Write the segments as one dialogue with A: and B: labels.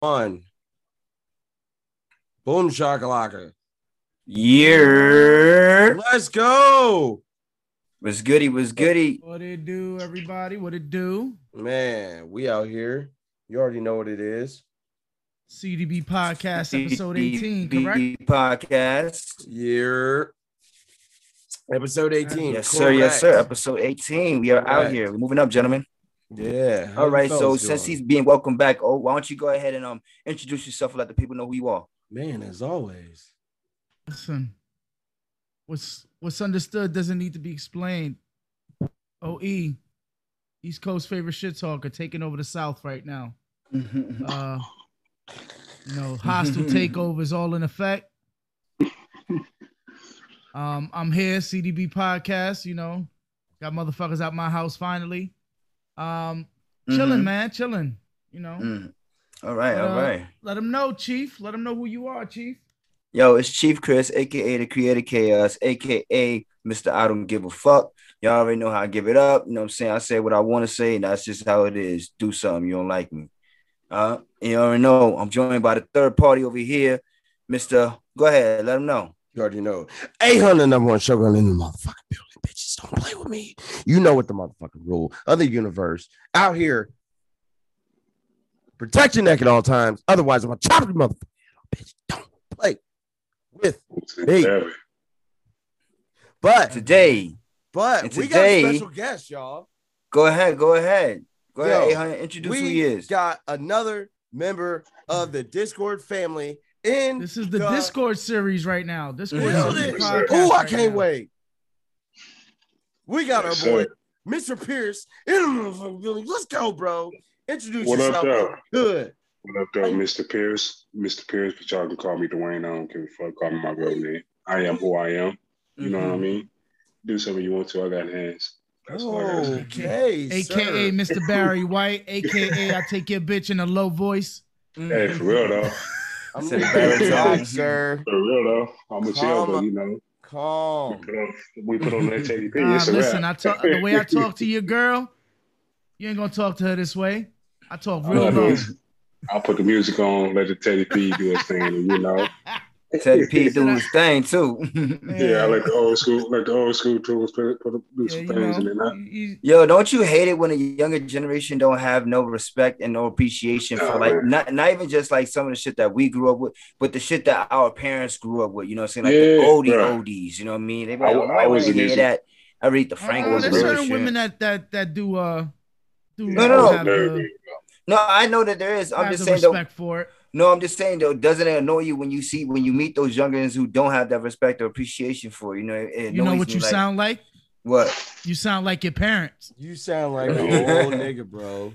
A: One. Boom shakalaka.
B: Year
A: Let's go.
B: was goody, was goody.
C: What it do, everybody? What it do?
A: Man, we out here. You already know what it is.
C: CDB Podcast, episode 18, correct?
B: CDB Podcast.
A: Year. Episode 18.
B: Yes, sir. Yes, sir.
A: correct.
B: Episode 18. We are out
A: Correct.
B: here. We're moving up, gentlemen.
A: Yeah. how
B: All
A: you
B: right. So
A: fellas
B: since
A: doing?
B: he's being welcomed back, oh, why don't you go ahead and um introduce yourself and let the people know who you are?
A: man, as always.
C: Listen, what's what's understood doesn't need to be explained. OE, East Coast favorite shit talker, taking over the South right now. Uh, you know, hostile takeovers all in effect. Um, I'm here, CDB Podcast. You know, got motherfuckers out my house finally. Um,
B: Mm-hmm.
C: chilling, man, chilling. You know.
B: Mhm. All right. All
C: Uh,
B: right.
C: Let him know, Chief. Let him know who you are, Chief.
B: Yo, it's Chief Chris, aka the Creator Chaos, aka Mr. I Don't Give a Fuck. Y'all already know how I give it up. You know what I'm saying? I say what I want to say, and that's just how it is. Do something. You don't like me. Uh, you already know. I'm joined by the third party over here, Mr. Go ahead, let him know.
A: You already know. 800 number one showgun in the motherfucking building. Bitches, don't play with me. You know what the motherfucking rule. Other universe out here. Protect your neck at all times. Otherwise, I'm going to chop your motherfucking head off. Bitch, don't play with me. But,
B: Today,
A: but
B: And
A: we got a
B: today-
A: special guest, y'all.
B: go ahead, go ahead. Go
A: Yo,
B: ahead, 800, introduce who he
A: We
B: is.
A: got another member of the Discord family in
C: This is the
A: God.
C: Discord series right now. Discord
B: Yeah.
C: series.
D: Yeah.
C: podcast
A: Oh, I
C: right
A: can't
C: now.
A: wait. We got
D: Yes,
A: our boy,
D: sir.
A: Mr. Pierce, in the motherfucking building. Let's go, bro. Introduce
D: What up,
A: yourself.
D: though?
A: Good.
D: What up, though, Mr. Pierce? Mr. Pierce, but y'all can call me Dwayne. I don't give a fuck. Call me my real name. I am who I am. You know
C: Mm-hmm.
D: what I mean? Do something you want to. I got hands. That's
C: Oh.
D: all I got. to say.
A: Okay,
C: AKA
A: sir.
C: Mr. Barry White, AKA I take your bitch in a low voice.
A: Mm-hmm.
D: Hey, for real though.
A: I'm gonna
B: Mr.
A: let you
D: Barry.
A: talk, sir.
D: For real though. I'm a chill, but you know, we
A: Calm.
D: put on, we put on that JDP.
C: Nah,
D: it's a
C: Um, listen, I
D: wrap.
C: talk the way I talk to your girl, you ain't gonna talk to her this way. I talk
D: All
C: real
D: I do
C: low.
D: is- I'll put the music on, let the Teddy P do his thing, and you know.
B: Teddy P do his thing too.
D: Yeah, I like the old school, like the old school tools, put, put do
C: Yeah,
D: some
C: you
D: things, and then
C: know,
D: I,
C: you-
B: Yo, don't you hate it when a younger generation don't have no respect and no appreciation for
D: Oh,
B: like
D: man.
B: not not even just like some of the shit that we grew up with, but the shit that our parents grew up with. You know what I'm saying? Like the
D: Yeah,
B: oldie
D: bruh.
B: oldies. You know what I mean? They be
D: I
B: like,
D: wa-
B: oh,
D: I
B: I
D: was
B: want to
D: an
B: hear
D: easy-
B: that. I read the Frank
C: uh,
B: was
C: there's
D: real
C: certain
B: shit.
C: women that that that do uh do
B: No, no, no.
C: have
D: There
C: the,
D: you
B: No, I know that there is. I'm
C: have
B: just
C: the
B: saying though.
C: respect for it.
B: No, I'm just saying though. Doesn't it annoy you when you see when you meet those youngins who don't have that respect or appreciation for? it? You know, it, it
C: You know
B: annoys
C: what
B: me,
C: you
B: like,
C: sound like?
B: What?
C: You sound like your parents.
A: You sound like an old nigga, bro.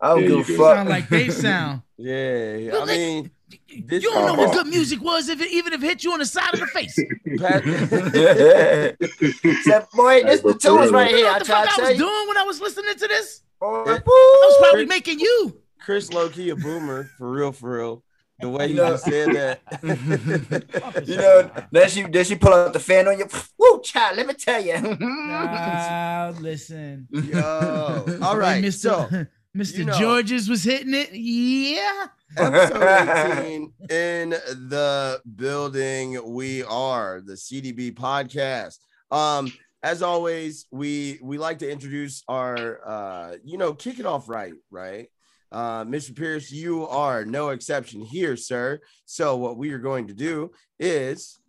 B: I
D: Yeah,
B: don't give
D: you
B: a
D: do.
B: fuck.
C: sound like they sound.
A: Yeah, I
C: Well,
A: mean,
C: You
A: This-
C: don't know what
D: Uh-huh.
C: good music was if it even if it hit you on the side of the face.
A: Pat-
B: Said, boy, this the
D: but for
B: tunes
D: real.
B: right
C: You know
B: here. I
C: what the fuck
B: tried
C: I
B: to tell
C: was
B: you.
C: doing when I was listening to this?
B: Boy,
C: I was
B: woo.
C: probably making you.
A: Chris Loki, a boomer, for real, for real. The way you
B: No.
A: just said that.
B: you know, then she then she pull out the fan on you. Woo, child, let me tell you.
C: listen.
A: Yo. All right.
C: Mr.
A: So,
C: Mr.
A: you know-
C: Georges was hitting it. Yeah.
A: episode 18 in the building we are the cdb podcast um as always we we like to introduce our uh you know kick it off right right uh mr pierce you are no exception here sir so what we are going to do is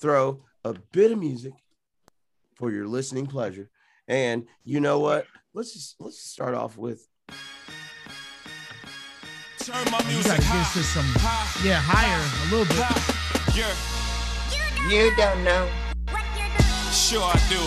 A: throw a bit of music for your listening pleasure and you know what let's just let's just start off with
E: Turn
C: You
E: my
C: gotta
E: music
C: get us to
E: high,
C: some
E: high,
C: yeah, higher a little bit.
E: high. Yeah,
B: you don't know.
E: sure I do.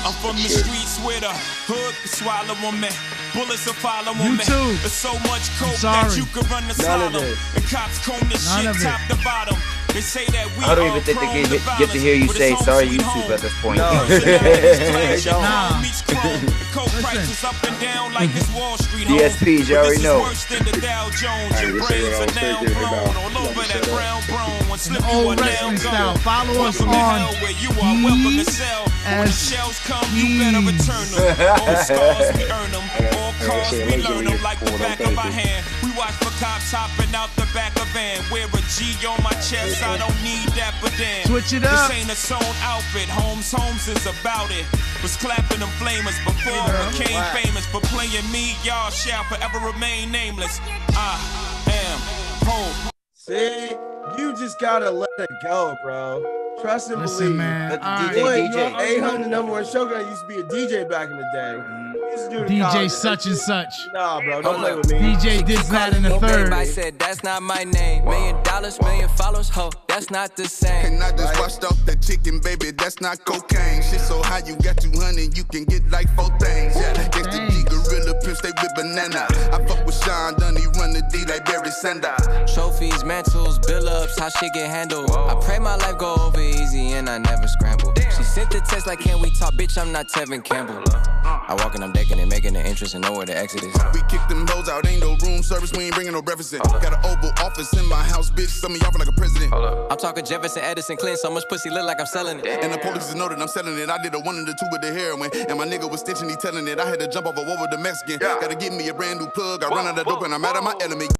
E: I'm from the streets with a hood to swallow on me. Bullets will follow on
C: You
E: me.
C: too.
E: There's so much coke
C: sorry.
E: that you can run
A: None of
E: asylum.
A: this.
E: The cops comb the
C: None of
E: shit
C: it.
E: top to bottom. They say that we
B: I don't
E: all
B: even think they
E: prone
B: get,
E: to
B: get to hear you
E: violence, but
B: say
E: it's
B: sorry,
E: home sweet
B: YouTube,
E: home.
B: at this point.
C: Oh,
A: No.
E: Personalities
A: Nah.
E: clash, meets chrome. The Coke
C: Listen.
E: prices up and down like this Wall Street
C: Mm-hmm.
E: home.
B: DSPs, you
E: But
B: already
E: this is
B: know.
E: worse than the Dow Jones.
D: Hey,
E: Your
D: this ain't what I
E: brains are
D: was
E: now
D: thinking
E: blown
D: about.
E: all over
D: Shut
E: that
D: up.
E: brown brown. When slip
C: An
E: you
C: old
E: a
C: wrestling
E: down
C: style.
E: go.
C: Follow us
E: Welcome to hell
C: on
E: where you are welcome to sell. When the
C: as
E: shells come, you better return them. All scars we earn them, all cars we learn them like the back of our hand. We watch for cops hopping out the back of van. Wear a G on my chest, I don't need that, but damn.
C: Switch It Up.
E: This ain't a sewn outfit. Holmes Holmes is about it. Was clapping them flamers before I became
A: Wow.
E: famous. For playing me, y'all shall forever remain nameless. I am home.
A: See, you just gotta let it go, bro. Trust and
C: Listen,
A: believe.
C: man.
B: Let the
C: all
B: DJ
C: right.
A: Boy, your 800 number one shogun used to be a DJ back in the day. He used to do the
C: DJ
A: college-
C: such and such.
A: Nah, bro, don't play
F: Hold
A: with me.
C: DJ this, that, and the
F: Everybody
C: third.
F: said that's not my name. Million dollars, million follows, ho. That's not the same.
G: And I just washed off that chicken, baby. That's not cocaine. Shit so high, you got 200, you can get like four things. Yeah, gangsta G,
C: Thanks.
G: gorilla pimps, they with banana. I fuck with Sean Dunny, run the D like Barry Sander.
F: Trophies, mantles, bill ups, how shit get handled. I pray my life go over easy and I never scramble. She sent the text like, can we talk? Bitch, I'm not Tevin Campbell. I walk and I'm decking and making an entrance and know where the exit is.
G: We kick them hoes out, ain't no room service, we ain't bringing no breakfast in. Got an Oval Office in my house, bitch. Some of y'all feel like a president.
F: I'm talking Jefferson, Edison, Clinton. So much pussy look like I'm selling it.
G: And the police know that I'm selling it. I did a one and a two with the heroin. And my nigga was stitching, he telling it. I had to jump off a wall with the Mexican. Gotta get me a brand new plug. I run out of dope and I'm out of my element.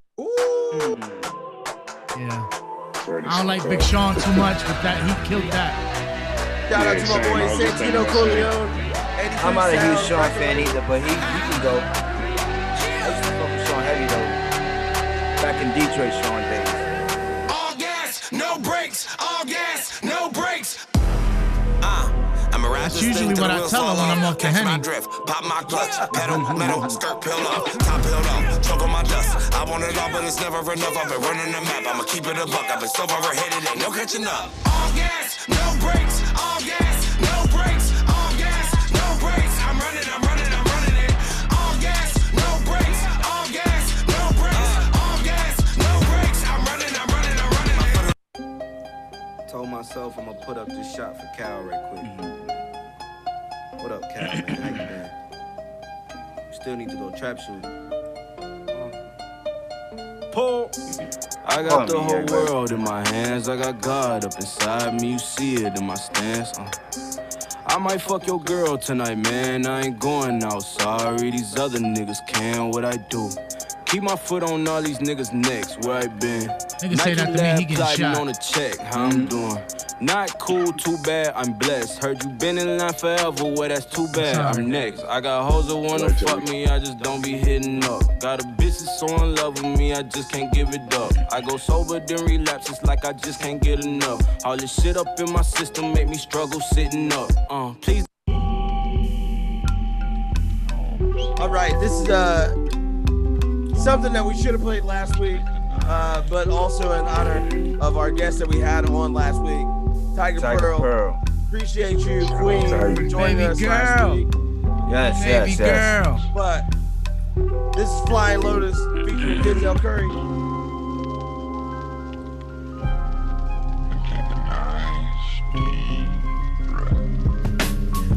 C: Yeah. I don't like Big Sean too much, but that he killed that.
A: Shout out to my boy Santino Colleone.
B: I'm not a huge Sean fan either, but he, he can go. I used to fuck with Sean heavy though. Back in Detroit, Sean days.
E: All gas, no brakes. All gas, no brakes.
H: Ah, I'm a
C: That's usually what I tell him when I'm off the henny.
H: drift, pop my clutch, pedal, metal, skirt peel up, top peeled off, choke on my dust. I want it all, but it's never enough. I've been running the map, I'ma keep it a buck. I've been so far ahead, it ain't no catching up. All gas, no brakes, all gas, no brakes, all gas, no brakes. I'm running, I'm running, I'm running it. All gas, no brakes, all gas, no brakes, all gas, no brakes. I'm running, I'm running, I'm running it.
F: Told myself I'm gonna put up this shot for Cal right quick. What up, Cal, man? How you been? Still need to go trap shoot. I got
B: Pardon
F: the
B: me,
F: whole
B: everybody.
F: world in my hands. I got God up inside me. You see it in my stance. uh. I might fuck your girl tonight, man. I ain't going out. Sorry, these other niggas can what I do. Keep my foot on all these niggas' necks. Where I been?
C: Nigga say that to me, he
F: lab
C: getting shot.
F: plotting
C: Mm-hmm.
F: on a check. How I'm doing? Not cool, too bad. I'm blessed. Heard you been in line forever. Well, that's too bad.
C: Sorry.
F: I'm next. I got hoes that wanna
D: Right,
F: fuck
D: Jimmy.
F: me. I just don't be hitting up. Got a bitch that's so in love with me. I just can't give it up. I go sober then relapse. It's like I just can't get enough. All this shit up in my system make me struggle sitting up. Uh, please.
A: All right, this is uh something that we should have played last week, uh, but also in honor of our guest that we had on last week, Tiger,
B: Tiger
A: Pearl.
B: Pearl.
A: Appreciate you, Queen, for joining
C: Baby
A: us last
C: girl.
A: week.
B: Yes,
C: Baby
B: yes, yes.
C: girl.
A: But this is Flying Lotus featuring Denzel Curry.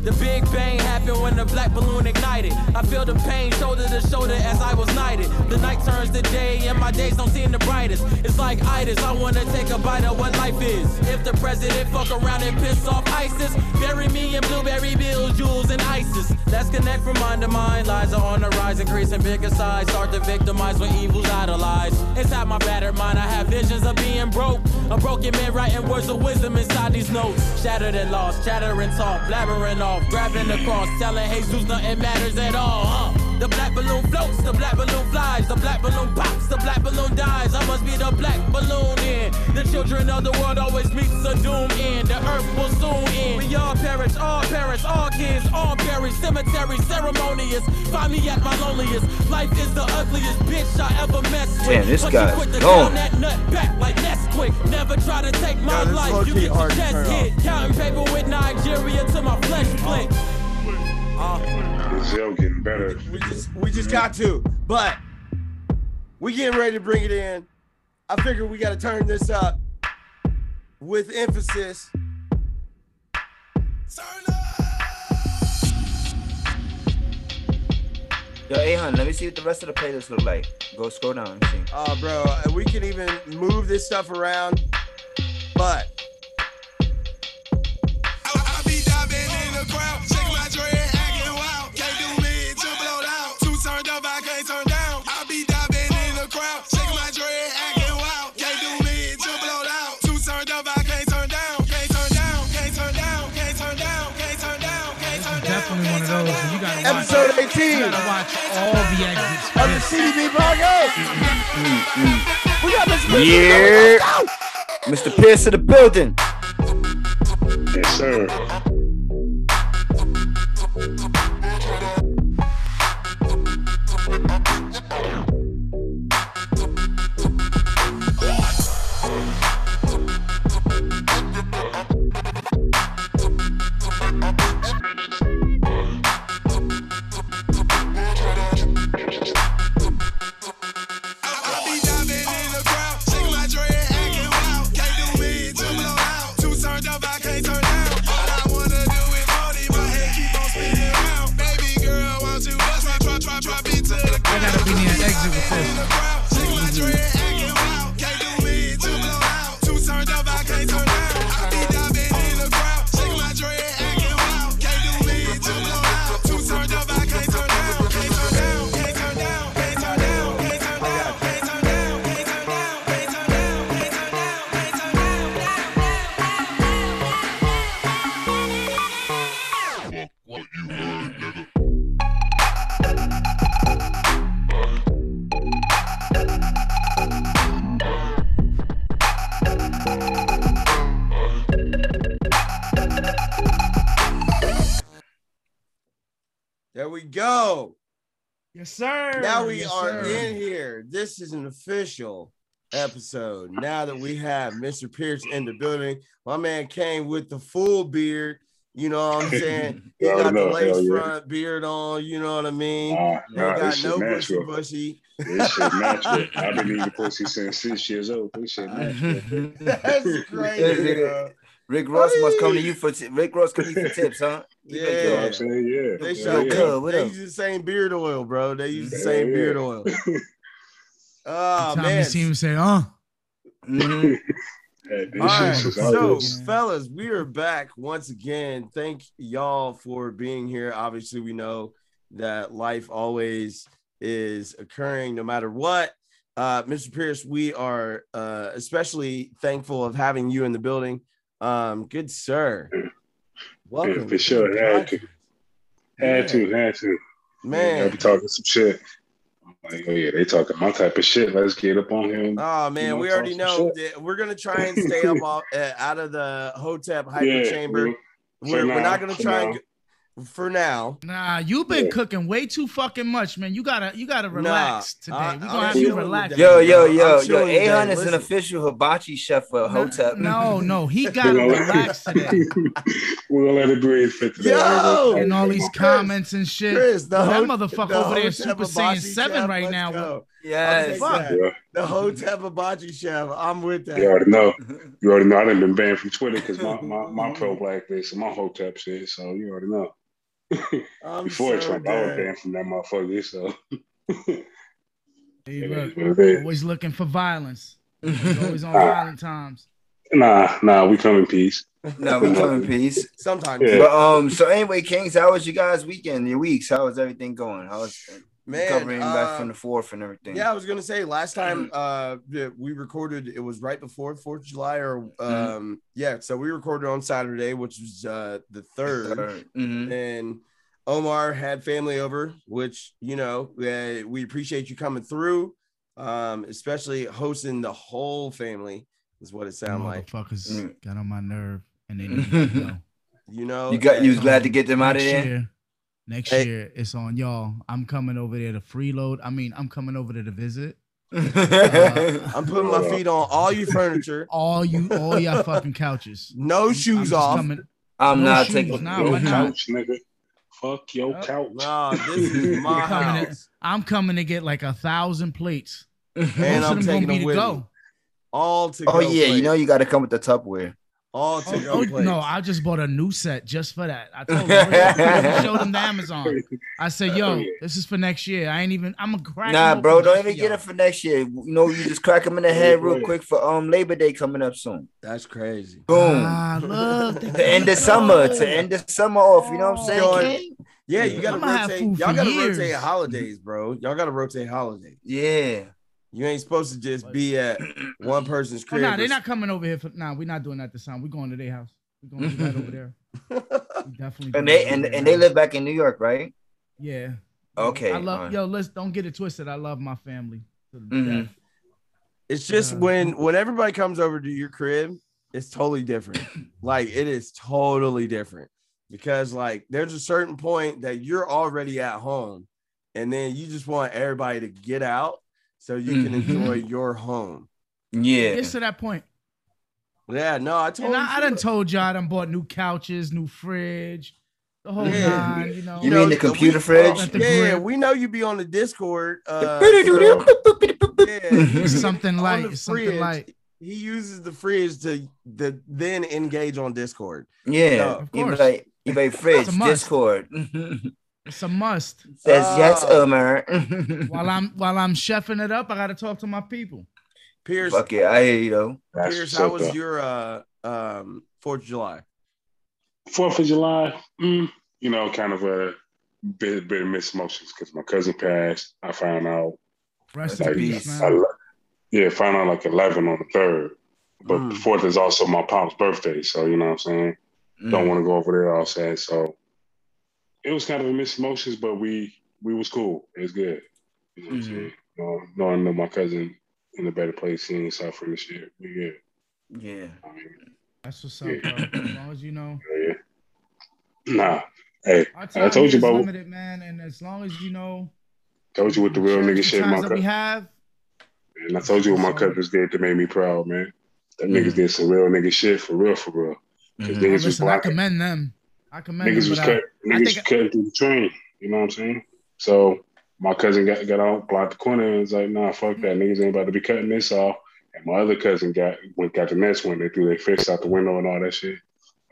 F: The Big Bang happened when the black balloon ignited. I feel the pain shoulder to shoulder as I was knighted. The night turns to day and my days don't seem the brightest. It's like itis, I wanna take a bite of what life is. If the president fuck around and piss off ISIS, bury me in blueberry bills, jewels, and ISIS. Let's connect from mind to mind. Lies are on the rise, increasing bigger size. Start to victimize when evil's idolized. Inside my battered mind, I have visions of being broke. A broken man writing words of wisdom inside these notes. Shattered and lost, chattering talk, blabbering off, grabbing the cross, telling Jesus nothing matters at all. Huh? The black balloon floats, the black balloon flies, the black balloon pops, the black balloon dies. I must be the black balloon in. The children of the world always meets a doom end. The earth will soon end. We all perish, all perish, all kids, all perish. Cemetery ceremonious. Find me at my loneliest. Life is the ugliest bitch I ever messed with.
B: Damn, this
F: But you
B: guy's
F: quick to
B: gone.
F: down that nut back like Nesquik. Never try to take my
A: Yeah, this
F: life.
A: low-key
F: You get your
A: hard to turn
F: chest
A: off.
F: hit. Counting paper with Nigeria till my flesh split.
D: Denzel getting better.
A: We just we just got to, but we getting ready to bring it in. I figure we got to turn this up with emphasis.
B: Yo, Ahan, let me see what the rest of the playlist look
A: uh,
B: like. Go scroll down and see.
A: Oh, bro, we can even move this stuff around. But
H: I be diving in the crowd, shake my dread, acting wild. Can't do me, too blowed out, too turned up, I can't turn down. I be diving in the crowd, shake my dread, acting wild. Can't do me, too blowed out, too turned up, I can't turn down. Can't turn down, can't turn down, can't turn down, can't turn down, can't turn down.
C: Definitely one of those. and You gotta watch.
A: episode 18
C: You
A: of
C: gotta watch all the exits.
A: the
C: Chris.
A: CDB podcast. We got this.
B: Yeah. Mr. Pierce to the building.
D: Yes, sir. Uh,
H: I be diving in the crowd, shake my dread, acting wild. Can't do me, too blown out, too turned up, I can't turn down. All I wanna do is party, my head keep on spinning round. Baby girl, won't you bust my drop, drop, drop me to the
C: I
H: ground?
C: gotta be near an exit with
H: In
C: this.
H: the crowd, shake my dread, acting wild. Can't do me, too blown out, too turned up, I can't turn down. I be diving in the crowd, shake my dread, acting wild. Can't do me, too blown out, too turned up, I can't turn down. Can't turn down, can't turn down, can't turn down, can't turn down, can't turn down, can't turn down, can't turn down, can't turn down, can't turn down.
A: There we go.
C: Yes, sir.
A: Now we
C: Yes,
A: are
C: sir.
A: in here. This is an official episode. Now that we have Mr. Pierce in the building, my man came with the full beard. You know what I'm saying? He
D: Yeah, I
A: got the
D: know. Hell
A: lace
D: yeah.
A: front beard on. You know what I mean?
D: Nah,
A: They
D: nah, this
A: got
D: shit
A: no
D: natural.
A: bushy bushy.
D: This shit natural. I've been eating pussy since six years old. This shit natural.
A: That's crazy. bro.
B: Rick Ross must come to you for t- Rick Ross come to you for tips, huh?
A: Yeah.
D: You know what I'm saying? Yeah.
A: They
D: Hell
A: shot
D: yeah.
B: good. What
A: they
B: up?
A: use the same beard oil, bro. They use the
D: Yeah,
A: same
D: yeah.
A: beard oil. Oh
C: Tommy
A: man.
C: seemed to say, "Uh,
B: Mhm.
D: Had this
A: All right,
D: shit since I
A: so
D: was-
A: fellas, we are back once again. Thank y'all for being here. Obviously, we know that life always is occurring, no matter what. Uh, Mr. Pierce, we are uh, especially thankful of having you in the building. Um, good sir, welcome.
D: Yeah, for sure. Had to. Had to. Had to. I'll be
A: man.
D: talking some shit. I'm like, oh yeah, they talking my type of shit. Let's get up on him.
A: Oh man,
D: wanna
A: we
D: talk
A: already
D: some
A: know that we're gonna try and stay up off, uh, out of the hotep hyper chamber.
D: we- for
A: We're, we're
D: now,
A: not gonna
D: for
A: try
D: now.
A: and go- for now.
C: nah, you've been
D: Yeah.
C: cooking way too fucking much, man. You gotta, you gotta relax
A: Nah,
C: today.
A: I-
C: We're gonna
A: I'm
C: have you
A: chilling
C: relax."
A: today.
B: Yo, yo,
A: I'm
B: yo, yo.
A: chilling today.
B: Ahan is an
A: Listen.
B: official hibachi chef for Hotep.
C: No, no, he gotta relax today.
D: we're gonna let it breathe for today.
A: Yo!
C: And all these comments and shit.
A: Chris, the
C: that
A: ho-
C: motherfucker
A: the
C: over there
A: Hotep
C: Super
A: Hibachi
C: Saiyan 7
A: chef,
C: right
A: let's
C: now.
A: go.
B: Yes.
A: Fuck.
D: Yeah,
A: The Hotep Hibachi chef. I'm with that.
D: you already know. You already know. I done been banned from Twitter because my my, my pro black list and my whole type shit. So you already know.
A: I'm
D: Before
A: so
D: Trump, I was
A: dead.
D: banned from that motherfucker. So
C: Hey,
D: it
C: look,
D: is what it is.
C: always looking for violence. He's always on
D: Ah.
C: violent times.
D: Nah, nah, we come in peace.
B: no, we come in peace.
A: Sometimes,
D: Yeah.
B: But um, so anyway, Kings, how was you guys' weekend, your weeks? How was everything going? How was
A: man.
B: recovering back
A: Uh,
B: from the fourth and everything?
A: yeah, I was gonna say last time uh that we recorded it was right before Fourth of July or um yeah, so we recorded on Saturday, which was uh the third.
B: Mhm.
C: Mm-hmm.
A: and Omar had family over, which you know uh, we appreciate you coming through, um, especially hosting the whole family is what it
C: Mm-hmm.
A: sounded like.
C: Motherfuckers
B: Mm.
C: got on my nerve, and they need to know.
A: You know,
B: You got you was
A: uh,
B: glad to get them out of
C: next
B: there.
C: Year, next
A: Hey.
C: year, it's on y'all. I'm coming over there to freeload. I mean, I'm coming over there to visit.
B: Oh,
C: Uh,
A: I'm putting my feet on all your furniture,
C: all you, all y'all fucking couches.
A: no
C: I'm- I'm
A: shoes
C: just
A: off.
C: coming-
B: I'm
C: no
B: not
C: shoes,
B: taking.
C: nah,
D: Yo,
C: why not?
D: couch, nigga. Fuck your
C: Yep.
D: couch.
A: Nah, this is my
C: I'm coming
A: house.
C: I'm coming to get like a thousand plates.
A: And
C: Most
A: I'm
C: of them
A: taking
C: gonna
A: them
C: be to
A: with
C: go.
A: me. All to
B: Oh
A: go
B: yeah,
A: plate.
B: you know you got to come with the Tupperware.
A: All to
C: Oh,
A: your
C: oh,
A: place.
C: no, I just bought a new set just for that. I told him, I showed him the Amazon. I said,
D: Oh,
C: "Yo,
D: yeah.
C: this is for next year. I ain't even. I'm a crack." him
B: Nah,
C: open
B: bro,
C: just
B: don't
C: for
B: even get
C: y'all."
B: it for next year. You know, you just crack them in the head real quick for um Labor Day coming up soon.
A: That's crazy.
B: Boom.
C: Ah, look,
B: The end of summer to end the summer off. You know what I'm saying? King?
A: Yeah, you gotta
C: I'ma have
A: rotate.
C: food for
A: Y'all gotta
C: years.
A: rotate holidays, bro. Y'all gotta rotate holidays.
B: Yeah.
A: You ain't supposed to just be at one person's
C: Oh,
A: crib.
C: nah, they're not coming over here. For, nah, we're not doing that this time. We're going to their house. We're going to do that over there. We definitely.
B: And
C: going
B: they
C: over
B: and,
C: there.
B: and they live back in New York, right?
C: Yeah.
B: Okay,
C: I love
B: alright.
C: yo. Let's don't get it twisted. I love my family. to the
B: Mhm.
C: death.
A: It's just
C: Yeah.
A: when when everybody comes over to your crib, it's totally different. like it is totally different because like there's a certain point that you're already at home, and then you just want everybody to get out so you can
B: Mhm.
A: enjoy your home.
B: Yeah.
C: It's to that point.
A: Yeah, no, I told
C: And I, I
A: you.
C: done told y'all. I done bought new couches, new fridge, the whole
A: Yeah.
C: nine. You know.
B: You mean the computer fridge?
C: At the
A: yeah, yeah,
C: crib.
A: we know you be on the Discord. Uh, so-
B: Mhm.
A: yeah,
C: It's something
A: on
C: light.
A: the
C: It's something
A: fridge,
C: light.
A: He uses the fridge to the then engage on Discord.
B: Yeah.
A: No,
C: of
B: You be
C: course.
B: like you be like fridge,
C: It's a must.
B: Discord.
C: It's a must.
B: Says yes, um,
C: Ah.
A: Oh.
B: Umar.
C: While I'm while I'm chefing it up, I gotta talk to my people.
A: Pierce,
B: Fuck it, I hear you though.
D: That's
A: Pierce,
D: what's
A: how
D: up,
A: was
D: though.
A: your uh um Fourth of July?
D: Fourth of July, mm, you know, kind of a bit, bit of mixed emotions because my cousin passed. I found out
C: Rest
B: That's
C: in
D: like
B: a
C: peace,
B: beast.
C: man.
D: ele- yeah, found out like eleven on the third, but
C: Hmm.
A: Mm.
D: the fourth is also my pop's birthday. So you know what I'm saying.
C: Hmm.
D: Don't want to go over there all sad. So it was kind of a mixed emotions, but we we was cool. It was good. You know what
C: Hmm.
D: I'm
B: Mhm.
D: saying? Knowing knowing that my cousin in a better place, seeing suffering this year, we good.
B: Yeah.
D: I mean,
C: That's what's up, bro. As long as you know.
D: yeah. Nah, hey,
C: Our
D: I
C: time
D: told you
C: is
D: about
C: limited, man, and as long as you know
D: told you what the real
C: cherish
D: nigga shit
C: times
D: my
C: that we
D: cousin.
C: have,
D: And I told you what my cousins did that made me proud, man. That niggas did some real nigga shit for real, for real. Because
B: Mhm.
D: niggas was
C: Hmm. listen, I
D: blocking.
C: commend them. I commend
D: Niggas
C: them. but
D: was
C: I-
D: cut.
C: I
D: Niggas
C: think-
D: cutting through the train. You know what I'm saying? So my cousin got, got out, blocked the corner, and was like, "Nah, fuck that. Niggas ain't about to be cutting this off." And my other cousin got went got the next one. They threw their fists out the window and all that shit.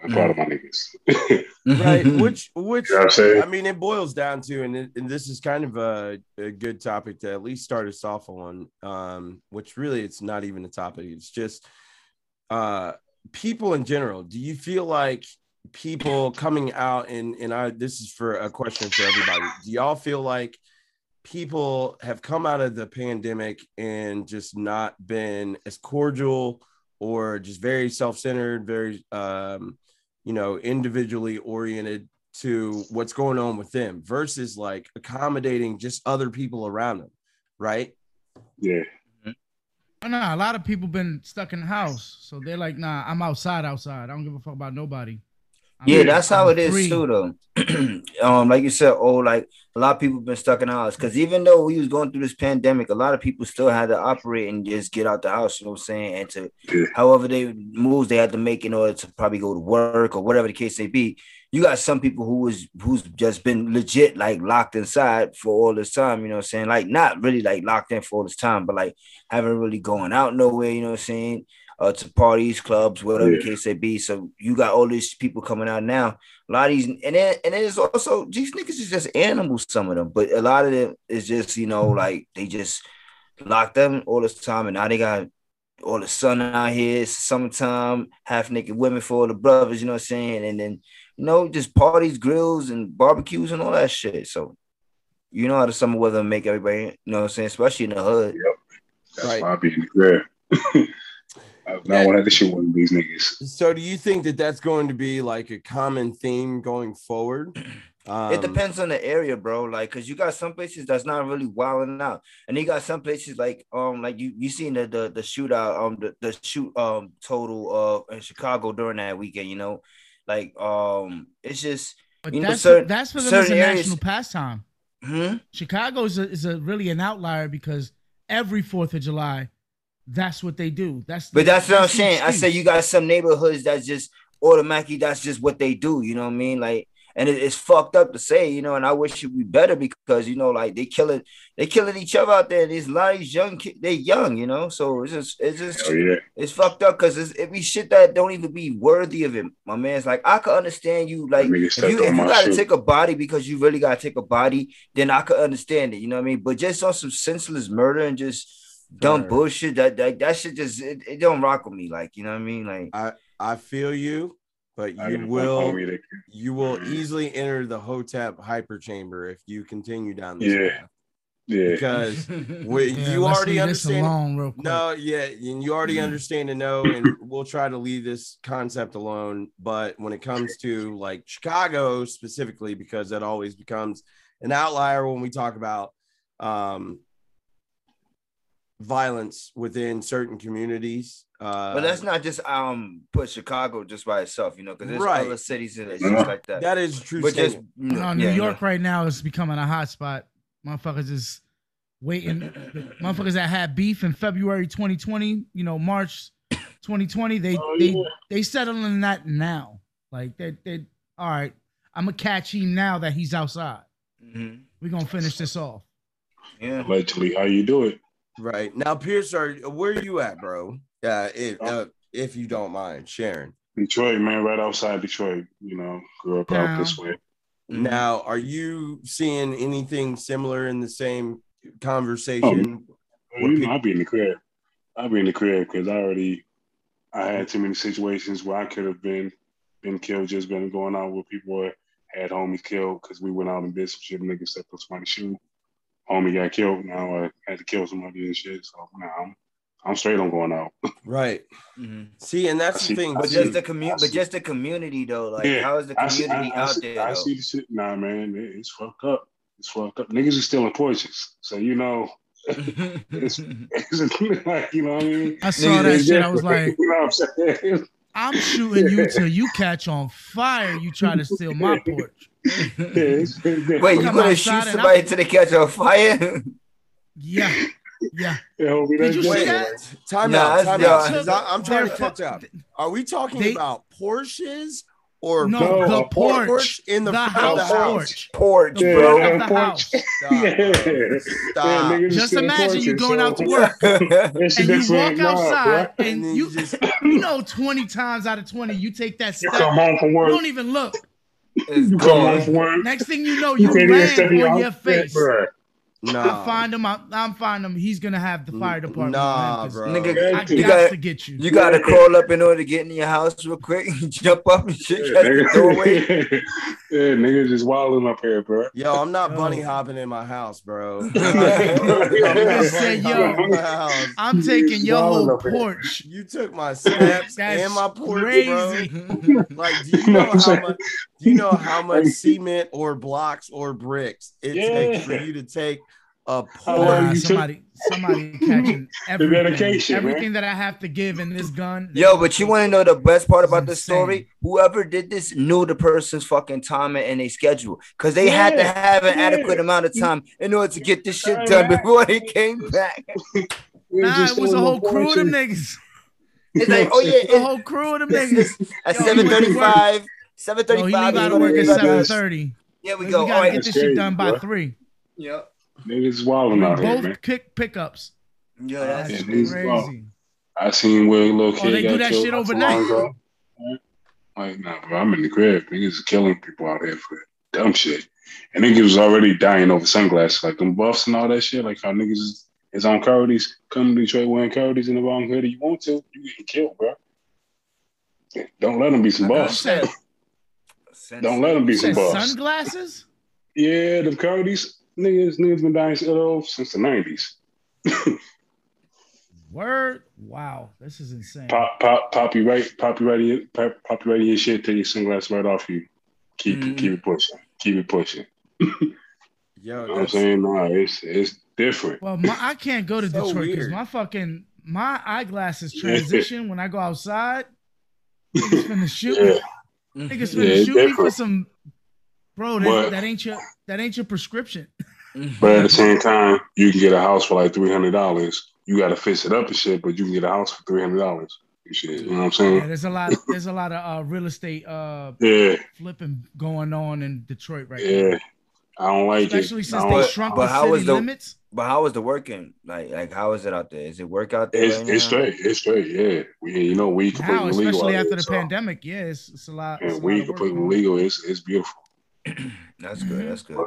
D: I'm proud of my niggas. you
A: Right, which which
D: know what I'm saying?
A: I mean, it boils down to, and, it- and this is kind of a, a good topic to at least start us off on, um, which really it's not even a topic. It's just uh, people in general. Do you feel like people coming out and and I this is for a question for everybody. Do y'all feel like people have come out of the pandemic and just not been as cordial or just very self-centered, very um, you know, individually oriented to what's going on with them versus like accommodating just other people around them, right?
D: yeah.
C: Oh, nah, a lot of people been stuck in the house, so they're like, "Nah, I'm outside, outside. I don't give a fuck about nobody." I'm-
B: Yeah, that's how
C: I'm
B: it is
C: free.
B: too, though. um, like you said, oh, like a lot of people been stuck in the house because even though we was going through this pandemic, a lot of people still had to operate and just get out the house. You know what I'm saying? And to
D: Yeah.
B: however they moves they had to make in order to probably go to work or whatever the case may be. You got some people who was who's just been legit like locked inside for all this time. You know what I'm saying? Like not really like locked in for all this time, but like haven't really going out nowhere. You know what I'm saying? uh, to parties, clubs, whatever the
D: Yeah.
B: case they be. So you got all these people coming out now. A lot of these, and then and it's also these niggas is just animals. Some of them, but a lot of them is just you know like they just locked them all this time, and now they got all the sun out here, it's summertime, half naked women for all the brothers. You know what I'm saying? And then you know just parties, grills, and barbecues and all that shit. So. You know how the summer weather make everybody, you know what I'm saying, especially in the hood.
D: That's
A: Right.
D: why I be in the crib. I
A: Yeah.
D: not wanted to shoot one of these niggas.
A: So, do you think that that's going to be like a common theme going forward? Um,
B: it depends on the area, bro. Like, cause you got some places that's not really wilding out, and you got some places like um like you you seen the the, the shootout um the, the shoot um total uh in Chicago during that weekend. You know, like um it's just
C: But
B: You know,
C: that's
B: certain-
C: that's for them as
B: certain
C: a
B: areas-
C: national pastime.
B: hmm?
C: Chicago is a, is a really an outlier because every Fourth of July, that's what they do. That's
B: But that's what I'm
C: the
B: saying. I say
C: excuse.
B: you got some neighborhoods that's just automatically that's just what they do. You know what I mean? Like, and it, it's fucked up to say, you know. And I wish it be better because you know, like they killing, they killing each other out there. These a lot of these young kids, they young, you know. So it's just, it's just,
D: Hell yeah.
B: it's fucked up because it's it be shit that don't even be worthy of it. My man's like, I could understand you, like
D: That nigga
B: if
D: stepped
B: you if
D: on
B: you
D: my
B: gotta
D: shoe.
B: take a body because you really gotta take a body, then I could understand it. You know what I mean? But just on some senseless murder and just dumb
A: Right.
B: bullshit, that that, that shit just it, it don't rock with me. Like you know what I mean? Like
A: I feel you, but
D: I
A: you
D: don't
A: will
D: call me that.
A: you will easily enter the Hotep hyperchamber if you continue down this
D: Yeah.
A: path.
D: Yeah.
A: Because Wait,
C: Yeah,
A: you
C: let's
A: already
C: leave
A: understand-
C: This alone real quick.
A: no, yeah, and you
B: Mm-hmm.
A: already understand to know, and we'll try to leave this concept alone. But when it comes to like Chicago specifically, because that always becomes an outlier when we talk about um violence within certain communities. Uh
B: But let's not just um put Chicago just by itself, you know, because there's
A: Right.
B: other cities and it's
D: No.
B: just like that.
A: that is a true.
B: but just
A: statement.
B: you know,
C: No, New
B: yeah,
C: York right now is becoming a hot spot. Motherfuckers is waiting. the motherfuckers that had beef in February 2020, you know, March 2020, they
D: Oh,
C: they
D: yeah.
C: they settling that now. Like they they all right. I'm gonna catch him now that he's outside.
B: yeah. Mhm.
C: We're gonna finish this off.
B: yeah.
D: Allegedly, how you do it?
A: Right now, Pierce, are where you at, bro? Uh, if
B: Oh.
A: uh, if you don't mind sharing.
D: Detroit, man, right outside Detroit. You know, grew up
C: Yeah.
D: out this way.
B: Mhm.
A: Now, are you seeing anything similar in the same
B: Oh.
A: conversation?
D: Well, you know, I'll be in the crib. I'll be in the crib because I already, I had too many situations where I could have been, been killed. Just been going out with people or had homies killed because we went out and did some shit. Nigga stepped on somebody's shoe. Homie got killed. Now I had to kill somebody and shit. So now I'm, I'm straight on going out.
A: Right.
B: Mhm.
A: See, and
D: I
A: that's the
D: see-
A: thing.
D: I
B: But
A: But
D: see-
B: just
A: just
B: the community, but
D: see.
B: just the community though. Like,
D: Yeah,
B: how is the
D: I see, I,
B: community
D: I
B: out
D: see,
B: there?
D: I
B: though?
D: see the shit. Nah, man, it- it's fucked up. It's fucked up. Niggas is stealing Porsches. So you know, It's- it's like you know what I mean.
C: I saw that shit. I was like,
D: you know what I'm saying?
C: I'm shooting you till you catch on fire. You try to steal my porch.
B: Wait, you
C: Come
B: gonna
C: outside
B: shoot
C: and
B: somebody
C: I'm-
B: till they catch on fire?
C: Yeah, yeah. Did you see
A: wait,
C: that?
A: time
B: Nah,
A: out.
B: that's-
A: Time
B: yeah.
A: out. 'cause I- I'm trying to
C: They're
A: catch up. Are we talking
C: They-
A: about Porsches or
C: No,
D: No,
C: the
D: a
C: porch,
A: in
C: the,
A: the, front of
C: house
A: the house?
C: porch.
B: Porch,
D: Yeah,
B: bro.
C: Front of
D: yeah,
C: the
D: porch.
C: house.
A: Stop.
D: Yeah.
A: Stop.
D: niggas is
C: Just
D: stealing
C: imagine you
D: Porsches,
C: going
D: so-
C: out to work
D: That's
C: and
D: the
C: you
D: next one.
C: walk
D: Nah,
C: outside
D: bro.
A: And
C: and
A: then
C: you
A: you just
C: you know 20 times out of 20 you take that
D: You
C: step.
D: come home from
C: You
D: work.
C: don't even look.
B: It's
D: You come home
B: gone.
D: from work.
C: Next thing you know, you
D: You can't even step
C: land
D: in
C: on
D: your
C: your
D: house,
C: face.
D: bro.
C: I
A: Nah.
C: find him. I'm, I'm find him. He's gonna have the fire department.
A: Nah,
C: man, 'cause
A: bro.
B: Nigga,
C: I
D: You
C: got
B: got-
C: to get you.
B: you gotta crawl up in order to get in your house real quick. Jump up and shit.
D: Yeah,
B: catch the doorway.
D: nigga. yeah, niggas just wilding up here, bro.
A: Yo, I'm not
C: Yo.
A: bunny hopping in my house, bro. I'm
D: Just
C: say,
A: bunny hopping in my house.
C: I'm taking your
D: Swallowed
C: whole
D: up here.
C: porch.
A: You took my snaps
C: That's
A: and my porch, bro.
C: crazy.
A: Like, do you
D: No,
A: know
D: I'm
A: how
D: saying-
A: much? Do you know how much
D: Like-
A: cement or blocks or bricks it
D: Yeah.
A: takes for you to take a
D: Oh,
C: Nah,
A: porch?
D: you took-
C: somebody, somebody catching everything,
D: dedication, man.
C: everything that I have to give in this gun.
B: Yo, but you want to know the best part about
C: It's
B: this story?
C: insane.
B: Whoever did this knew the person's fucking time and their schedule because they had to
D: Yeah,
B: have an
D: yeah.
B: adequate amount of time in order to get this shit
D: Time
B: done
D: back.
B: before they came back.
D: Niggas
C: Nah,
D: just
C: it was a
D: stealing
C: whole crew of them
D: Porsches.
C: niggas.
B: It's like, oh yeah,
C: The
B: it's,
C: whole crew of them
B: It's-
C: niggas.
B: at
C: Yo, he went
B: seven
C: to
B: thirty-five. Seven
C: Yo, he
B: thirty-five.
C: leave out of
D: you
C: work at
D: gotta
C: seven
D: do-
C: thirty.
B: Yeah, we
C: We,
B: go.
C: gotta
B: All right.
C: get this
D: Crazy,
C: shit done by
D: bro.
C: three.
B: Yep.
D: Niggas wilding out here,
C: Both
D: man.
C: kick pickups.
B: Yeah,
C: That's
B: that's
D: Yeah,
B: crazy.
D: these- wow.
C: crazy.
D: I seen where a little kid
C: Oh, they
D: got
C: do that
D: killed
C: shit
D: not too
C: overnight.
D: long ago. Like, nah, bro, I'm in the crib. Niggas is killing people out here for dumb shit. And niggas was already dying over sunglasses, like them buffs and all that shit. Like how niggas is, is on Coyotes, come to Detroit wearing Coyotes in the wrong hoodie. You want to, you getting killed, bro. Don't let them be some
B: I know,
D: buffs.
B: said-
D: Don't let them be
C: You
D: some
C: said
D: buffs.
C: sunglasses?
D: Yeah, them Coyotes, niggas, niggas been dying still since the 90s.
C: Word. Wow, this is insane.
D: Pop, pop, pop you right, pop you right in, pop, pop you right in your shit. Take your sunglasses right off you. Keep,
C: Mm-hmm.
B: Mhm.
D: keep it pushing. Keep it pushing.
A: Yo,
D: You know what I'm
A: that's-
D: saying? Nah, it's it's different.
C: Well, my, I can't go to
A: So
C: Detroit because
A: weird.
C: my fucking my eyeglasses
D: Yeah.
C: transition when I go outside. Niggas finna shoot
D: Yeah.
C: me.
B: Mm-hmm.
C: Niggas
D: Yeah,
C: finna
D: it's
C: shoot me for
D: different.
C: some. Bro,
D: But-
C: that, that ain't your that ain't your prescription.
B: Mm-hmm.
D: But at the same time, you can get a house for like three hundred dollars. You got to fix it up and shit, but you can get a house for three hundred dollars. Shit, you know what I'm saying?
C: Yeah, there's a lot. There's a lot of uh, real estate uh,
D: Yeah,
C: flipping going on in Detroit right now,
D: yeah. I don't like
C: especially
D: it.
C: since
D: I
C: they
D: don't-
C: shrunk
B: but
C: the
B: how
C: city
B: is the-
C: limits.
B: But how is the working? Like, like how is it out there? Is it work out there?
D: it's,
B: right
D: it's
B: now?
D: straight. It's straight. Yeah, we, you know, we completely
C: Now,
D: legal.
C: especially
D: out
C: after
D: here,
C: the
D: so-
C: pandemic, yeah, it's, it's a lot. it's a
D: And
C: lot
D: we
C: of work
D: completely
C: going on.
D: legal. It's it's beautiful.
B: That's good. That's good.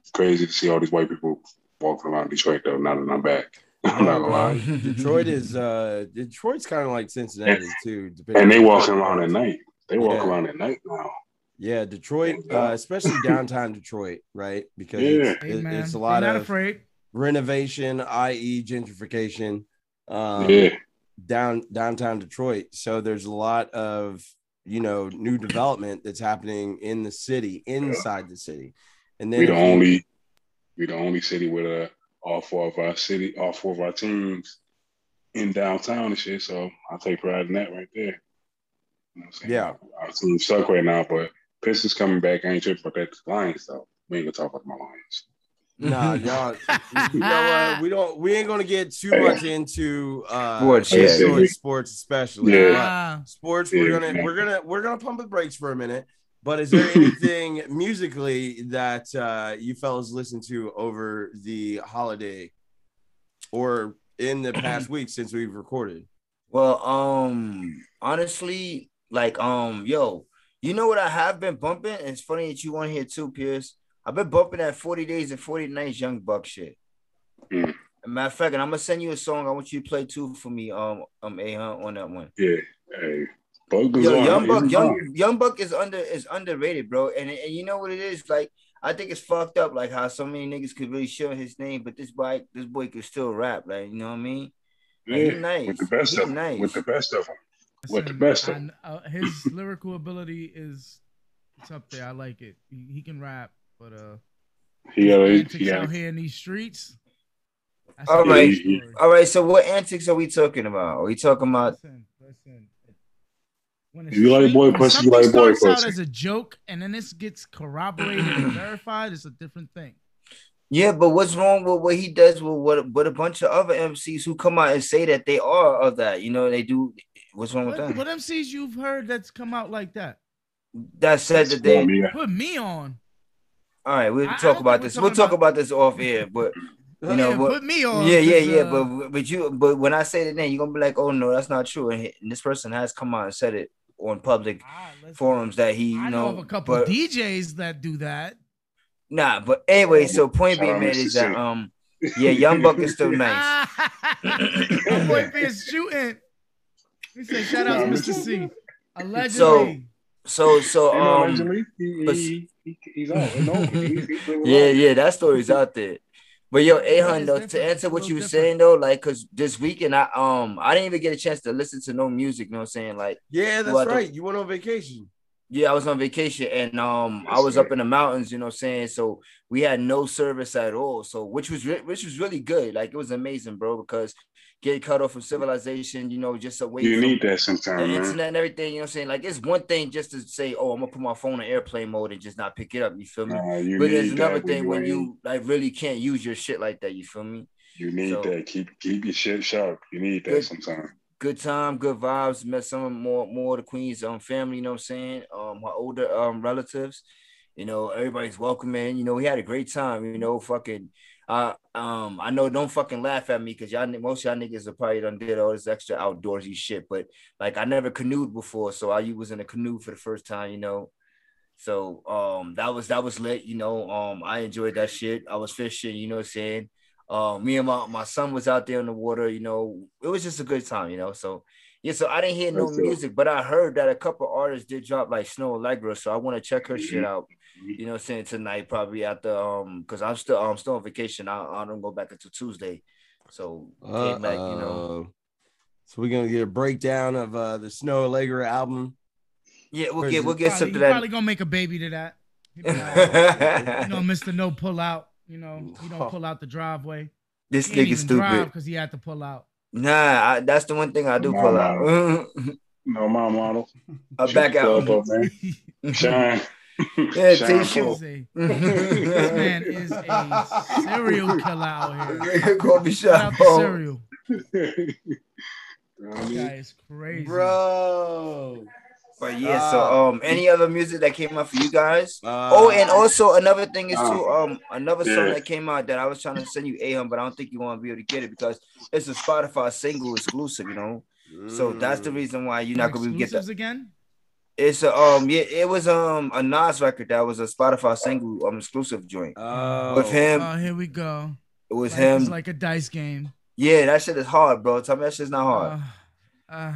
D: It's crazy to see all these white people walking around Detroit though. Now that I'm back, I'm not gonna lie.
A: Detroit is uh Detroit's kind of like Cincinnati too. Depending
D: And they walking around at night. They walk
A: Yeah.
D: around at night now.
A: Yeah, Detroit,
D: Yeah.
A: uh, especially downtown Detroit, right? Because
D: Yeah.
A: it's,
C: Hey,
A: it-
C: man,
A: it's a
C: they're
A: lot
C: not
A: of
C: afraid.
A: renovation, i.e., gentrification, um,
D: yeah,
A: down downtown Detroit. So there's a lot of you know new development that's happening in the city, inside the city, and then
D: we the
A: if you-
D: only we the only city with uh, all four of our city, all four of our teams in downtown and shit. So I take pride in that right there. You know what I'm saying?
A: Yeah.
D: our team suck right now, but Pistons coming back. I ain't tripping about that Lions though. We ain't gonna talk about my Lions.
A: Nah, y'all, you know what? We don't. We ain't gonna get too much into uh,
B: Sports,
D: yeah.
A: Detroit sports, especially.
D: Yeah.
A: but-
C: Ah,
A: sports
D: Yeah,
A: we're gonna
D: exactly.
A: we're gonna we're gonna pump the brakes for a minute but is there anything musically that uh you fellas listen to over the holiday or in the past week since we've recorded
B: Well, um, honestly, like, um, yo, you know what I have been bumping? And it's funny that you on here too, Pierce. I've been bumping that 40 Days and 40 Nights Young Buck shit.
D: Mm.
B: Matter of fact, and I'm gonna send you a song I want you to play too for me, um, um, A Hunt on that one.
D: Yeah, hey, Buck was
B: Yo,
D: on.
B: Young Buck,
D: He's on.
B: Young, Young Buck is under is underrated, bro. And, and you know what it is? Like, I think it's fucked up, like how so many niggas could really show his name, but this boy, this boy could still rap, like you know what I mean?
D: Yeah,
B: He nice.
D: with the best
B: He
D: of 'em,
B: nice.
D: with the best of them. What the
C: listen,
D: best of
C: I- uh, his lyrical ability is it's up there. I like it. He, he can rap, but uh,
D: He got a,
C: antics
D: he got
C: out
D: a,
C: here in these streets. That's
B: All
C: another
B: right.
C: story.
B: All right, so what antics are we talking about? Are we talking about
C: Listen, listen. When
D: If you like
C: street-
D: boy
C: when
D: pussy, you like
C: something
D: boy
C: starts out
D: pussy.
C: as a joke, and then this gets corroborated and verified. It's a different thing.
B: yeah, but what's wrong with what he does with what with a bunch of other MCs who come out and say that they are of that? You know, they do what's wrong with
C: What,
B: them?
C: what MCs you've heard that's come out like that?
B: that said that they
D: yeah.
C: Put me on.
B: all right, we'll
C: I- I don't
B: talk about
C: think
B: this.
C: we're
B: We'll
C: talking
B: talk
C: about-
B: about this off air, but You know
C: yeah,
B: what-
C: put me on.
B: yeah, yeah,
C: 'cause,
B: yeah.
C: uh,
B: But but you but when I say the name, you're gonna be like, oh no, that's not true. And, he- and this person has come out and said it on public
C: alright, listen,
B: forums that he you
C: I know, of
B: know,
C: a couple
B: but,
C: DJs that do that.
B: nah. But anyway, so point
D: Shout
B: being
D: out
B: made
D: Mr.
B: is that
D: C.
B: um yeah, Young Buck is still nice.
C: Ah. that boy
B: um,
C: being shooting. He said, "Shout out to Mr. C." Allegedly,
B: So so
D: You know,
B: um
D: allegedly, he-
B: but-
D: he- he- he's out. No, he's- he's still
B: yeah,
D: alive.
B: yeah, that story's out there. But yo, Ahan,
C: it's
B: though, to
C: different.
B: answer
C: It's a
B: what
C: little
B: you were
C: different.
B: saying though, like, cause this weekend I um I didn't even get a chance to listen to no music. You know what I'm saying? Like,
A: yeah that's
B: Well, I
A: right you went on vacation
B: yeah, I was on vacation and um I
D: Yes,
B: was
D: sir.
B: up in the mountains. You know what I'm saying? So we had no service at all. So which was re- which was really good. Like it was amazing, bro. Because getting cut off from civilization, you know, just away.
D: You
B: from,
D: need that
B: the
D: sometime, man.
B: internet and everything, you know what I'm saying? Like it's one thing just to say, Oh, I'm gonna put my phone in airplane mode and just not pick it up, you feel me?
D: Nah, you
B: but
D: need
B: there's another
D: that
B: thing when
D: ain't-
B: you like really can't use your shit like that. You feel me?
D: you need
B: so-
D: that. Keep keep your shit sharp. You need that
B: Good.
D: sometime.
B: Good time, good vibes. Met some more more of the Queen's um family. You know what I'm saying? Um, my older um relatives. You know, everybody's welcoming. You know, we had a great time. You know, fucking. Uh, um, I know. Don't fucking laugh at me, cause y'all ni- most of y'all niggas have probably done did all this extra outdoorsy shit. But like, I never canoed before, so I was in a canoe for the first time. You know, So um that was that was lit, you know. Um I enjoyed that shit. I was fishing, you know what I'm saying? Uh, me and my, my son was out there in the water, you know. It was just a good time, you know. So yeah, so I didn't hear no
D: That's it.
B: music, but I heard that a couple artists did drop like Snow Allegra, so I want to check her shit
D: Mhm.
B: out, you know what I'm saying, tonight probably after um because I'm still I'm still on vacation. I, I don't go back until Tuesday. So came back, you know.
A: Uh-oh. so we're gonna get a breakdown of uh the snow allegra album
B: Yeah, we'll
A: Where's
B: get
A: it?
B: we'll get
C: probably,
B: something
C: you
B: that
C: probably gonna make a baby to that. He be like, you know,
B: this
C: Mister No Pull Out. You know, he don't pull out the driveway. He ain't
B: nigga
C: even
B: stupid.
C: because he had to pull out.
B: Nah, I, that's the one thing I do
D: Nah,
B: pull
D: nah.
B: out.
D: No, my model.
B: I Uh, back out.
D: Up, man. Shine.
B: Yeah,
D: Shine
B: take
C: This
B: Sure.
D: full.
C: is a- this man
B: Nigga
C: is a serial killer out here.
B: call me
C: Shout out
B: shot.
C: to serial.
D: You know what know what I
C: This guy
D: mean?
C: is crazy.
A: bro.
B: But yeah, so um, any other music that came out for you guys?
A: Uh,
B: oh, and also another thing is too
D: uh,
B: um, another song
D: yeah.
B: that came out that I was trying to send you Aham, but I don't think you want to be able to get it because it's a Spotify single exclusive, you know.
A: mm.
B: So that's
C: Mm.
B: the reason why you're not gonna be able to get that.
C: Exclusives again.
B: It's a um, yeah, it was um a Nas record that was a Spotify single um exclusive joint
A: Oh.
B: with him.
C: Oh, here we go.
B: it was
C: Life
B: him.
C: is like a dice game.
B: yeah, that shit is hard, bro. Tell me that shit's not hard.
C: Uh, uh,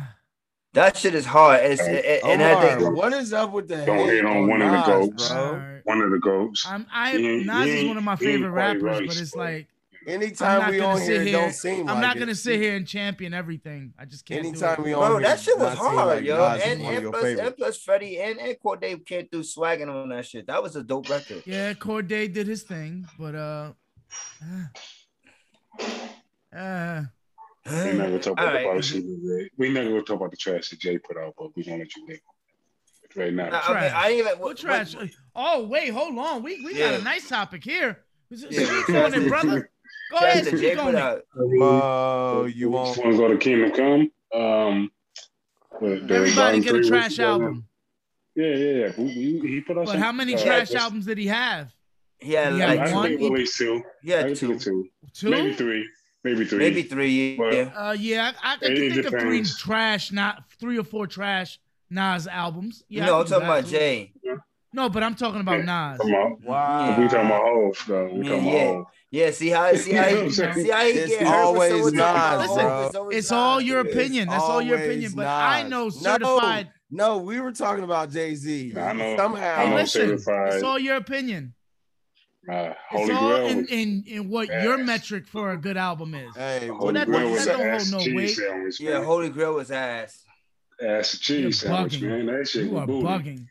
B: that shit is hard. It's,
D: Hey,
B: and- and I
A: Omar,
B: think
A: what is up with the
D: Don't
A: hate
D: hate on one of the
A: Nas,
D: goats.
A: bro?
C: alright.
D: One of the goats.
C: I'm, I
D: You ain't-
C: Nas
D: you
C: is
D: ain't-
C: one of my
D: you ain't
C: favorite
D: quite
C: rappers,
D: right,
C: but it's
D: bro.
C: like I'm
A: Anytime
C: not
A: we
C: gonna
A: on
C: sit
A: here, it
C: here-
A: don't seem like
C: I'm not
A: it.
C: gonna sit here and champion everything. I just can't. do
A: Anytime
C: it.
A: we on
B: Bro,
A: here,
B: that shit
A: it
B: was
A: does not seem
B: hard,
A: like
B: yo.
A: Nas is
B: And,
A: one of
B: and,
A: your
B: plus, and
A: favorites.
B: plus Freddie and, and Cordae came through swagging on that shit. That was a dope record.
C: Yeah, Corday did his thing, but uh, uh, uh
D: We
B: All
D: never talk about the
B: right.
D: Bobby Seale Ray. We never gonna talk about the trash that Jay put out, but we gonna let you live. But Right now,
B: Nah, I, mean, I ain't even
C: what trash? Oh wait, hold on. We we got
B: Yeah.
C: a nice topic here. Speak
B: Yeah.
C: on it, brother. Go
B: Trash
C: ahead,
B: that Jay
C: speak
B: put
C: on it.
B: out.
A: Oh, you won't.
D: want to go to Kingdom Come? Um, but the
C: Everybody
D: volume
C: get a
D: three was-
C: trash album.
D: Yeah, yeah, yeah. We, we, he put out.
C: But
D: some-
C: how many
D: uh,
C: trash
D: just-
C: albums did he have?
B: He had
C: Yeah,
D: I
B: like
C: one?
B: two,
D: think released two.
B: he had
D: I
B: two,
D: think two.
C: Two.
D: Maybe three. Maybe three.
B: maybe three.
D: Well,
B: Yeah.
C: Uh, yeah, I, I
D: It-
C: can
D: it
C: think of three
D: depends.
C: trash, not three or four trash Nas albums. Yeah,
B: no,
C: I
B: I'm
C: can do
B: talking about
C: that.
B: Jay.
C: No, but I'm talking about Nas.
D: Come on.
A: Wow.
D: We talking about Hov, though. We
B: Yeah,
D: talking
B: yeah.
D: about Hov.
B: Yeah, see how see how he,
D: You know what I'm
B: see how he
A: saying?
B: get
A: It's
B: hurt
A: always
B: for
A: Nas, bro.
C: It's all your opinion. That's all your opinion.
A: always
C: But I
A: Nas.
C: know
A: No.
C: certified.
A: No, we were talking about Jay Z.
D: Nah, I know-
A: Somehow,
D: I
C: Hey,
D: know
C: listen,
D: certified.
C: it's all your opinion.
D: Uh,
C: It's
D: Holy
C: all
D: Grail.
C: in,
D: was-
C: in, in what your
D: ass.
C: metric for a good album is.
A: hey,
D: Holy
A: what
C: that-
D: Grail was
C: that
D: an
C: don't hold
D: ass
C: no
D: cheese
C: weight.
D: sandwich.
B: Yeah,
D: man.
B: Holy Grail was ass.
D: ass cheese
C: You're
D: sandwich,
C: bugging.
D: man. That shit
C: You
D: was
C: are
D: booty.
C: bugging.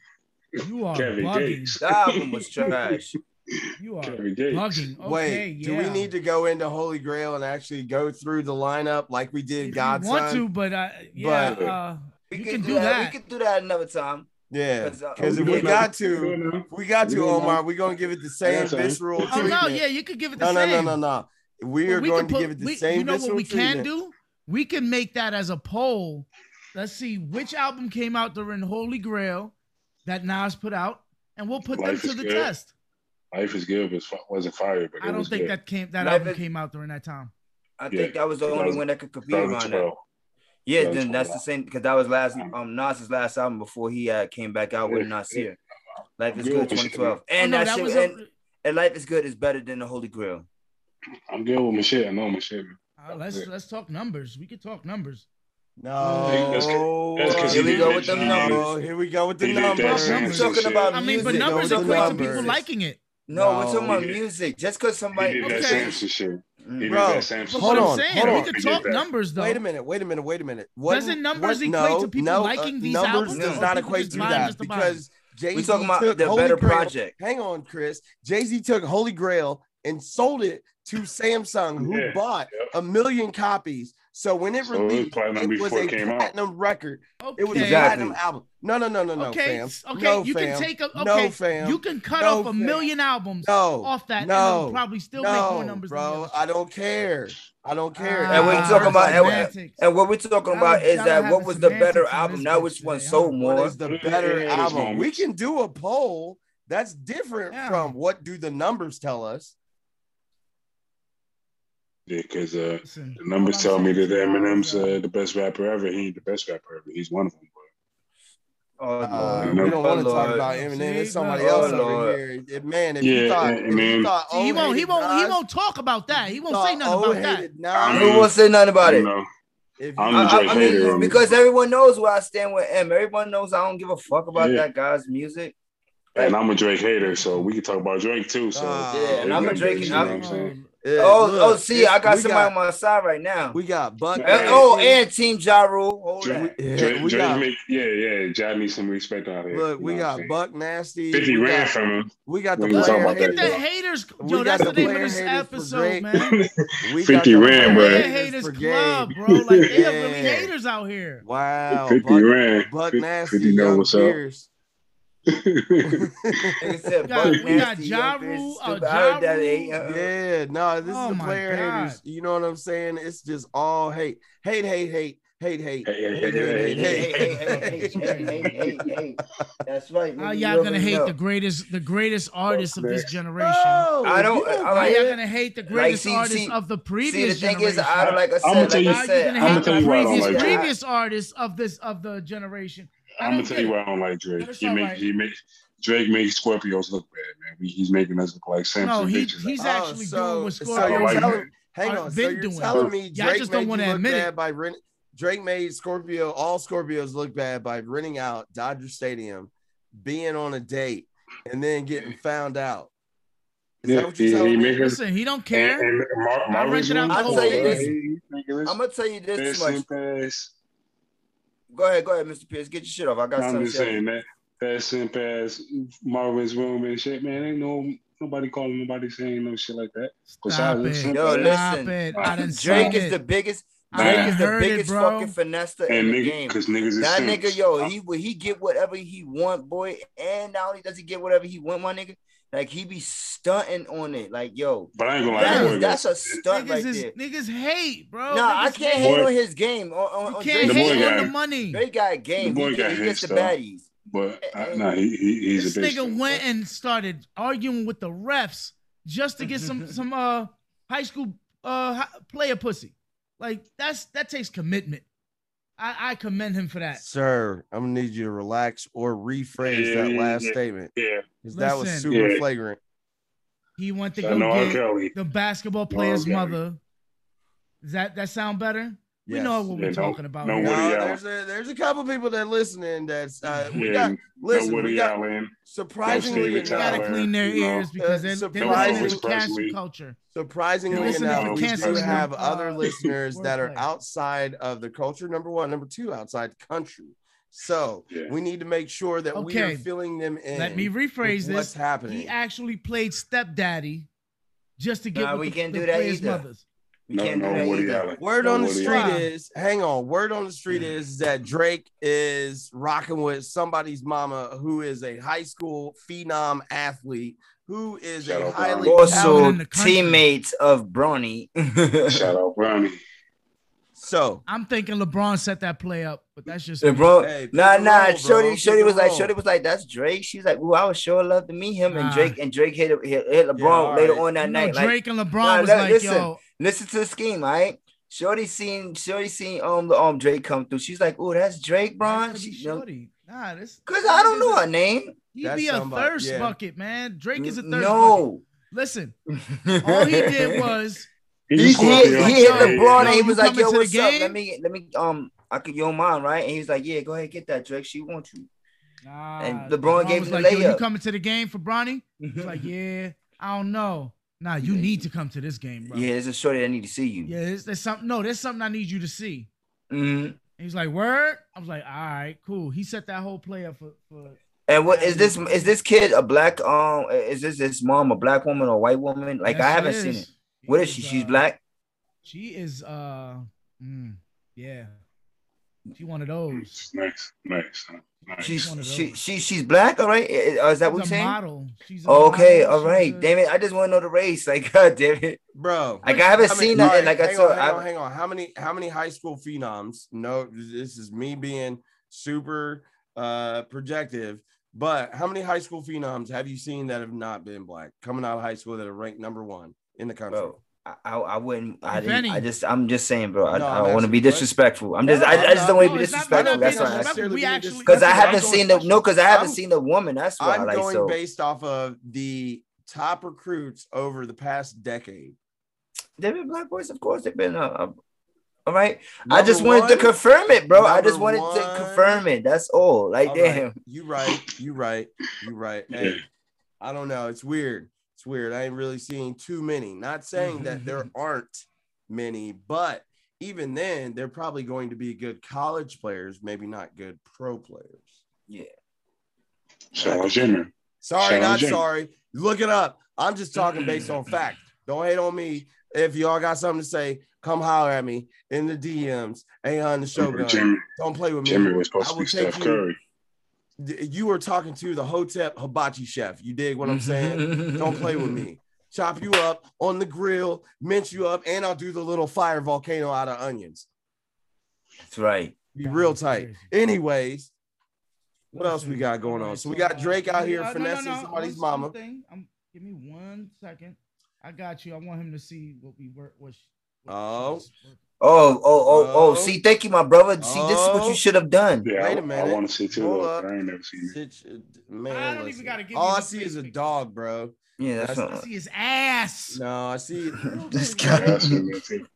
C: You are
D: Kevin
C: bugging.
D: Gates.
B: The album was trash.
C: You are
D: Kevin Gates.
C: bugging. Okay,
A: Wait,
C: yeah.
A: do we need to go into Holy Grail and actually go through the lineup like we
C: If
A: did
C: you want to,
A: Godson?
C: but uh, yeah,
A: But-
C: uh,
B: We
C: You
B: could
C: can
B: do
C: do
B: that.
C: that.
B: We could do that another time.
A: Yeah,
B: 'Cause, uh,
A: because
D: we
A: if we
D: doing
A: got
D: that? We doing
A: to,
D: that?
A: we got
D: We
A: to
D: doing
A: Omar.
D: that?
A: We're gonna give it the
D: Yeah,
A: same
D: that's all right.
A: visceral
C: oh
A: treatment.
C: no, yeah, you could give it the
A: no, no,
C: same.
A: no, no, no. We
C: But
A: are
C: we could
A: going to
C: put-
A: give it the
C: we-
A: same
C: You know what
A: visceral
C: we can
A: treatment.
C: do? We can make that as a poll. Let's see which album came out during Holy Grail that Nas put out, and we'll put
D: Life
C: them
D: is
C: to the
D: Good.
C: test.
D: Life is good was fi- wasn't fire, but it
C: I don't
D: was
C: think
D: good.
C: that came that
B: Life
C: album
B: is-
C: came out during that time.
B: I think that was the
D: Yeah.
B: only one that could compete around that.
D: 2012.
B: Yeah,
D: Yeah,
B: then
D: that's
B: that's
D: what
B: the same because that was last
D: Yeah.
B: um Nas's last album before he uh, came back out with
D: Yeah,
B: Nasir. Life is
D: Yeah,
B: good,
D: we should-
B: 2012,
C: Oh,
B: and
C: no,
B: that,
C: that
B: shit,
C: was
B: and,
C: a-
B: and Life is good is better than the Holy Grail.
D: I'm good with my shit. I know my shit. Man.
C: uh, let's let's talk numbers. We could talk numbers.
D: That's
A: 'cause-
D: that's 'cause
A: here
B: Here he
A: we
B: did
A: go
B: that
A: with the
B: shit.
A: numbers. Here we go with the
D: He did that
A: numbers.
D: shit.
B: We're
D: Music
B: talking
D: shit.
B: about
C: I mean, but
B: music,
C: numbers
B: though,
A: those
C: equate
A: are
C: to
A: numbers.
C: people liking it.
B: No,
A: No,
B: we're talking about
D: he did-
B: music. Just because
D: Oh, He
B: somebody
D: did
C: okay.
D: that Samson shit. He did
B: Mm.
A: Bro,
D: that Samson
C: But
A: Hold
C: what
A: on,
C: I'm saying,
A: hold
C: we
A: on.
C: could
D: He did
C: talk
D: that.
C: numbers though.
A: Wait a minute. Wait a minute. Wait a minute. What,
C: Doesn't numbers
A: what-
C: equate
A: no,
C: to people
A: no, uh,
C: liking these
A: numbers
C: albums,
A: does
C: or
A: not
C: people
A: equate
C: just
A: to
C: buying
A: that
C: just to buy them?
A: because Jay
B: we
A: Z
B: talking about
A: took
B: the
A: Holy
B: better
A: Grail.
B: project.
A: Hang on, Chris. Jay Z took Holy Grail and sold it to Samsung, who
D: Yeah,
A: bought
D: yep.
A: a million copies. So when it
D: So it was
A: released,
D: platinum
A: it was
D: before
A: a
D: it came out.
A: platinum record.
C: Okay.
A: It was a
B: Exactly.
A: platinum album. No, no, no, no, no,
C: okay,
A: fam.
C: s- okay,
A: No,
C: you
A: fam.
C: can take a okay,
A: No, fam.
C: you can cut
A: No,
C: off a
A: fam.
C: million albums
A: No,
C: off that, and
A: no,
C: it'll probably still make more
A: no,
C: numbers. than the
A: bro.
C: other
A: I
C: shit.
A: don't care. I don't care.
C: Ah,
B: And we're
A: That's
B: talking about-
A: like
B: and we-
A: that.
C: semantics.
B: And what we're talking
C: Y'all-
B: about is
C: y'all
B: that what
C: having
B: was the better
C: semantics on
B: album,
C: this
B: not
C: bitch
B: which one
C: today.
B: sold
C: Hold
A: what
B: more.
A: is the
D: What is
A: better
D: it?
A: album? We
D: Moments.
A: can do a poll that's different
C: Yeah.
A: from what do the numbers tell us.
D: Yeah, because uh,
C: Listen,
D: the numbers
C: all
D: tell
C: I'm
D: me
C: saying
D: that
C: is,
D: Eminem's
C: uh,
D: uh, the best rapper ever. He ain't the best rapper ever. He's one of them. But
B: Oh,
A: Uh,
B: Lord.
D: no.
A: we don't want to
B: Oh,
A: talk
B: Lord.
A: about Eminem. It's
C: See,
A: somebody
B: no.
A: else
B: Oh,
A: over
B: Lord.
A: here. If- Man, if you
D: Yeah,
A: thought,
D: and-
A: if you
D: and-
A: thought
C: See, he
A: oh,
C: won't. He
A: hated
C: won't. He
A: Nas,
C: won't talk about that. He
A: if you
C: won't
A: thought
C: say nothing
A: oh,
C: about that.
A: hated
D: I
A: Nas,
B: Who will say nothing about
D: I
B: it?
D: know.
A: if you-
D: I'm
B: I,
D: the Drake
B: I- I
D: hater
B: mean,
D: on
B: because everyone knows where I stand with M. Everyone knows I don't give a fuck about
D: Yeah.
B: that guy's music.
D: And I'm a Drake hater, so we can talk about Drake too. So
A: Ah.
B: Yeah, and I'm a Drake.
D: You know what I'm
B: I'm-
D: saying?
C: Um,
A: Yeah,
B: Oh,
A: look,
B: oh, see,
A: it's-
B: I got
A: we
B: somebody on my side right now.
A: We got Buck.
D: Yeah.
B: And- oh, and Team Ja Rule. Hold
D: Drake,
B: that.
A: Yeah,
D: Drake,
A: we
D: Drake
A: got-
D: make, yeah, yeah. John needs some respect out here.
A: look,
D: You
A: we
D: know what I'm
A: got
D: saying?
A: Buck Nasty.
D: Fifty
A: we
D: ran
A: got,
D: from him.
A: we got the
D: We can talk
A: player
D: about
C: Get
D: that.
A: haters.
C: the haters.
A: We
C: Yo,
A: got
C: that's
A: the
C: the name of
A: player
C: this
A: haters for
C: episode,
A: Drake.
C: man.
A: We got
D: 50
A: the
D: ran, bro.
A: player
C: Player
D: Right.
C: haters
A: brigade.
C: club, bro. Like they are really
A: Yeah.
C: haters out here.
A: Wow,
D: 50
A: Buck,
D: ran.
A: Buck
D: 50
A: Nasty,
D: know
A: Young
D: what's up.
A: Pierce.
B: Nigga said
C: We got-
B: Buck
C: we got
B: Nasty,
C: Ja
B: Young Pierce,
C: Rule, uh,
B: stupid.
C: Ja
B: I heard that
C: Rule.
B: eight. Uh,
A: Yeah, no, this
C: Oh
A: is the
C: my
A: player
C: God.
A: haters. You know what I'm saying? It's just all hate, hate, hate, hate. hate, hate,
D: Hey, hey, hey,
A: hate, hate,
B: Hey, hey,
A: hate,
B: hey, hey, hey, hey, hey, hey. That's right.
C: How
B: nigga,
C: y'all
B: you
C: gonna
B: already
C: hate
B: know.
C: the greatest, the greatest artists of this generation?
A: No,
B: I don't-
A: you
B: I
C: How
B: like-
C: y'all gonna hate the greatest
B: see-
C: artists
B: see-
C: of the
B: See, the
C: previous
B: thing is,
C: generation?
B: I don't like I
D: I'ma
B: said,
D: tell
B: like
D: you-
C: How
B: I
C: you
B: said,
C: gonna
D: I'ma
C: hate
D: tell
C: the
D: you why I don't
C: previous,
D: like Drake.
C: previous artists of this of the generation? I
D: I'm
C: don't
D: gonna tell you why I don't like Drake.
C: That's
D: He
C: all
D: makes
C: right.
D: he makes Drake makes Scorpios look bad, man. We, he's making us look like Samson
C: No, he,
D: bitches.
C: he's
A: Oh,
C: actually doing what
D: I
A: so
C: Scorpio
D: don't like
A: you're
D: that.
A: telling- Hang
C: I've
A: on, so
C: been
A: you're
C: doing it.
A: telling me
C: Y'all
A: Drake
C: just don't
A: made you
C: wanna
A: look
C: admit
A: bad
C: it.
A: by rent. Drake made Scorpio all Scorpios look bad by renting out Dodger Stadium, being on a date, and then getting found out. Is
D: Yeah,
A: that what you're telling
D: he
A: me?
D: make us
C: Listen, he don't
D: and,
C: care.
D: and Mar- Marvin's
C: rented out
D: room.
B: the whole I'm
D: I'm
B: gonna tell you this much.
D: pass.
B: Go ahead, go ahead, Mr. Pierce. Get your shit off. I got
D: I'm
B: something.
D: just saying that that simp ass Marvin's room and shit, man. Ain't no nobody calling nobody saying no shit like that.
C: Stop it.
D: Yo,
C: Stop
B: listen.
C: it. I didn't
B: Drake
C: it.
B: is the biggest.
C: I
B: Drake
D: done
B: is the
C: heard it,
B: biggest
C: bro.
B: fucking finester in
D: And
B: the
D: nigga,
B: game.
D: because niggas is
B: That
D: simps.
B: nigga, yo, he would he get whatever he want, boy. And not only does he get whatever he want, my nigga, like he be stunting on it. Like, yo,
D: But I ain't gonna lie,
B: that
D: that
C: Yes,
B: is,
D: boy,
B: that's
D: got,
B: a stunt
C: niggas,
B: right
C: is,
B: there.
C: niggas hate, bro.
B: Nah, I
C: Niggas
B: can't
C: hate.
B: hate
D: Boy.
B: on his game. On, on,
C: You
B: on
C: can't
D: The
B: Drake's
D: boy
C: hate on
D: got-
C: the money.
B: Drake got game.
D: boy
B: he,
D: got
B: he
D: his
B: gets the
D: stuff.
B: baddies.
D: but I, nah, he, he he's
C: This
D: a bitch.
C: nigga went and started arguing with the refs just to get some some uh high school uh hi- player pussy. Like that's that takes commitment. I I commend him for that.
A: Sir, I'm gonna need you to relax or rephrase
D: Yeah,
A: that
D: yeah,
A: last
D: yeah.
A: statement
D: Yeah,
A: because that was
C: Listen.
A: super
D: Yeah.
A: flagrant.
C: He went to
D: I
C: go
D: know R.
C: get
D: Kelly.
C: the basketball player's
D: okay.
C: mother. Does that that sound better? We
A: Yes.
C: know what we're
D: Yeah, no-
C: talking about.
D: no
C: here.
A: No,
D: Woody Allen.
A: there's a there's a couple people that listening that's uh, we
D: Yeah,
A: got
D: no
A: listen
D: Woody
A: we got
D: Allen.
A: surprisingly
D: Steven
C: they gotta
A: enough,
D: Tyler,
C: clean their
D: you know.
C: ears because
A: Uh,
C: they're, they're
A: surprisingly-
C: listening to cancel
D: Presley.
C: culture.
A: surprisingly
D: You're
C: listening
A: enough,
C: for
A: we do
C: canceling,
A: have
C: uh,
A: other listeners that are
C: wordplay.
A: outside of the culture. Number one, number two, outside the country. So
D: Yeah.
A: we need to make sure that we are
C: Okay.
A: filling them in.
C: Let me rephrase
A: with
C: this.
A: What's happening?
C: He actually played stepdaddy just to get
B: Nah,
C: with
B: we
C: the,
B: can't
C: the
B: do that
C: players'
B: either.
C: mothers.
B: We
D: No,
B: can't
D: no,
B: do that
D: Woody
B: either.
D: Allen.
A: Word
D: no,
A: on the
D: Woody
A: street
D: Allen.
C: Allen.
A: is, hang on. Word on the street is that Drake is rocking with somebody's mama who is a high school phenom athlete who is
D: Shout
A: a
D: out
A: highly
D: Brown.
B: Also,
C: in the country.
B: teammates of Bronny.
D: Shout out Brownie.
A: so.
C: I'm thinking LeBron set that play up, but that's just
B: Yeah,
C: me.
B: bro.
A: Hey,
B: nah,
A: keep it
B: nah.
A: rolling,
B: Shorty,
A: bro. Keep
B: Shorty
A: it
B: was like,
A: rolling.
B: Shorty was like, that's Drake. She's like, ooh, I would sure love to meet him.
C: Nah.
B: And Drake and Drake hit, hit, hit LeBron
A: Yeah, all
B: later
A: right.
B: on that
C: You know,
B: night. Like,
C: Drake and LeBron
B: nah,
C: was
B: nah,
C: like,
B: listen.
C: yo,
B: listen to the scheme, all right? Shorty seen, Shorty seen um the um Drake come through. She's like, ooh, that's Drake,
C: why
B: Bron.
C: gotta be
B: She- you know,
C: shorty. Nah, this
B: Cause I don't know her name.
C: He
A: That's
C: be a
A: somebody,
C: thirst
A: yeah.
C: bucket, man. Drake is a thirst bucket.
B: no.
C: Listen, all he did was
D: He's
B: he
D: a Scorpio.
B: hit, he hit
C: Yo,
B: LeBron and he
C: you
B: was like,
C: coming
B: "Yo,
C: to the
B: what's up? Let
C: game?
B: me, let me, um, I could, you don't mind, right?" And he's like, "Yeah, go ahead, get that Drake. She wants you."
C: Nah,
B: And LeBron gave
C: was
B: him the
C: like, yo, you
B: layup.
C: coming to the game for Bronny? He's like, yeah, I don't know. Nah, you
B: Yeah.
C: need to come to this game, bro.
B: yeah, there's a shorty that need to see you.
C: Yeah, there's, there's something. No, there's something I need you to see.
B: Mhm.
C: And he's like, word. I was like, all right, cool. He set that whole play up for. for
B: And what is this? Is this kid a black? Um, is this his mom a black woman or a white woman? Like
C: Yes,
B: I
C: she
B: haven't seen
C: is.
B: it. What is she? She's
C: uh,
B: black.
C: She is. Uh, mm, yeah. She one of those.
D: Nice, nice, nice. nice.
B: She's
C: one of
B: she,
C: those.
B: she she's black. All right. Eh, eh, Is that what
C: She's
B: you're
C: a
B: saying? Oh,
C: model. She's a
B: Okay.
C: model.
B: All
C: She's
B: right.
C: a-
B: Damn it. I just want to know the race. Like God damn it.
A: Bro,
B: Like I haven't
A: I mean,
B: seen
A: all
B: that.
A: right,
B: And like I
A: hang
B: saw.
A: on, hang
B: I-
A: on, hang on. How many how many high school phenoms? No, this is me being super uh projective, but how many high school phenoms have you seen that have not been black coming out of high school that are ranked number one in the country?
B: bro. I, I, I wouldn't. I
C: If
B: didn't. I
C: any.
B: just. I'm just saying, bro. I,
A: No,
B: I
A: I'm
B: don't want to
A: asking
B: be
A: you, right?
B: disrespectful. I'm just.
A: No,
B: I, I
A: no,
B: just
A: no,
B: don't want
A: no,
B: to be
A: it's not-
C: we're
B: disrespectful.
A: not
C: not
B: That's
C: being
A: why
B: what
A: I
B: I'm
A: asked.
B: asking.
C: disrespectful. We
A: Necessarily being
C: actually
B: Because I
A: I'm
B: haven't
A: going-
B: seen the no. Because I haven't
A: I'm-
B: seen the woman. That's why.
A: I'm
B: like
A: going
B: so.
A: based off of the top recruits over the past decade.
B: They've been black boys, of course. They've been. Uh, uh, all right. I
A: Number
B: just wanted to
A: one-
B: confirm it, bro. I just
A: Number
B: wanted to
A: one.
B: confirm it. That's all. Like,
A: All right,
B: damn.
A: You right, you right, you right. Hey,
D: Yeah.
A: I don't know. It's weird. It's weird. I ain't really seeing too many. Not saying that there aren't many, but even then, they're probably going to be good college players, maybe not good pro players.
D: Shout out Jimmy.
A: Sorry,
D: Shout out
A: not
D: Jimmy.
A: sorry. Look it up. I'm just talking based on fact. Don't hate on me. If y'all got something to say, come holler at me in the DMs. Hey, on the showgun.
D: Jimmy,
A: Don't play with me.
D: Jimmy was supposed
A: I
D: to
A: will
D: be
A: take
D: Steph
A: you-
D: Curry.
A: D- You were talking to the Hotep Hibachi chef. You dig what I'm
B: Mm-hmm.
A: saying? Don't play with me. Chop you up on the grill, mince you up, and I'll do the little fire volcano out of onions.
B: That's right.
A: Be real tight. Anyways, what else we got going on? So we got Drake out here
C: Uh, no, no,
A: finessing
C: no,
A: somebody's
C: one-
A: mama.
C: one thing. Um, give me one second. I got you. I want him to see what we work. What she- what
A: Oh.
C: she's working.
B: Oh, oh, oh, oh.
A: Oh.
B: See, thank you, my brother. See, this is what
A: Oh.
B: you should have done.
D: Yeah,
A: Wait a
D: I,
A: minute.
D: I want to see two
A: Hold
D: of
A: up.
D: them. I ain't never seen it.
A: Sit your- Man,
C: I don't even
A: listen.
C: gotta give
A: All
C: you
A: I
C: the
A: see
C: face
A: is a
C: picture.
A: dog, bro.
B: Yeah, that's
C: I
B: not.
C: see his ass.
A: No, I see.
B: This
D: Yeah, I
B: guy.
D: seen that too.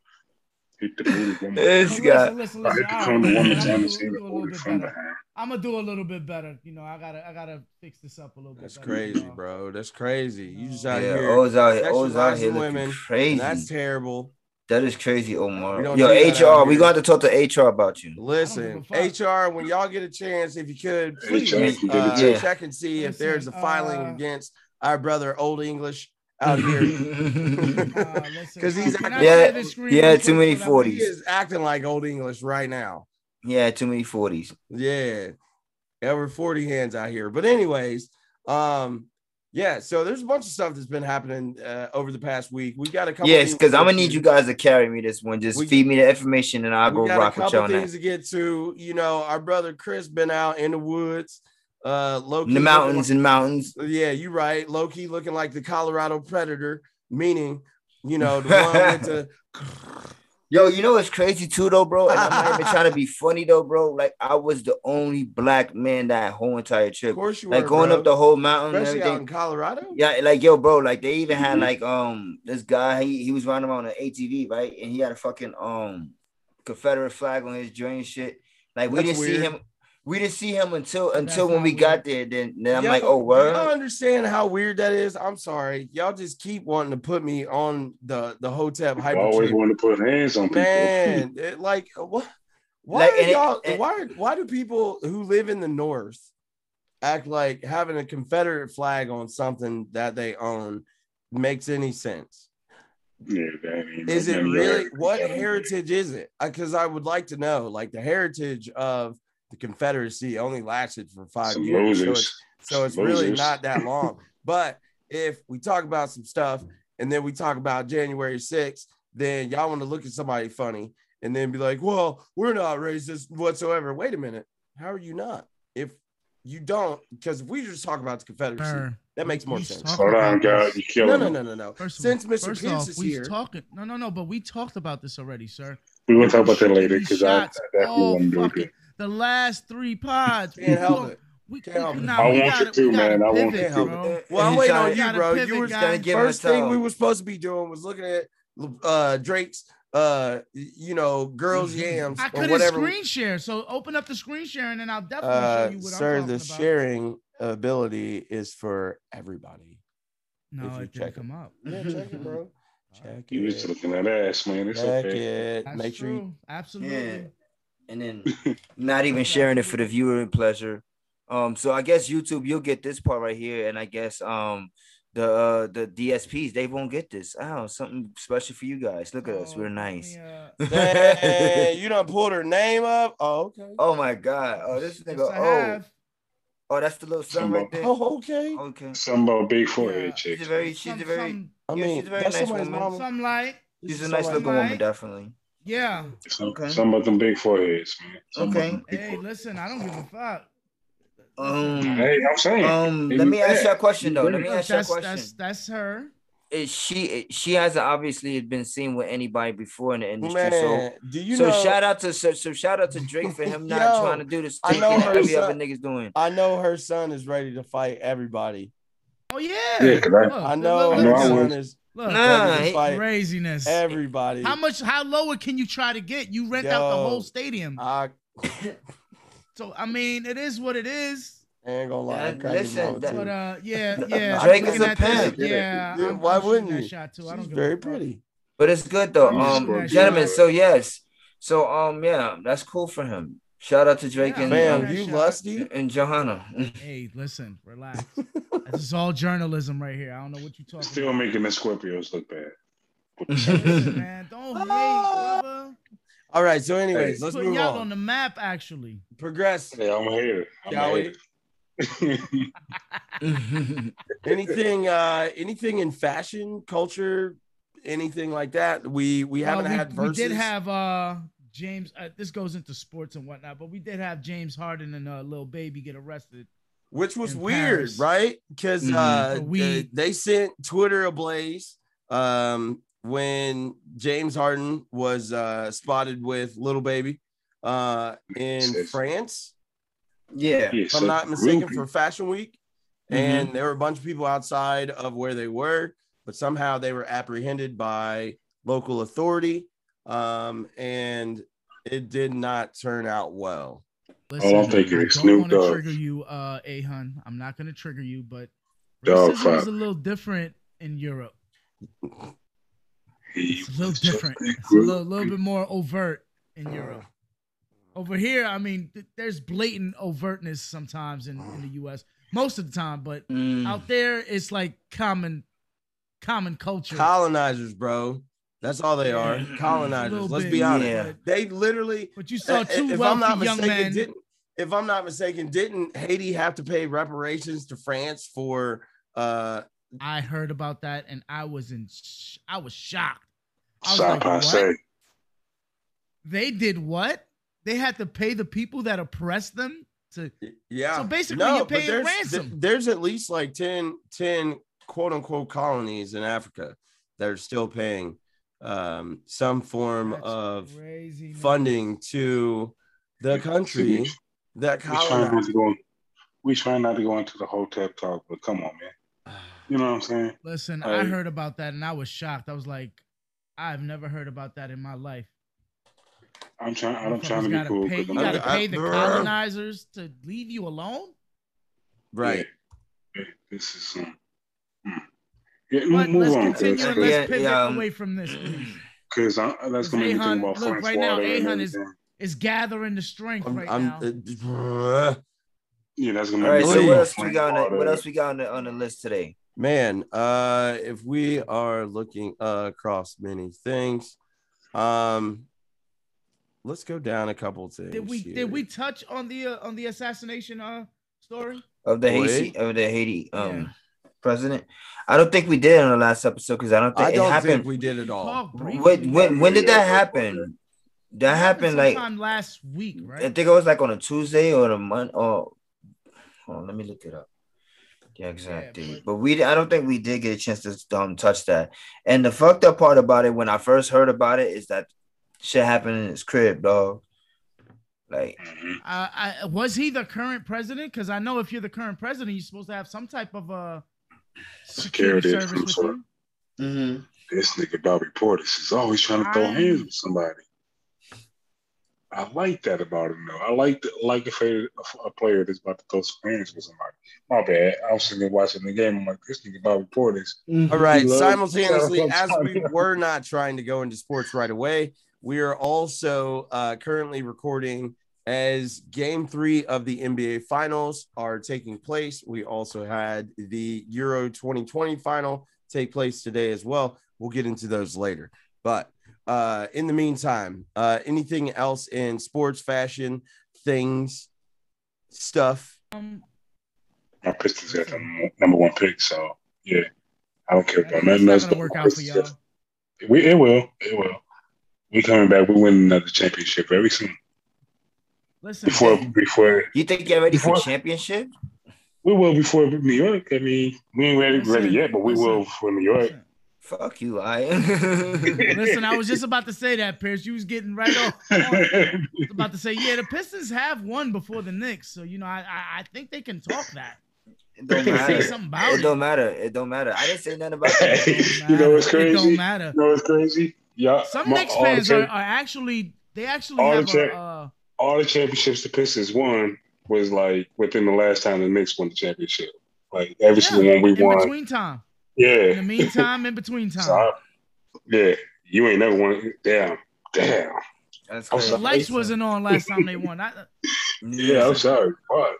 D: Hit the booty. woman.
B: This
C: Listen,
B: guy.
C: listen,
D: I
C: listen.
D: hit the
C: All
D: corner
C: right,
D: one
C: I'm
D: time
C: gonna
D: and seen
C: do
D: the
C: a little
D: booty
C: bit
D: from
C: better.
D: behind.
C: I'm gonna do a little bit better. You know, I gotta, I gotta fix this up a little bit.
A: That's
C: better,
A: crazy,
C: y'all.
A: bro. That's crazy. You just out
B: Yeah,
A: here.
B: O's out here. O's out here
A: sexualizing
B: looking
A: women,
B: crazy.
A: That's terrible.
B: That is crazy,
A: We
B: Omar.
A: don't
B: Yo,
A: do that
B: HR,
A: out
B: we
A: here.
B: got to talk to HR about you.
A: Listen,
C: give a fuck.
A: HR, when y'all get a chance, if you could, please
D: HR,
B: you
A: uh,
B: did it too.
A: check and see if
C: Listen,
A: there's a filing
C: uh,
A: against our brother Old English out here.
C: Uh, listen,
A: 'Cause he's
C: uh, can I
A: acting-
B: Yeah,
C: share the screen
B: yeah,
C: real
B: too
C: quick
B: many
C: so that we-
A: he is acting like Old English right now.
B: yeah, too many 40s.
A: Yeah. Over 40 hands out here. But, anyways, um, yeah, so there's a bunch of stuff that's been happening uh, over the past week. We got a couple.
B: Yes,
A: things
B: because
A: to
B: I'm gonna
A: get
B: need
A: to.
B: you guys to carry me this one. Just
A: We-
B: feed me the information and I'll go
A: we got
B: rock
A: a
B: with
A: couple
B: y'all
A: things
B: now.
A: to get to. You know, our brother Chris been out in the woods, uh, low
B: In the mountains and mountains.
A: Yeah, you right. Low key looking like the Colorado Predator, meaning you know the one with the
B: Yo, you know what's crazy too though, bro? And I'm not even trying to be funny though, bro. Like I was the only black man that whole entire
A: of
B: trip.
A: course you
B: Like
A: were,
B: going
A: bro.
B: up the whole mountain and
A: especially out Mm-hmm. in
B: everything.
A: Colorado.
B: Yeah, like yo, bro, like they even had
D: Mhm.
B: like um this guy, he, he was running around on an ATV, right? And he had a fucking um Confederate flag on his joint and shit. Like we
A: That's
B: didn't see
A: weird.
B: him, we didn't see him until until
C: That's
B: when
C: not
B: we got
C: weird.
B: there. Then then I'm
A: Yo,
B: like, oh word.
A: do y'all understand how weird that is? I'm sorry, y'all just keep wanting to put me on the the hotep
D: I
A: hyper
D: always
A: train.
D: want to put hands on people.
A: Man, it, like what? Why
B: Like,
A: are
B: and it-
A: y'all?
B: and-
A: why? are- Why do people who live in the North act like having a Confederate flag on something that they own makes any sense?
D: Yeah, that ain't
A: Is
D: no
A: it
D: damn
A: really?
D: heritage.
A: What
D: That ain't
A: heritage is it? Because I would like to know. Like the heritage of the Confederacy only lasted for five
D: Some
A: years, so
D: losers.
A: it's, so it's really
D: Losers.
A: not that long. but if we talk about some stuff and then we talk about January 6th, then y'all want to look at somebody funny and then be like, well, we're not racist whatsoever. Wait a minute. How are you not? If you don't, because if we just talk about the Confederacy,
C: Sir,
A: that makes more
C: we
A: sense.
C: talk
D: Hold on,
C: about
D: God,
C: this.
D: you
A: No,
D: killing
A: no,
D: me.
A: no, no, no.
C: First of-
A: Since Mr.
C: first
A: Pierce
C: off,
A: is
C: we've
A: here,
C: talking. No, no, no. But we talked about this already, sir.
D: We will talk about that later
C: These
D: because I, I
C: shots oh,
D: definitely
C: all
D: want to do it.
C: fucking- The last three pods. we
A: can't help
C: talk-
A: it.
C: We,
A: Can't help it.
C: nah,
D: I
C: we
D: want
C: gotta-
D: you to,
C: we gotta
D: man. I want
C: pivot,
D: you to.
C: bro.
A: Uh, Well, I'm
B: He's
A: waiting
B: trying-
A: on you,
C: gotta
A: bro.
C: pivot,
A: you were
C: guys.
B: Gotta give him a
A: first thing we
B: towel.
A: were supposed to be doing was looking at uh Drake's uh you know girls yams
C: I
A: or
C: couldn't
A: whatever.
C: screen share, so open up the screen sharing, and I'll definitely
A: uh,
C: show you what
A: sir,
C: I'm talking
A: the
C: about.
A: sharing ability is for everybody.
C: no,
A: if you
C: it didn't
A: check
C: come up.
A: Yeah, check it, bro. Check
D: You was
A: it.
D: looking at ass, man. It's
A: Check
D: okay.
A: it.
C: That's
A: Make sure
C: true.
A: you
C: Absolutely.
B: Yeah. And then not even sharing it for the viewer pleasure. Um, so I guess YouTube, you'll get this part right here, and I guess um the uh the DSPs they won't get this. Oh, something special for you guys. Look at us,
C: Oh, let
B: we're
C: me,
B: nice.
C: uh,
A: Dang, you done pulled her name up. Oh, okay.
B: oh my god. Oh, this
C: yes,
B: nigga.
C: I
B: Oh,
C: have.
B: oh, that's the little son right there.
A: Oh, okay.
B: Okay.
D: Something about big
C: Yeah.
D: forehead
B: She's a
D: chicks.
B: very she's a very
C: some,
A: I
B: Yeah,
A: mean,
B: she's a very
A: that's
B: nice
A: somebody's
B: woman.
A: mama.
C: some light.
B: she's a
A: Somebody-
B: nice looking woman,
C: Alright.
B: definitely.
C: Yeah.
D: Some,
B: Okay.
D: Something about them big foreheads, man. Something about
B: Okay.
D: them big
C: Hey, listen, I don't give a fuck.
D: foreheads.
B: Um,
D: Hey, I'm saying.
B: um
D: Hey,
B: let me
D: you
B: ask you a
D: back.
B: question though. Let me
C: Look,
B: ask you a
C: that's,
B: question.
C: that's that's her.
B: is she she hasn't obviously been seen with anybody before in the industry.
A: Man, do
B: so
A: you
B: so
A: know?
B: shout out to so, so shout out to Drake for him not
A: Yo,
B: trying to do this
A: I
B: thing
A: know
B: that
A: her
B: every
A: son-
B: other nigga's doing.
A: I know her son is ready to fight everybody.
C: Oh yeah.
D: Yeah, 'cause I-
B: Oh.
C: Look,
A: I know
C: Look,
D: I
A: her
D: know
C: look,
D: I
A: son
D: would.
A: is
C: look,
B: Nah,
A: ready
B: he-
A: to fight
C: craziness.
A: everybody.
C: How much? How lower can you try to get? You rent out the
A: Yo.
C: whole stadium.
A: I
C: So I mean, it is what it is.
A: ain't gonna lie. I
B: That-
A: cracked his
B: listen,
A: mama,
B: that-
A: too.
C: But uh, yeah, yeah.
B: Drake
C: I'm
B: is
C: looking
B: a
C: at this,
B: pimp.
C: Yeah.
A: Dude,
C: I'm-
A: why
C: I'm shooting
A: wouldn't
C: that
A: you?
C: Shot too. I don't
A: She's
C: give a
A: very
C: fuck.
A: pretty.
B: But it's good though.
C: Yeah,
B: Um
C: sure.
B: gentlemen, so yes. So um yeah, that's cool for him. Shout out to Drake
C: Yeah.
B: and
C: Man,
B: um,
A: Bam, you
C: shot.
A: lusty.
B: and Johanna.
C: Hey, listen, relax. this is all journalism right here. I don't know what you talking
D: Still
C: about.
D: making the Scorpios look bad.
C: Listen, man, don't hate, brother.
A: All right. So, anyways,
D: Hey.
A: let's
C: Putting
A: move
C: y'all
A: on.
C: on the map, actually.
A: Progress.
D: Hey, I'm a hater. I'm
A: Shall we?
D: a hater.
A: Anything? Uh, anything in fashion, culture, anything like that? We we
C: Uh,
A: haven't had
C: we
A: verses.
C: did have uh James, uh, this goes into sports and whatnot, but we did have James Harden and uh, little baby get arrested.
A: which was
C: in
A: weird,
C: Paris.
A: right? Because
D: Mm-hmm.
B: Mhm.
A: uh,
C: For weed.
A: they, they sent Twitter ablaze um, when James Harden was uh, spotted with little baby uh, in
D: Yes.
A: France,
B: Yeah.
D: Yeah,
A: if I'm
D: so
A: not mistaken,
D: groupie.
A: for Fashion Week, and there were a bunch of people outside of where they were, but somehow they were apprehended by local authority, um, and it did not turn out well.
C: Listen,
D: I'll Oh, take it.
C: I don't
D: Snoop
C: want to
D: Dogg.
C: trigger you, uh, Ahun. I'm not going to trigger you, but
D: Dog
C: racism
D: fight.
C: is a little different in Europe.
D: He
C: It's a little
D: was just
C: different.
D: a
C: It's a
D: group.
C: little, little bit more overt in Europe. Over here, I mean, th- there's blatant overtness sometimes in, in the U.S. Most of the time, but
B: Mm.
C: out there, it's like common, common culture.
A: Colonizers, bro. That's all they are.
C: Yeah. A
A: Colonizers.
C: little
A: Let's
C: bit,
A: be honest.
B: Yeah.
A: They literally,
C: But you saw
A: i-
C: two
A: Uh, if
C: wealthy
A: I'm not
C: young
A: mistaken,
C: men.
A: didn't if I'm not mistaken, didn't Haiti have to pay reparations to France for uh
C: I heard about that, and I was in, sh- I was shocked. I was
D: Side
C: like,
D: by
C: what?
D: side.
C: They did what? They had to pay the people that oppressed them to
A: yeah.
C: So basically you're
A: but
C: paying
A: there's,
C: ransom.
A: th- there's at least like 10, 10 quote unquote colonies in Africa that are still paying um some form
C: That's
A: of
C: crazy, man.
A: funding to the country that
D: We trying not
A: colonized.
D: to go. We trying not to go into the whole tap talk, but come on, man. You know what I'm saying?
C: Listen, I
D: Like-
C: heard about that and I was shocked. I was like, I've never heard about that in my life.
D: I'm trying. I'm
C: Motherfuckers
D: trying to be
C: gotta
D: cool.
C: pay,
D: 'cause
C: you
D: I'm
A: not-
C: gotta
A: I-
C: pay the
A: bruh.
C: colonizers to leave you alone.
A: Right.
D: Yeah. This is some. hmm. Yeah,
C: But
D: move
C: let's
D: on,
C: continue and
D: cause,
C: let's
B: Yeah,
C: pivot
B: yeah, um,
C: away from this, please.
D: cause I, that's gonna make me
C: Ahun-
D: think about
C: look,
D: French
C: right now,
D: water and
C: Ahun is-
D: everything.
C: It's gathering the strength
A: I'm,
C: right
A: I'm
C: now.
A: uh,
D: Yeah, that's gonna
B: All
D: make
B: right.
D: me think
A: Please.
B: So what
D: about
B: else we
D: French
B: got? On the,
D: water.
B: what else we got on the, on the list today?
A: Man, uh, if we are looking uh, across many things, um, let's go down a couple things.
C: did we
A: here.
C: did we touch on the uh, on the assassination uh story?
B: Of the
A: Wait.
B: Haiti, of the Haiti um
C: Yeah.
B: president. I don't think we did on the last episode because I don't think
A: I
B: it
A: don't
B: happened.
A: think we did it all.
C: Talk briefly.
B: when, when, when did
D: Yeah.
B: that happen? That happened like
C: sometime last week,
B: I
C: right?
B: think it was like on a Tuesday or a month or hold on, let me look it up. The exact
C: Yeah,
B: date.
C: but-
B: But we I don't think we did get a chance to um touch that. And the fucked up part about it when I first heard about it is that shit happened in his crib, dog. Like
D: Mhm.
C: Uh, I, was he the current president? Because I know if you're the current president, you're supposed to have some type of uh, security,
D: Security of some
C: service with
D: sort.
C: you.
D: This nigga Bobby Portis is always trying to throw
C: I-
D: hands with somebody. I like that about him though. I like the, like if a, a player that's about to throw some hands with somebody. My bad. I was sitting there watching the game. I'm like, this nigga Bobby Portis.
A: All right,
D: Love-
A: simultaneously,
D: love-
A: as we were not trying to go into sports right away, we are also uh, currently recording as game three of the NBA finals are taking place. We also had the Euro 2020 final take place today as well. We'll get into those later. But uh, in the meantime, uh, anything else in sports, fashion, things, stuff?
C: Um,
D: My Pistons got the n- number one pick, so yeah, I don't care about
C: it's
D: nothing
C: not
D: else.
C: gonna work out for y'all.
D: We it will, it will. We coming back. We win another championship very soon.
C: Listen,
D: Before before
B: you think you're ready for
D: Before-
B: championship?
D: we will before New York. I mean, we ain't ready ready
C: Listen,
D: yet, but we will
C: listen,
D: for New York.
C: listen,
B: Fuck you, I
C: listen, I was just about to say that, Pierce. You was getting right off. I was about to say, yeah, the Pistons have won before the Knicks, so you know, I I, I think they can talk that.
B: it don't
C: They can say
B: matter.
C: something about
B: It
C: it.
B: don't matter. It don't matter. I didn't say nothing about that.
C: It don't
D: you know what's
C: matter. It
D: crazy?
C: don't
D: You
C: matter.
D: know what's crazy? Yeah,
C: Some
D: my-
C: Knicks
D: all the
C: fans are,
D: cha-
C: are actually they actually
D: All the
C: have a,
D: cha-
C: uh,
D: all the championships the Pistons won was like within the last time the Knicks won the championship. Like every single
C: yeah,
D: one we
C: in
D: won.
C: between time. In the
D: yeah.
C: meantime, in between time.
D: So I- yeah, you ain't never won. Damn, damn.
B: That's
D: I'm
B: crazy.
C: The lights wasn't on last time they won. I,
D: Yeah, I'm sorry. Fuck.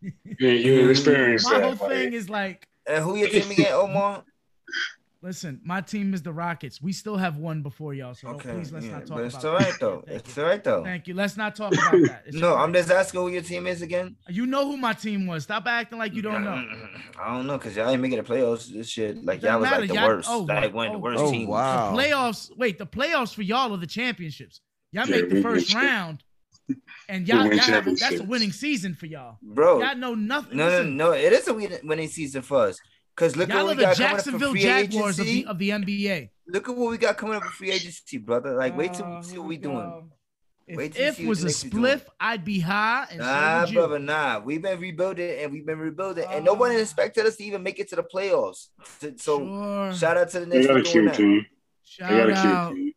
D: You ain't, you ain't experienced
C: my
D: that.
C: whole
D: like,
C: thing is like,
B: And who your team again, Omar?
C: listen, my team is the Rockets. We still have one before y'all, so don't-
B: Okay.
C: please let's
B: yeah,
C: not talk
B: but
C: about
B: it's
C: that.
B: all right though.
C: Thank
B: It's
C: you.
B: all right though.
C: Thank you. Let's not talk about that. It's
B: No,
C: all
B: I'm
C: right.
B: just asking who your team is again.
C: You know who my team was. Stop acting like you don't know.
B: I don't know because y'all ain't making the playoffs. This shit like
C: Doesn't
B: y'all was
C: matter,
B: like the
C: y'all-
B: worst,
C: oh,
B: like one of the
C: oh,
B: worst
A: Oh,
B: teams.
A: wow.
C: Playoffs. Wait, the playoffs for y'all are the championships. Y'all
D: Yeah,
C: make the
D: we-
C: first
D: we-
C: round, and y'all,
D: win
C: y'all have a, that's a
D: championships.
C: winning season for y'all.
B: bro.
C: Y'all know nothing.
B: No, no,
C: Listen,
B: no. It is a win- winning season for us. Cause look at
C: y'all are
B: what we
C: the
B: got coming up for
C: Jacksonville
B: free
C: Jaguars of
B: agency.
C: the, of the NBA.
B: Look at what we got coming up for free agency, brother. Like, wait
C: Oh,
B: till we see what Oh, we doing.
C: If
B: Wait till you
C: if
B: see what
C: was
B: the
C: a
B: Knicks is doing.
C: spliff, I'd be high. And so
B: Nah,
C: would you.
B: brother, nah. We've been rebuilding and we've been rebuilding, and no one
C: Ah.
B: expected us to even make it to the playoffs. So, so
C: sure.
B: shout out to the
D: They
B: Knicks
D: got
B: for
D: a
B: doing
D: cute
B: that.
D: team. They got
C: Shout
D: a
C: out.
D: cute team.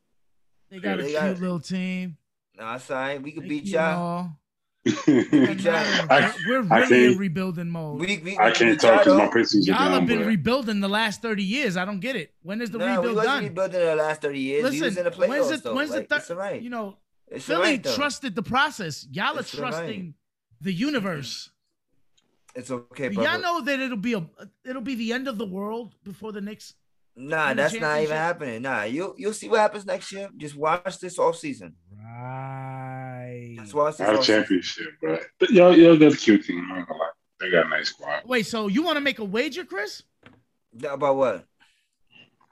C: They got a
B: They
C: cute
B: got-
C: little team.
B: Nah, it's all right. We can
C: Thank
B: beat
C: you
B: y'all.
C: all.
D: I
B: Beat
C: Doesn't
B: y'all.
C: matter.
D: I-
C: We're
D: I
C: really in
D: can't-
C: rebuilding mode.
B: We, we,
D: can't talk because my
B: because
D: Pistons are
C: Y'all have
D: down.
C: been
D: But
C: rebuilding the last 30 years. I don't get it. When is the
B: nah, we
C: rebuild
B: wasn't
C: done?
B: rebuilding in the last thirty years. we was
C: Listen,
B: in the playoffs.
C: when's the,
B: though.
C: when's
B: like,
C: the
B: it's all
C: third?
B: right.
C: You know,
B: it's all
C: Philly
B: right, though.
C: trusted the process. Y'all are
B: It's all right.
C: trusting the universe.
B: It's okay,
C: Do
B: brother.
C: Y'all know that it'll be a it'll be the end of the world before the Knicks.
B: Nah,
C: in the
B: that's not even
C: championship.
B: happening. Nah, you you'll see what happens next year. Just watch this off season.
C: Right.
B: Just watch this
D: not a
B: off season.
D: championship, but but y'all, y'all got a cute team. I ain't gonna lie. They got a nice squad.
C: Wait, so you want to make a wager, Chris,
B: About what?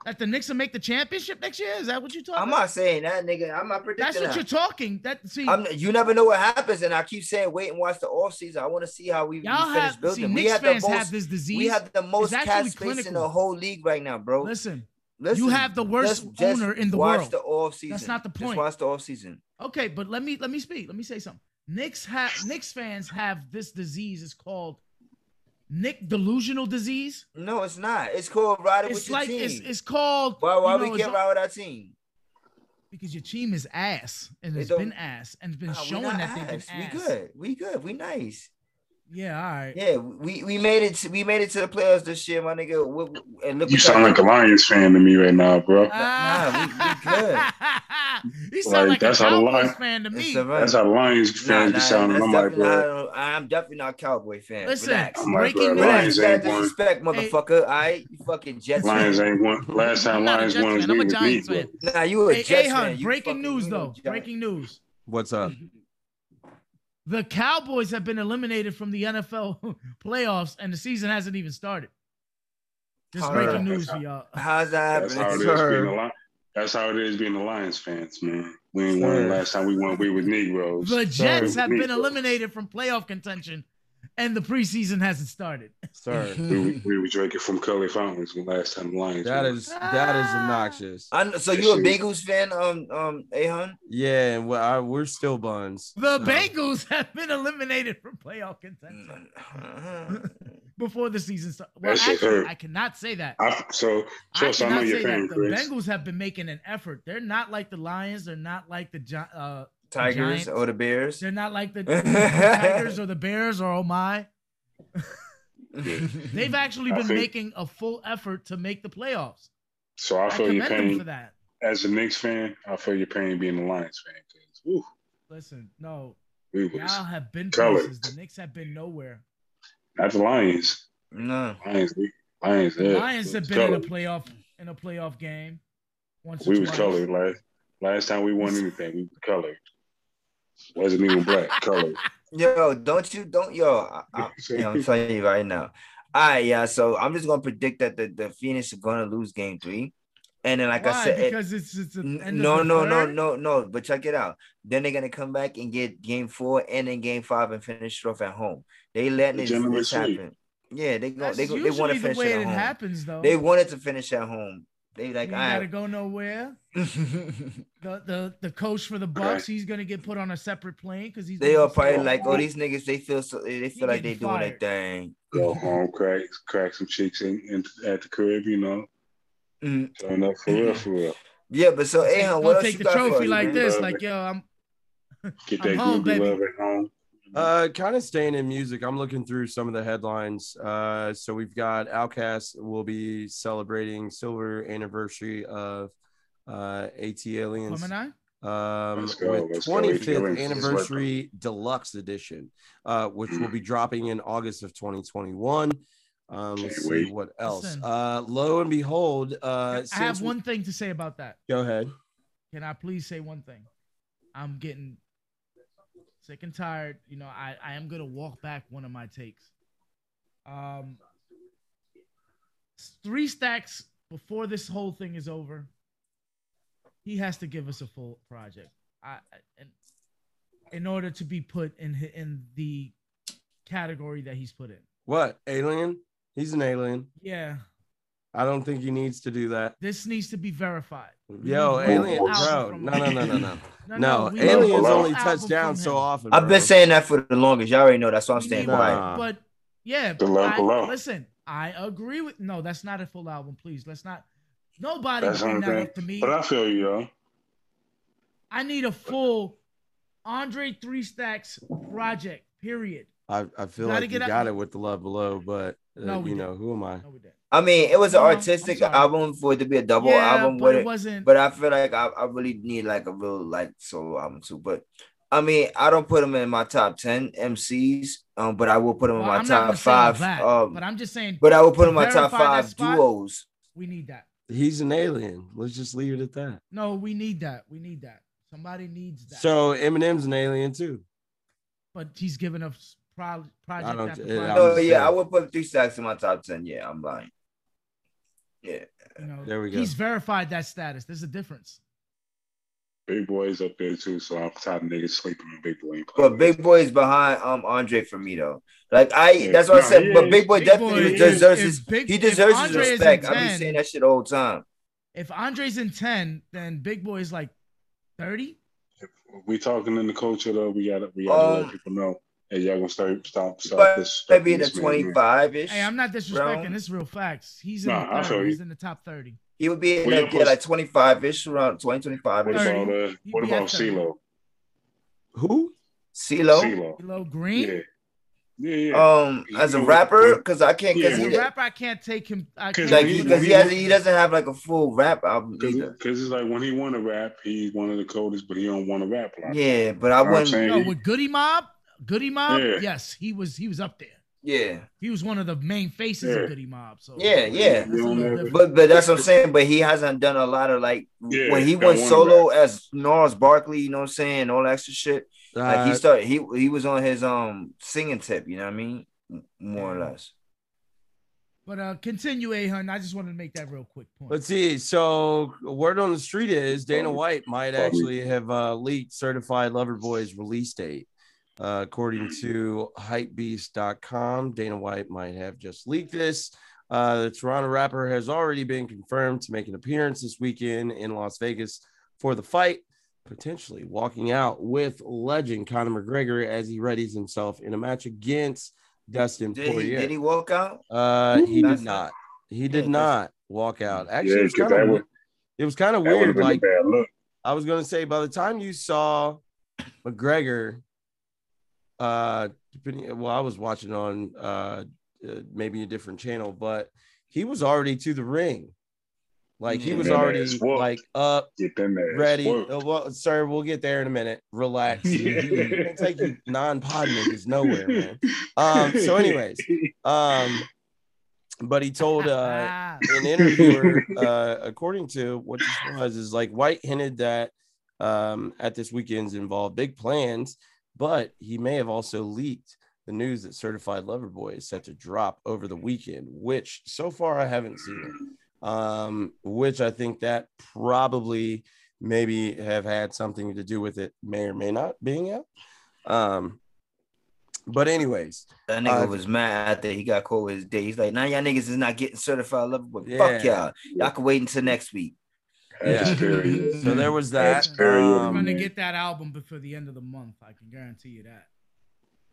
C: that the Knicks will make the championship next year? Is that what you're talking?
B: I'm
C: about?
B: not saying that, nigga. I'm not predicting
C: That's what
B: that.
C: you're talking. That see,
B: I'm, you never know what happens, and I keep saying wait and watch the off season. I want to see how we, we
C: y'all
B: finish
C: have
B: building.
C: see
B: we
C: Knicks
B: have the
C: fans
B: most.
C: have this disease.
B: we have the most cap
C: actually
B: space in the
C: clinical.
B: whole league right now, bro.
C: Listen,
B: Listen,
C: you have the worst
B: let's just
C: owner in the
B: watch
C: world.
B: the off season.
C: not the
B: Just
C: point.
B: watch the off season.
C: Okay, but let me let me speak. Let me say something. Knicks have Knicks fans have this disease. It's called Nick delusional disease.
B: No, it's not. It's called riding with
C: It's
B: your
C: like
B: team.
C: it's, it's called
B: why why
C: you know,
B: we
C: it's
B: can't
C: all-
B: ride with our team?
C: because your team is ass and
B: It
C: it's
B: don't-
C: been ass and it's been
B: Nah, we
C: showing
B: not
C: that they've been
B: ass.
C: ass.
B: We good. We good. We nice.
C: Yeah, all right.
B: Yeah, we, we made it. To, we made it to the playoffs this year, my nigga. We- we- and look,
D: You
B: what
D: sound
B: y'all-
D: like a Lions fan to me right now, bro.
C: Ah. he sound
D: Like,
C: like,
D: that's
C: a
D: a
C: Cowboys
D: lot.
C: fan to
B: It's
C: me.
B: all right.
D: That's how Lions
B: Nah,
D: fans
B: nah,
D: be sounding.
B: that's
D: I'm like,
B: definitely
D: bro.
B: not- I'm definitely not a Cowboy fan.
C: Listen,
B: Relax.
D: I'm like,
C: breaking
D: bro,
C: news.
B: Relax.
D: Lions
B: You gotta
D: ain't won.
B: disrespect, motherfucker. All right, you fucking Jets.
D: Lions
B: fan.
D: ain't won. Last
C: I'm
D: time
C: not a
D: Lions
C: Jets
D: won was
C: fan. I'm a
D: me with me,
C: Giants
D: bro.
C: fan.
B: Nah, you a
C: Hey,
B: Jets
C: Ahun,
B: fan. You
C: breaking
B: fucking-
C: news
B: you a
C: though.
B: Giant.
C: Breaking news.
A: What's up?
C: The Cowboys have been eliminated from the NFL playoffs, and the season hasn't even started. Just
B: How-
C: breaking news for y'all.
B: How's that
D: That's how it
B: happening?
D: is being a Lion. That's how it is being a Lions fans, man. We ain't
B: Sir.
D: won last time we won. We was Negroes.
C: The Jets
D: Sorry.
C: have been eliminated from playoff contention, and the preseason hasn't started.
A: Sir,
D: We, we, we were drinking from Cully Fountains the last time the Lions.
A: that
D: won.
A: is that is obnoxious.
B: I know- so you a Bengals fan, um, um, Ahun?
A: Yeah, and we- I- we're still buns.
C: The
A: so-
C: Bengals have been eliminated from playoff
B: Mm,
C: contention before the season starts. Well,
D: That shit
C: actually,
D: hurt.
C: I cannot say that.
D: I, so,
C: I
D: Chelsea, I, know
C: cannot
D: you're
C: say
D: fan,
C: that. The
D: Chris.
C: Bengals have been making an effort. They're not like the Lions. They're not like the Gi- uh,
B: Tigers
C: Giants.
B: or the Bears?
C: They're not like the Tigers or the Bears or oh my. They've actually
D: I
C: been
D: think-
C: making a full effort to make the playoffs.
D: So I
C: I,
D: feel your
C: commend them
D: pain.
C: for that.
D: As a Knicks fan, I feel your pain being a Lions fan. 'cause, whew,
C: Listen, no,
D: we was
C: y'all have been
D: Colored.
C: places. The Knicks have been nowhere.
D: not the Lions.
B: no.
D: Lions, we, Lions,
C: The
D: yeah.
C: Lions
D: We
C: have
D: was
C: been in a
D: colored.
C: playoff in a playoff game. Once or
D: We was
C: twice.
D: colored last last time we won anything. We was colored. Wasn't even black. colored.
B: Yo, don't you don't yo? I,
C: Ah,
B: I, yeah, I'm telling you right now. All right, yeah. So I'm just gonna predict that the, the Phoenix are gonna lose game three, and then like
C: Why?
B: I said, it-
C: because it's, it's the
B: n-
C: end
B: no,
C: of the
B: no, no,
C: third?
B: no, no. But check it out. Then they're gonna come back and get game four and then game five and finish it off at home. They letting
D: The
B: this,
D: gentleman
B: this
D: sweep.
B: happen. Yeah, they go.
C: That's
B: They go. They
C: usually
B: want to
C: the
B: finish
C: way
B: it at
C: it
B: home.
C: happens, though.
B: They wanted to finish at home. They
C: you
B: like, all
C: ain't gotta
B: right.
C: go nowhere. The, the the coach for the Bucks, he's gonna get put on a separate plane because he's
B: they
C: gonna
B: are
C: be
B: probably
C: still-
B: like, oh, these niggas. They feel so. They feel like they
C: getting
B: doing their
C: fired.
B: thing.
D: Go home, um, crack crack some chicks in, in at the crib, you know.
B: Mm,
D: Turn up for real, for real.
B: Yeah, but so,
C: Take-
B: Ahun,
C: don't
B: what else
C: take
B: you
C: the
B: got for
C: trophy
B: us,
C: like
B: man?
C: this,
D: Love
C: like
D: it.
C: yo, I'm
D: Get
C: I'm
D: that
C: home,
D: groovy
C: baby.
D: love at home.
A: Uh, kind of staying in music. I'm looking through some of the headlines. Uh, so we've got Outcast will be celebrating silver anniversary of uh, AT Aliens.
C: Gemini.
A: um,
D: Let's go,
A: with
D: let's go, AT
A: 25th
D: Aliens.
A: anniversary deluxe edition, uh, which will be dropping in August of 2021.
D: Mm.
A: Um,
D: Can't
A: let's see
D: wait.
A: what else.
C: Listen.
A: Uh, lo and behold, uh,
C: I have
A: since-
C: one thing to say about that.
A: Go ahead.
C: Can I please say one thing? I'm getting sick and tired. You know, I, I am gonna walk back one of my takes. Um three stacks before this whole thing is over. He has to give us a full project. I, and in order to be put in hi- in the category that he's put in.
A: What alien? He's an alien.
C: Yeah,
A: I don't think he needs to do that.
C: this needs to be verified. We
A: Yo,
C: need one
A: alien,
C: more album
A: bro.
C: from
A: No,
C: him.
A: no, no, no, no.
C: No,
A: No,
C: we need one
A: aliens
C: more
A: only
C: album
A: touch down
C: from
A: so
C: him.
A: often.
B: I've
A: bro.
B: been saying that for the longest. Y'all already know. That's why I'm
C: We
B: staying
C: need
A: Nah.
C: one,
B: quiet.
C: But yeah,
D: The Love
C: I-
D: Below.
C: listen, I agree with. No, that's not a full album. Please, let's not. Nobody
D: That's
C: bring that
D: something.
C: up to me.
D: But I feel you, though.
C: I need a full Andre Three Stacks project. Period.
A: I, I feel
C: Gotta
A: like you
C: get out-
A: got it with the love below, but uh,
C: No, we
A: you
C: didn't.
A: know who am I?
C: No, we didn't.
B: I mean, it was an
C: No, I'm
B: artistic
C: sorry.
B: album for it to be a double
C: yeah,
B: album.
C: but
B: But,
C: it,
B: it,
C: wasn't.
B: but I feel like I, I really need like a real like solo album too. But I mean, I don't put them in my top ten MCs. Um, but I will put them
C: well,
B: in my
C: I'm not gonna
B: top
C: say all
B: five.
C: that,
B: um,
C: but
B: but,
C: I'm just saying
B: I will put
C: to
B: them in my top
C: verify that
B: five
C: spot-
B: duos.
C: we need that.
A: He's an alien. Let's just leave it at that.
C: No, we need that. We need that. Somebody needs that.
A: So Eminem's an alien too.
C: but he's giving us pro- project
A: don't- eh,
C: after
A: it-
C: project.
A: I
B: No,
A: would say-
B: yeah, I would put three stacks in my top ten. Yeah, I'm lying. Yeah,
C: you know,
A: There we go.
C: He's verified that status. There's a difference.
D: Big Boy's up there, too, so I'm tired of niggas sleeping on Big Boy.
B: but Big Boy is behind um Andre for me though. Like I, that's what I
D: No,
B: said.
D: he
B: But
D: is.
B: Big Boy
C: Big
B: definitely
C: Boy is-
B: deserves his.
C: if Big-
B: He
C: if
B: deserves his
C: Andre is in
B: respect. I've been
C: 10,
B: saying that shit the whole time.
C: If Andre's in 10, then Big Boy is like 30.
D: we talking in the culture, though. We got to we gotta
B: Um,
D: let people know. Hey, y'all going to start, stop, stop
B: But
D: this.
B: maybe in the
D: this man, man.
B: 25 ish.
C: Hey, I'm not disrespecting.
B: Bro.
C: It's real facts. He's in,
D: Nah, I
C: the 30.
D: feel you.
C: he's in the top 30.
B: He would be in
D: Well,
B: that,
D: yeah,
B: yeah,
D: plus-
B: like 25 ish, around 20, 25
D: What
B: ish.
D: about, uh,
C: He
D: what
C: be
D: about
C: after him.
D: CeeLo?
A: Who?
B: CeeLo,
D: CeeLo.
C: Below Green.
D: Yeah. Yeah, yeah.
B: um, as a rapper, because I can't, because
C: As
D: Yeah.
C: a rapper, I can't take him. I
D: Cause
C: can't
B: like,
C: do
B: he,
D: when
C: that.
B: cause he, has, he doesn't have like a full rap album either.
D: Because it's like when he want to rap, he's one of the coldest, but he don't want to rap a lot.
B: Yeah, but I
D: You know what I'm
B: wouldn't,
D: saying?
C: No, with Goody Mob, Goody Mob,
D: Yeah.
C: yes, he was he was up there.
B: yeah,
C: He was one of the main faces
D: Yeah.
C: of Goody Mob. So
B: yeah, yeah.
C: That's a
D: You don't
C: little
D: ever-
C: different.
B: But but that's what I'm saying. But he hasn't done a lot of like
D: Yeah,
B: when he
D: that
B: went
D: one
B: solo as Norris Barkley, you know what I'm saying, all that extra shit. Like
A: Uh,
B: he started, he he was on his um singing tip, you know what I mean, M- more or less.
C: But uh, continue, A hun. I just wanted to make that real quick point.
A: Let's see. So, word on the street is Dana White might actually have uh, leaked certified lover boy's release date. Uh, according to hypebeast.com, Dana White might have just leaked this. Uh, the Toronto rapper has already been confirmed to make an appearance this weekend in Las Vegas for the fight, potentially walking out with legend Conor McGregor as he readies himself in a match against Dustin
B: Did he,
A: Poirier.
B: did he walk out?
A: Uh, he
B: That's
A: did
B: it.
A: not. He did
B: Yeah,
A: not walk out. Actually,
D: Yeah,
A: it was
D: 'cause
A: kind
D: that
A: of,
D: would-
A: it was kind of
D: That would have
A: weird.
D: been
A: Like
D: a bad look.
A: I was gonna say, by the time you saw McGregor, uh, depending, well, I was watching on uh, uh, maybe a different channel, but he was already to the ring. Like he
B: Mhm.
A: was
D: Mm. Yeah,
A: already
D: that's whooped.
A: like up,
D: Get them ass
A: ready.
D: worked.
C: oh.
A: Uh, well, sir, we'll get there in a minute. Relax.
D: Yeah.
A: It'll take you non-pod niggas nowhere, man. Um, so, anyways, um, but he told uh,
C: Ah,
A: an interviewer, uh, according to what this was, is like White hinted that um, at this weekend's involved big plans, but he may have also leaked the news that Certified Lover Boy is set to drop over the weekend, which so far I haven't seen it. Um, which I think that probably maybe have had something to do with it, may or may not being out. Um, but anyways,
B: That nigga
A: Uh,
B: was mad after he got caught with his day. He's like, nah, y'all niggas is not getting certified level, but
A: Yeah.
B: fuck y'all. Y'all can wait until next week.
D: That's
A: Yeah.
D: period.
A: so there was that.
D: That's very
C: I'm
A: Um,
C: gonna
D: man.
C: get that album before the end of the month. I can guarantee you that.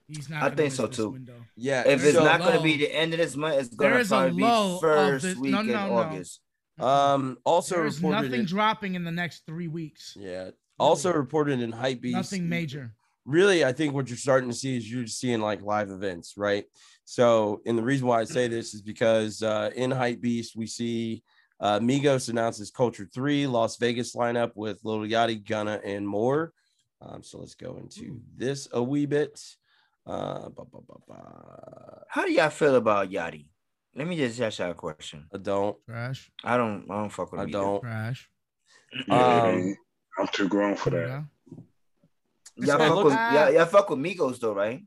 C: He's not.
B: I
C: gonna
B: think
C: miss
B: so,
C: this
B: too.
C: window.
A: yeah,
B: If it's
C: Uh, So-
B: not going
C: Lull.
B: to be the end of this month, it's
C: There
B: going to
C: is a
B: probably
C: lull
B: be
C: of
B: first
C: this- no,
B: week
C: no,
B: in
C: no.
B: August.
A: Um, also
C: There's
A: reported.
C: nothing
A: in-
C: dropping in the next three weeks.
A: yeah. Also reported in Hypebeast.
C: Nothing major.
A: Really, I think what you're starting to see is you're seeing like live events, right? So, and the reason why I say this is because uh, in Hypebeast we see uh, Migos announces Culture Three Las Vegas lineup with Lil Yachty, Gunna, and more. Um, so let's go into this a wee bit. Uh, ba, ba, ba, ba.
B: How do y'all feel about Yachty? Let me just ask y'all a question.
A: I don't.
C: Crash.
B: I don't, I don't fuck with
A: I
B: him. either.
A: don't.
C: Crash.
D: Yeah,
A: Um,
D: man. I'm too grown for that.
B: Y'all
A: So
B: fuck,
A: look-
B: with, y'all, y'all fuck with Migos though, right?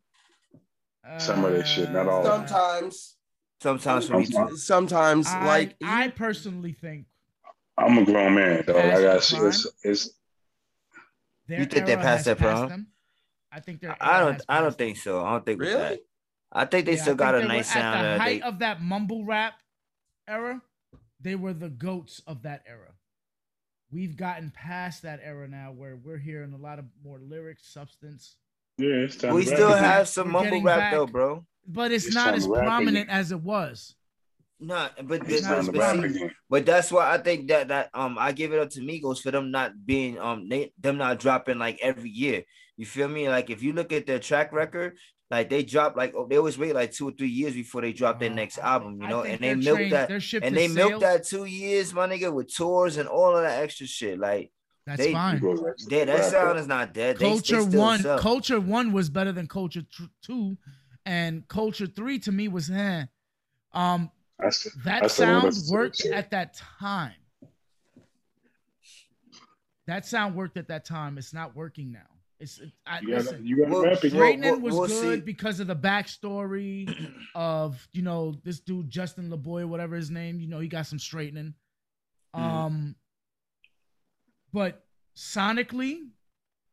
D: Some of that shit, not all of it.
A: Sometimes,
B: Sometimes for me too.
D: Sometimes.
A: sometimes,
C: I,
A: like
C: I personally think
D: I'm a grown man, though. I got it's, it's
C: Their
B: You think they
C: era
B: passed
C: has
B: that problem?
C: them. I think they're.
B: I don't. I don't think so. I don't think. we're
A: Really?
B: back. I think they
C: Yeah,
B: still
C: I
B: got
C: think
B: a
C: they were
B: nice sound.
C: At the
B: uh,
C: height
B: they-
C: of that mumble rap era, they were the goats of that era. We've gotten past that era now, where we're hearing a lot of more lyric substance,
D: Yeah, it's time.
B: we
D: to wrap
B: still
D: it.
B: have some
C: We're
B: mumble
C: getting
B: rap
C: back.
B: though, bro.
C: but it's,
D: It's
C: not
D: time
C: as
D: to rap again.
C: prominent as it was.
B: No, but,
D: It's
B: but,
D: time to
B: but,
D: rap
B: see,
D: again.
B: but that's why I think that that um I give it up to Migos for them not being um they, them not dropping like every year. You feel me? Like if you look at their track record, like they drop like oh, they always wait like two or three years before they drop their
C: Uh,
B: next
C: I
B: album,
C: think-
B: you
C: I
B: know,
C: think
B: and they
C: their
B: milk
C: train-
B: that
C: their ship
B: and
C: to
B: they milk
C: sales,
B: that two years, my nigga, with tours and all of that extra shit. Like
C: That's
B: they-
D: You
C: fine.
D: go back to
B: yeah,
D: rap
B: that
D: it.
B: sound is not dead. They, they
C: Culture
B: still
C: one,
B: sell.
C: culture one was better than culture tr- two, and culture three to me was eh. Um,
D: That's
C: that
D: That's the one
C: sound
D: that's-
C: worked at that time. That sound worked at that time. It's not working now. It's it, I,
D: you gotta,
C: listen.
D: you gotta
B: Well,
D: rap
B: Drake-
D: again.
B: Well,
C: Straightening
B: we'll-
C: was
B: we'll
C: good
B: see.
C: because of the backstory of you know this dude Justin LeBoy, whatever his name. You know he got some straightening.
D: Mm-hmm.
B: Mhm.
C: Um, but sonically,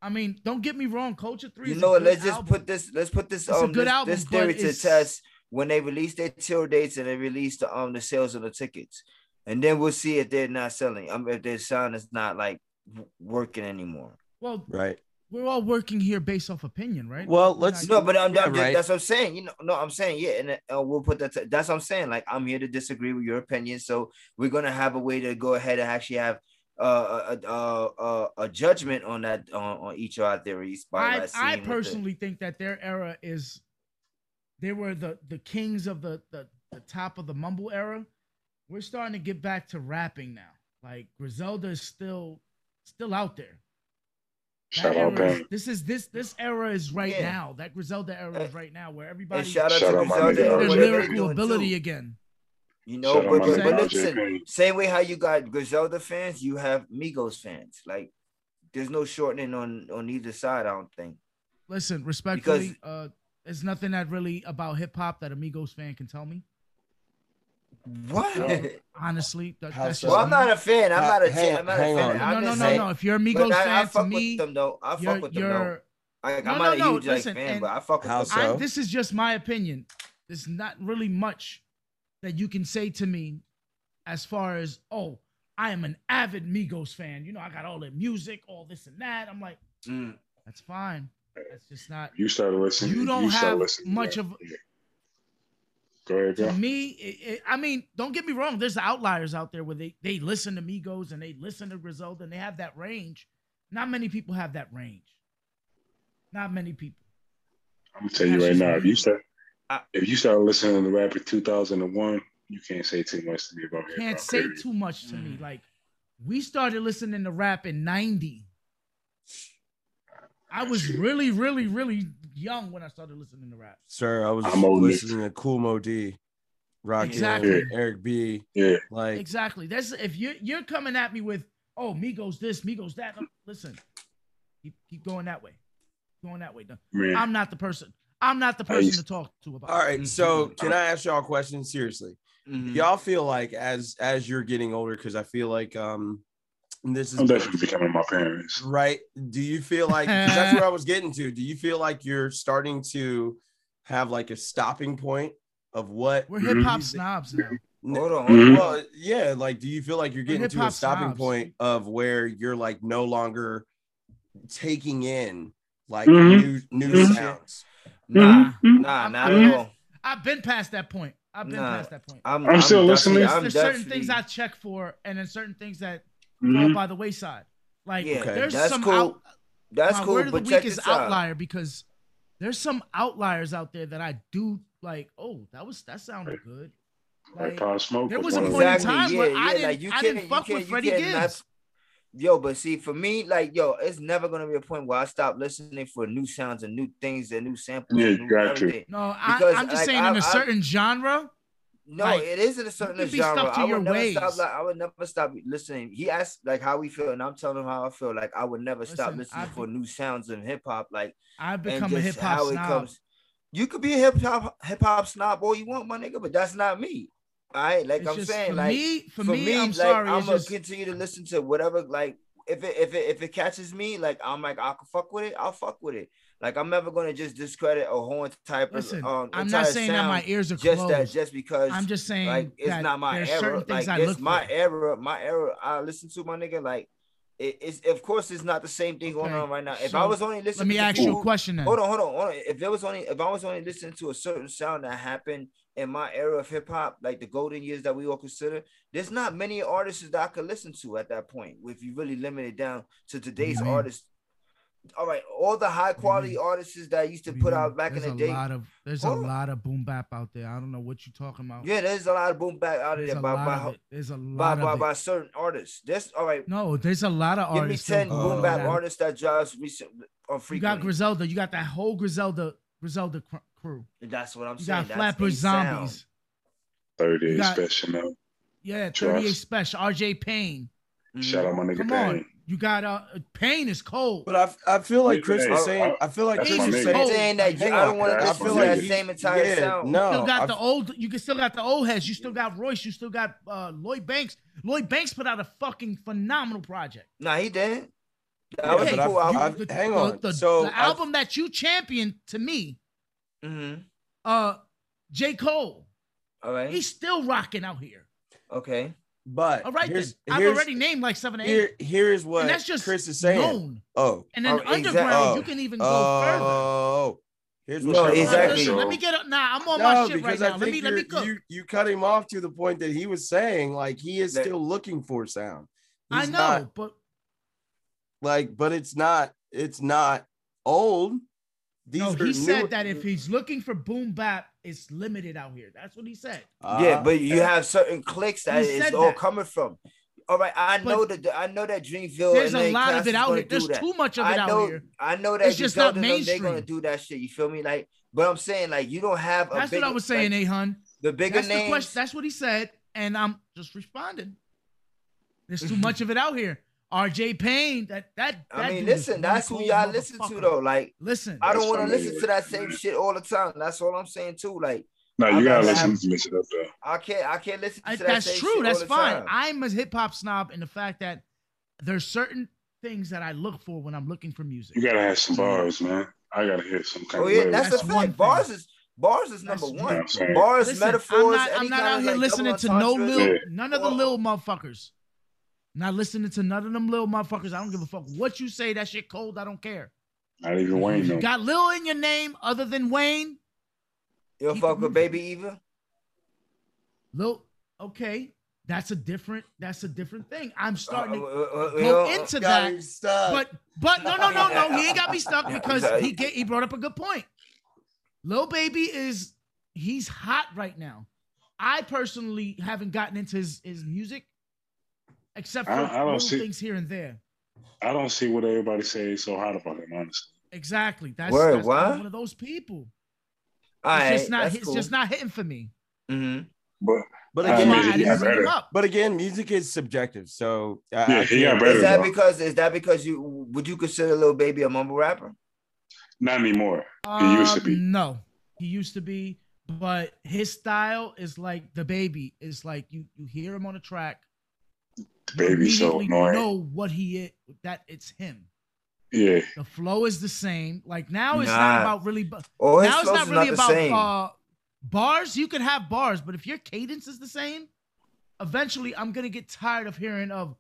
C: I mean, don't get me wrong. Culture Three.
B: You
C: is a
B: know what?
C: good
B: Let's just
C: album.
B: put this. Let's put this.
C: It's a
B: Um,
C: good
B: this,
C: album,
B: this theory
C: but
B: to
C: it's-
B: test when they release their tour dates and they release the um the sales of the tickets, and then we'll see if they're not selling. Um, if their sound is not like w- working anymore.
C: Well,
A: Right.
C: we're all working here based off opinion, right?
A: Well,
C: We're
A: let's-
C: not-
B: No, but I'm,
A: Yeah,
B: I'm-
A: right.
B: that's what I'm saying. You know, no, I'm saying yeah, and uh, we'll put that. To, that's what I'm saying. Like I'm here to disagree with your opinion, so we're gonna have a way to go ahead and actually have uh, a, a, a, a judgment on that on, on each of our theories. By
C: I,
B: like,
C: I
B: seeing what the-
C: personally think that their era is they were the the kings of the, the the top of the mumble era. We're starting to get back to rapping now. Like Griselda is still still out there. That
D: Shout out
C: era is-
D: Bang.
C: this is this this era is right
B: Yeah.
C: now. That Griselda era is right now where
B: and
C: everybody
B: shout out
D: Shout
B: to
D: out my
B: Griselda
D: nigga uh,
B: and
C: their
D: RJ.
B: whatever they're
C: lyrical
B: doing, too.
C: ability again.
B: You
D: Shout
B: know,
D: out my
B: but, but,
D: nigga
B: but
D: RJ
B: listen,
D: Payne.
B: same way how you got Griselda fans, you have Migos fans. Like, there's no shortening on on either side. I don't think.
C: Listen, respectfully, uh there's nothing that really about hip hop that Amigos fan can tell me.
B: What?
C: Honestly, that,
A: How
C: that's
A: so?
C: just
B: well, I'm
C: me.
B: not a fan. I'm
A: Ha-
B: not a
A: hang-
B: fan. I'm not a
A: hang on.
B: fan.
C: No,
B: I'm
C: no,
B: just
C: no,
B: saying-
C: no. If you're Amigos
B: But I, I
C: fan, to
B: fuck
C: me,
B: with them though. I
C: you're,
B: fuck with them though.
C: you're
B: I, I'm
C: No,
B: not
C: no,
B: a
C: no,
B: huge
C: listen,
B: like fan,
C: and
B: but I fuck with
A: How
B: them.
A: so?
C: I, this is just my opinion. There's not really much that you can say to me as far as, oh, I am an avid Migos fan. You know, I got all their music, all this and that. I'm like,
B: Mm.
C: that's fine. That's just not
D: You started listening.
C: You don't
D: started
C: have
D: listening.
C: much
D: Yeah.
C: of-
D: Yeah. Go ahead,
C: to
D: bro.
C: me. It, it- I mean, don't get me wrong. There's outliers out there where they they listen to Migos and they listen to Griselda and they have that range. Not many people have that range. Not many people.
D: I'm gonna tell you right
C: That's
D: now.
C: just
D: If you start,
B: I-
D: if you start listening to rap in 2001, you can't say too much to me about hip
C: Can't
D: hop.
C: say
D: period.
C: too much to me.
B: Mm.
C: Like, we started listening to rap in '90. I was really, really, really young when I started listening to rap.
A: Sir, I was
D: I'm old Nick.
A: listening to Cool Mo D, Rock
C: Exactly.
A: Eric B.
D: Yeah.
A: Like
C: Exactly. That's if you're you're coming at me with, oh, Migos this, Migos that. I'm- Listen, keep keep going that way, going that way. No,
D: Man,
C: I'm not the person. I'm not the
D: I
C: person
D: used-
C: to talk to about.
A: all right, so
B: Mhm.
A: can I ask y'all a question seriously?
C: Mm-hmm.
B: Mhm.
A: Y'all feel like as as you're getting older, because I feel like um this
D: I'm
A: is
D: definitely becoming my parents.
A: right do you feel like 'cause that's where i was getting to do you feel like you're starting to have like a stopping point of what
C: We're hip
B: Mm-hmm.
C: hop snobs now.
B: Hold on.
D: Mhm.
A: well yeah like do you feel like you're getting to a
C: hip-hop
A: stopping
C: snobs.
A: point of where you're like no longer taking in like
D: Mhm.
B: Mm-hmm.
A: new new
D: Mhm.
A: sounds
B: Nah,
D: Mhm.
B: nah,
C: Mm-hmm. I'm-
B: not
C: I'm-
B: at all.
C: I've been past that point. I've been
B: Nah.
C: past that point.
B: I'm,
D: I'm still listening.
B: definitely-
D: There's-
B: I'm
C: there's certain
B: definitely-
C: things I check for, and then certain things that fall
D: Mhm.
C: by the wayside. Like
B: Yeah,
A: Okay.
C: there's
B: that's
C: some
B: cool.
C: out,
B: That's
C: my
B: cool.
C: word of
B: but
C: the
B: check
C: week is
B: this out.
C: outlier because there's some outliers out there that I do like. Oh, that was that sounded good.
D: Like
C: Like,
D: Pop Smoke.
C: there was
D: one
C: a
D: of
C: point in
D: them.
C: time where I didn't- I didn't
B: can't-
C: fuck with
B: can't-
C: Freddie
B: can't not-
C: Gibbs.
B: Yo, but see, for me, like, yo, it's never gonna be a point where I stop listening for new sounds and new things and new samples.
D: Yeah,
B: and new
D: you got to.
B: everything.
C: no, I,
B: Because,
C: I'm just
B: like,
C: saying
B: I-
C: in
B: I-
C: a certain genre.
B: No,
C: Like,
B: it isn't a certain
C: can be
B: genre.
C: stuck to
B: I would
C: your
B: never stop.
C: ways.
B: Like, I would never stop listening. He asked like how we feel, and I'm telling him how I feel. Like I would never stop
C: Listen,
B: listening
C: I've
B: for new sounds in hip hop. Like
C: I've
B: and
C: become a hip
B: just
C: hop
B: how it
C: snob.
B: comes. You could be a hip hop hip hop snob all you want, my nigga, but that's not me. All right, like
C: It's
B: I'm
C: just
B: saying,
C: for
B: like
C: me, for, me, I'm sorry.
B: I'm
C: it's
B: gonna
C: just,
B: continue to listen to whatever, like if it if it if it catches me, like I'm like I can fuck with it, I'll fuck with it. Like I'm never gonna just discredit a horn type
C: Listen,
B: of um.
C: I'm
B: entire
C: not saying that
B: sound
C: my ears are
B: just that
C: closed.
B: just because
C: I'm just saying
B: like it's
C: that
B: not my
C: there's
B: era.
C: certain things I
B: Like it's
C: look
B: my
C: for.
B: era, my era. I listen to my nigga like. It, it's of course it's not the same thing going
C: Okay,
B: on right now. If
C: so
B: I was only listening,
C: Let me
B: to
C: ask you a
B: Kool-
C: question then.
B: Hold on, hold on, hold on. If there was only, if I was only listening to a certain sound that happened in my era of hip hop, like the golden years that we all consider, there's not many artists that I could listen to at that point. If you really limit it down to today's
C: mean?
B: artists, all right, all the high quality
C: mean?
B: artists that used to
C: What do you
B: put
C: mean?
B: out back in
C: there's
B: the
C: a
B: day,
C: Lot of, there's
B: Hold
C: a
B: on.
C: lot of boom bap out there. I don't know what you're talking about.
B: yeah, there's a lot of boom back out of
C: there's,
B: there
C: a
B: by
C: lot of
B: by
C: it. there's a
B: by,
C: lot
B: by,
C: of
B: by
C: it.
B: certain artists. That's all right.
C: No, there's a lot of
B: Give me
C: artists.
B: ten
C: who-
B: boom bap
C: that-
B: artists that drives recent on
C: You got
B: frequently.
C: Griselda. You got that whole Griselda Griselda cr- crew.
B: That's what I'm
C: You
B: saying.
C: got Flatbush
B: Flatbush
C: Zombies. You
D: 30
C: got-
D: special now.
C: Yeah,
D: Trust.
C: 38 Special, RJ Payne.
B: Mm-hmm.
D: Shout out my nigga
C: Mm-hmm.
D: uh,
C: Come
D: Bang.
C: on. You got uh Payne is cold.
A: But I, I feel like
D: Yeah,
A: Chris
D: yeah.
A: is saying. I feel like
D: That's
A: Chris
D: my
A: is
D: nigga.
B: Saying
A: saying.
C: Oh,
B: that you,
A: Hang
B: Oh, I don't
A: on.
B: want to
D: That's
B: listen to
D: my
B: that
D: nigga.
B: same entire
A: Yeah,
B: sound.
C: You
A: No,
C: still got
A: I-
C: the old you can still got the old heads. You still got Royce. You still got uh Lloyd Banks. Lloyd Banks put out a fucking phenomenal project.
B: Nah, he didn't. That
A: Yeah,
B: was
A: but
B: a
A: I-
B: cool
A: you-
B: album.
A: I've- hang on.
C: The,
A: So
C: the
A: I've-
C: album that you championed to me,
B: Mhm.
C: uh J. Cole,
B: All right.
C: he's still rocking out here.
B: Okay.
A: But
C: All right,
A: here's,
C: then. I've
A: here's-
C: already named like seven or eight.
A: Here, here is what
C: and that's just
A: Chris is saying.
C: known.
A: Oh,
C: And then
B: Oh, exact-
C: underground, you
A: oh,
C: can even go further.
A: oh, here's what
B: No,
C: All right,
A: Chris is
B: exactly.
C: Listen,
A: saying.
C: let me get up. Nah, I'm on
A: No,
C: my shit right
A: because
C: now.
A: I
C: Let
A: think
C: me let me
A: you're-
C: cook.
A: you you cut him off to the point that he was saying like he is
B: That-
A: still looking for sound.
C: I
A: He's
C: know,
A: not,
C: but
A: like, but it's not it's not old. These
C: no,
A: are
C: he said
A: newer-
C: that if he's looking for boom bap, it's limited out here. That's what he said.
A: Ah,
B: yeah, but you
A: okay.
B: have certain clicks that
C: Uh-huh. He
B: it's
C: said
B: all
C: that.
B: coming from. All right, I
C: But
B: know that I know that
A: Oh,
B: Dreamville.
C: There's
B: and
C: a
B: then
C: lot
B: Class
C: of it
B: is
C: out
B: gonna
C: here. There's
B: do that.
C: too much of it
B: I
C: out
B: know,
C: here.
B: I know that
C: It's just not
B: Griselda, them, They're gonna
C: mainstream.
B: do that shit. You feel me? Like, but I'm saying, like, you don't have. A
C: That's
B: big,
C: what I was saying,
B: Like,
C: Ahun.
B: the bigger
C: That's
B: names.
C: the question. That's what he said, and I'm just responding. There's too much of it out here. R.J. Payne. That that.
B: I
C: that
B: mean,
C: dude is
B: listen,
C: one
B: that's who
C: cool
B: y'all listen to
C: motherfucker.
B: though. Like,
C: Listen,
B: I don't
D: That's
B: want to
D: what I
B: listen
D: mean.
B: to that same shit all the time. That's all I'm saying too. Like,
D: No,
B: I'm
D: you gotta
B: not
D: let some
B: happy.
D: mix it up though.
B: I can't, I can't listen to
C: I-
B: that same
C: that's true.
B: shit
C: That's
B: all the
C: fine.
B: time.
C: I'm a hip hop snob in the fact that there's certain things that I look for when I'm looking for music.
D: You gotta have some
C: Mm-hmm.
D: bars, man. I gotta hear some kind
B: Oh
D: of
B: yeah,
D: lyrics.
B: that's,
C: That's
B: a
C: one
B: fact.
C: thing.
B: Bars is bars is
C: That's
B: number
C: one.
D: You know what
B: one.
D: I'm saying?
B: Bars,
C: Listen,
B: metaphors.
C: I'm not,
B: any
C: I'm not
B: kind
C: out
B: of,
C: here
B: like,
C: listening
B: double
C: to no
B: entendres.
C: lil,
D: Yeah.
C: none of the
B: Well-
C: lil motherfuckers. Not listening to none of them lil motherfuckers. I don't give a fuck what you say. That shit cold. I don't care.
D: Not even Wayne
C: If Mm-hmm. you
D: though.
C: got lil in your name, other than Wayne,
B: You'll
C: Keep
B: fuck
C: it
B: with Baby Eva.
C: lil. Okay, that's a different. That's a different thing. I'm starting to go
B: Go
C: into
A: Got
C: that.
A: him stuck.
C: But but no no no no he ain't got me stuck because he get he brought up a good point. Lil baby is he's hot right now. I personally haven't gotten into his his music except for
D: I- I don't
C: little
D: see-
C: things here and there.
D: I don't see what everybody says so hot about him, honestly.
C: Exactly. That's,
B: Word,
C: that's
B: what?
C: I'm one of those people.
B: All
C: it's
B: right,
C: just not
B: that's
C: it's
B: cool.
C: just not hitting for me.
B: Mhm.
D: But
A: But
D: I
C: That's
A: again,
C: why
D: mean,
C: I
D: he
C: didn't
D: got
C: bring him
D: better.
C: up.
A: but again, music is subjective. So I- I
D: yeah, he got
A: can't-
D: better.
B: Is that
D: bro.
B: because is that because you would you consider Lil Baby a mumble rapper?
D: Not anymore. He used to
C: Um,
D: be.
C: No, he used to be, but his style is like the baby. It's like you you hear him on a track.
D: The baby's so
C: immediately
D: annoying.
C: know what he is that it's him.
D: Yeah.
C: The flow is the same. Like now it's
B: Nah.
C: not about really bu-
B: Or his
C: now it's
B: flows
C: not
B: is
C: really
B: the
C: about
B: same.
C: uh bars. You can have bars, but if your cadence is the same, eventually I'm gonna get tired of hearing of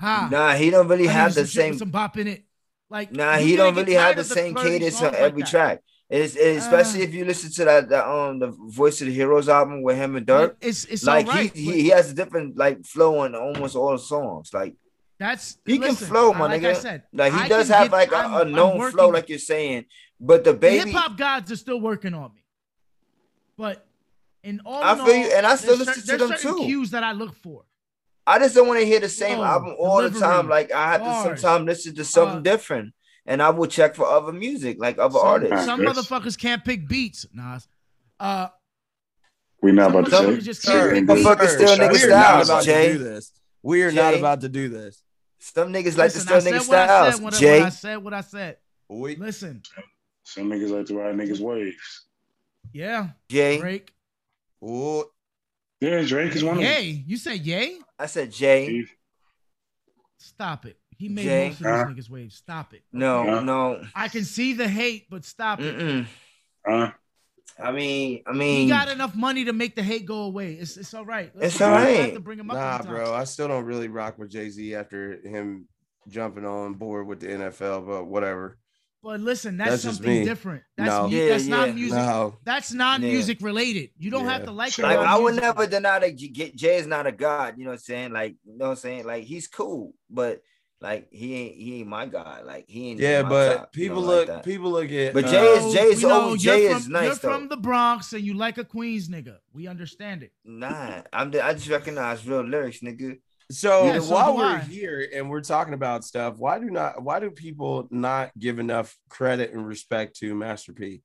C: ha
B: nah, he don't really
C: I
B: have
C: hear
B: the
C: some shit
B: same.
C: with some bop in it. Like
B: Nah,
C: you're gonna
B: he don't
C: get
B: really have
C: tired
B: the
C: of
B: same
C: flirty
B: cadence on
C: songs like
B: every
C: that.
B: track. It's, it's- especially
C: Uh.
B: if you listen to that, that um the Voice of the Heroes album with him and Dirk.
C: It's it's
B: like
C: all right.
B: he,
C: but
B: he he has a different like flow on almost all the songs. Like
C: that's
B: he can
C: listen,
B: flow, my
C: like
B: nigga.
C: I said,
B: like he
C: I
B: does
C: can
B: have
C: get-
B: like a,
C: I'm-
B: a
C: I'm
B: known
C: working
B: flow,
C: with
B: like you're saying. But the
C: the
B: baby,
C: hip hop gods are still working on me. But in all,
B: I
C: in
B: feel you,
C: all,
B: and I still
C: there's
B: listen
C: cer-
B: to
C: there's
B: them
C: certain
B: too.
C: Cues that I look for.
B: I just don't want to hear the same
C: Flow,
B: album all the time.
C: Oh, delivery,
B: Like I have
C: bars,
B: to sometimes listen to something
C: uh,
B: different, and I will check for other music, like other
C: some,
B: artists.
C: some
D: Yes.
C: motherfuckers can't pick beats. Nas. Uh,
D: We're not about to
B: Some-
C: some-
D: say.
C: just-
D: say
A: Sorry,
D: it.
A: we
B: Motherfucker
A: are-
B: still
A: we
B: nigga
A: are
B: style,
A: not about
B: Jay.
A: to do this. We are not
B: Jay.
A: about to do this.
B: Some niggas like to
C: listen, I
B: still
C: said
B: nigga
C: what I
B: styles.
C: said. What, I-
B: Jay,
C: what I said. What I said.
A: We
C: Listen,
D: Some niggas like to ride niggas' waves.
C: yeah,
B: Jay.
C: Drake.
A: oh,
D: Yeah, Drake is one of them.
C: Yay, you said yay?
B: I said Jay.
D: He-
C: Stop it. He made
B: Jay.
C: most of these
D: Huh?
C: niggas wave. Stop it.
B: No,
D: Yeah.
B: no.
C: I can see the hate, but stop it.
B: Mm-mm.
D: Huh?
B: I mean, I
C: He
B: mean,
C: got enough money to make the hate go away. It's it's all right.
B: It's
C: Listen,
B: all
C: I
B: right.
C: have to bring him up
A: Nah,
C: sometimes.
A: bro, I still don't really rock with Jay Z after him jumping on board with the NFL, but whatever.
C: But listen, that's,
A: That's just
C: something
A: me.
C: different. That's
A: No.
C: mu-
B: Yeah,
C: that's
B: yeah.
C: not music.
A: No,
C: That's not
B: Yeah.
C: music related. You don't have
A: Yeah.
C: to like it.
B: like
C: but
B: I would
C: music-
B: never deny that J- J- Jay is not a god. You know what I'm saying? Like, you know what I'm saying? Like, he's cool, but like he ain't he ain't my god. Like he ain't.
A: yeah,
B: my
A: but
B: top, you know,
A: people
B: like
A: look,
B: that.
A: people look at.
B: But
A: uh,
B: Jay is- Jay is
C: we know
B: old.
C: you're
B: Jay
C: from,
B: is nice,
C: You're from
B: though.
C: the Bronx and you like a Queens nigga. We understand it.
B: Nah, I'm. The, I just recognize real lyrics, nigga.
A: So
C: Yeah, so
A: while
C: do
A: we're
C: I.
A: here and we're talking about stuff, why do not why do people not give enough credit and respect to Master P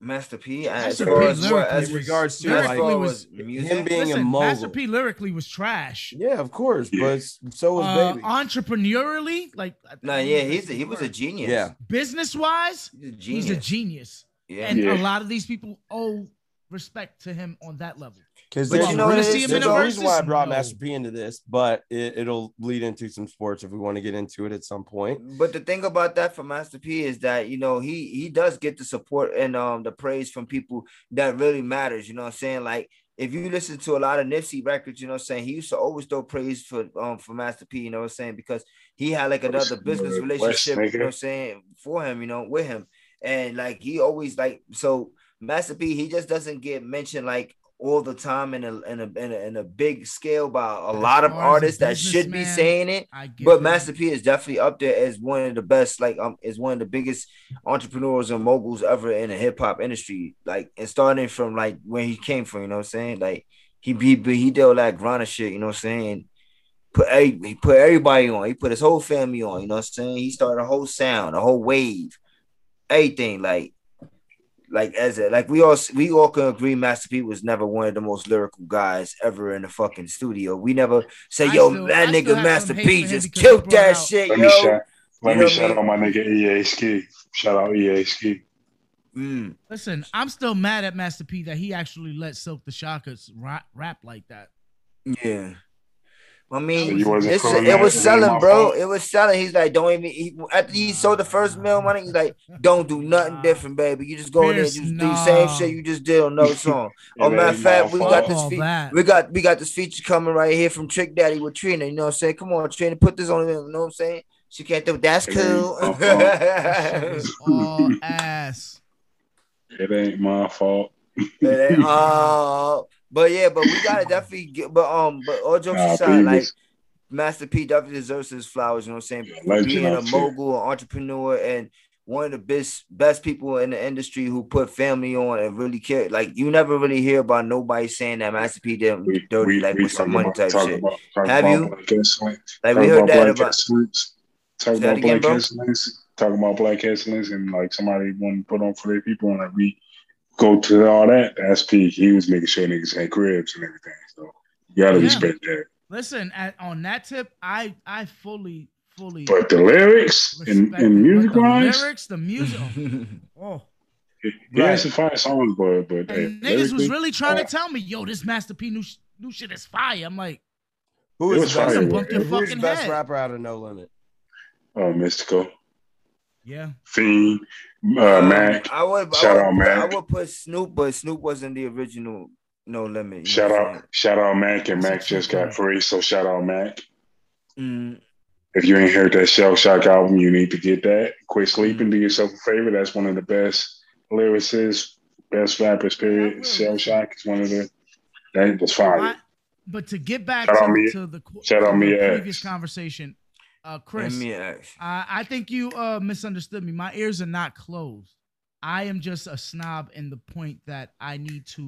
B: Master P. As
C: Master
B: far
C: P
B: as, what-
C: lyrically
B: as
A: in
C: was-
A: regards to
B: as
A: like
C: lyrically
B: far
C: was-
B: as
A: him
B: music,
A: being a
C: listen,
A: mogul?
C: Master P lyrically was trash.
A: Yeah, of course,
D: Yeah.
A: but so was
C: Uh,
A: Baby.
C: entrepreneurially, like I
B: No,
C: think
B: yeah,
C: that's
B: he's a,
C: the
B: he was a
C: word.
B: genius.
A: Yeah.
C: business wise.
B: he's a genius.
C: He's a genius,
B: yeah.
C: and a
D: Yeah.
C: lot of these people owe respect to him on that level.
A: Because
B: But
A: there's,
B: you know what
A: there's,
B: it is?
A: there's a reason why I
C: Versus?
A: brought
C: No.
A: Master P into this, but it, it'll lead into some sports if we want to get into it at some point.
B: But the thing about that for Master P is that you know he he does get the support and um the praise from people that really matters. You know what I'm saying? Like if you listen to a lot of Nipsey records, you know what I'm saying he used to always throw praise for um for Master P. You know what I'm saying because he had like another
D: West,
B: business
D: nigga.
B: relationship.
D: West,
B: You know
D: nigga.
B: what I'm saying for him. You know with him and like he always like so Master P. He just doesn't get mentioned like. All the time in a, in a in a in a big scale by a lot of
C: far as a
B: artists that should be
C: businessman,
B: saying it,
C: I get
B: but
C: that.
B: Master P is definitely up there as one of the best, like um, is one of the biggest entrepreneurs and moguls ever in the hip hop industry. Like, and starting from like where he came from, you know what I'm saying? Like, he he he did all that grind and shit, you know what I'm saying? Put every- he put everybody on. He put his whole family on. You know what I'm saying? He started a whole sound, a whole wave, everything. Like, like as a, like we all we all can agree, Master P was never one of the most lyrical guys ever in the fucking studio. We never say,
C: I
B: yo,
C: still-
B: that
C: I still
B: nigga
C: have
B: Master
C: some hate
B: P
C: for him
B: just
C: because he
B: killed
C: brought
B: that
C: out-
B: shit,
D: Let
B: yo.
D: me shout. Let
B: you
D: me
B: know
D: shout
B: me.
D: out my nigga EA Ski. Shout out EA Ski.
B: Mm.
C: Listen, I'm still mad at Master P that he actually let Silk the Shockers rap, rap like that.
B: Yeah. I
D: So
B: mean,
D: you wasn't
B: it's,
D: feeling
B: it
D: that?
B: was
D: It ain't
B: selling,
D: my
B: bro.
D: fault.
B: It was selling. He's like, don't even. He, after he sold the first mill money, he's like, don't do nothing
C: Nah.
B: different, baby. You just go in there, and
C: Pierce,
B: just do the same
C: nah.
B: shit you just did on another song. Oh,
D: It
B: matter
D: ain't
B: of fact,
D: my
B: we
C: Fuck
B: got
D: fault.
B: this
C: all
B: fe-
C: that.
B: We got we got this feature coming right here from Trick Daddy with Trina. You know what I'm saying? Come on, Trina, put this on. You know what I'm saying? She can't do. That's
D: It ain't my
B: cool.
D: fault.
C: That shit was all ass.
D: It ain't my fault.
B: It ain't- oh, but yeah, but we gotta definitely get. But um, but all jokes
D: Nah,
B: aside,
D: Beavis.
B: like Master P definitely deserves his flowers. You know what I'm saying?
D: Yeah,
B: For
D: legend
B: Being a
D: out there.
B: mogul, an entrepreneur, and one of the best best people in the industry who put family on and really care. Like you never really hear about nobody saying that Master P did him
D: We,
B: dirty,
D: we,
B: like
D: we
B: with some
D: talk
B: money
D: about-
B: type
D: talk
B: shit.
D: about- talk
B: Have
D: about
B: you?
D: Black Excellence.
B: Like we
D: Talking
B: heard
D: about
B: that
D: Black
B: about.
D: excellence. Talking
B: Say that
D: about
B: again,
D: black
B: bro.
D: excellence. Talking about black excellence, and like somebody want to put on for their people, and like we go to all that. That's P. He was making sure niggas had cribs and everything. So you gotta
C: Yeah.
D: respect that.
C: Listen, at, on that tip, I I fully fully
D: But the lyrics and,
C: respect him,
D: and music
C: but the
D: wise,
C: lyrics, the music. Oh,
D: he has some fire songs, but but
C: and
D: that
C: niggas was
D: lyrically,
C: really trying to
D: uh,
C: tell me, yo, this Master P new sh- new shit is fire. I'm like,
A: Who
D: It
A: is
D: was
A: the best,
D: fire.
C: bump your
D: It
A: who is the
C: fucking
A: best
C: head.
A: rapper out of No Limit?
D: oh, mystical
C: Yeah,
D: fiend, uh,
B: Um,
D: Mac.
B: I would. I
D: Shout
B: would,
D: out
B: put- I
D: Mac.
B: would put Snoop, but Snoop wasn't the original. No limit. you
D: Shout
B: know what I'm
D: out, shout out Mac, and
C: That's
D: Mac
C: a true
D: just
C: player.
D: got free, so shout out Mac.
B: saying? Mm,
D: If you ain't heard that Shell Shock album, you need to get that. Quit
C: Mm-hmm.
D: sleeping, do yourself a favor. That's one of the best lyricists, best rappers,
C: Yeah, I will.
D: period. Shell Shock is one of the that was fire.
C: I- but to get back
D: Shout out
C: to,
D: Mia-
C: to the, qu-
D: shout
C: to
D: out
C: the
D: Mia
C: previous
D: X.
C: conversation, uh,
B: Mm,
C: Chris,
B: MEX.
C: I, I think you uh, misunderstood me. My ears are not closed. I am just a snob in the point that I need to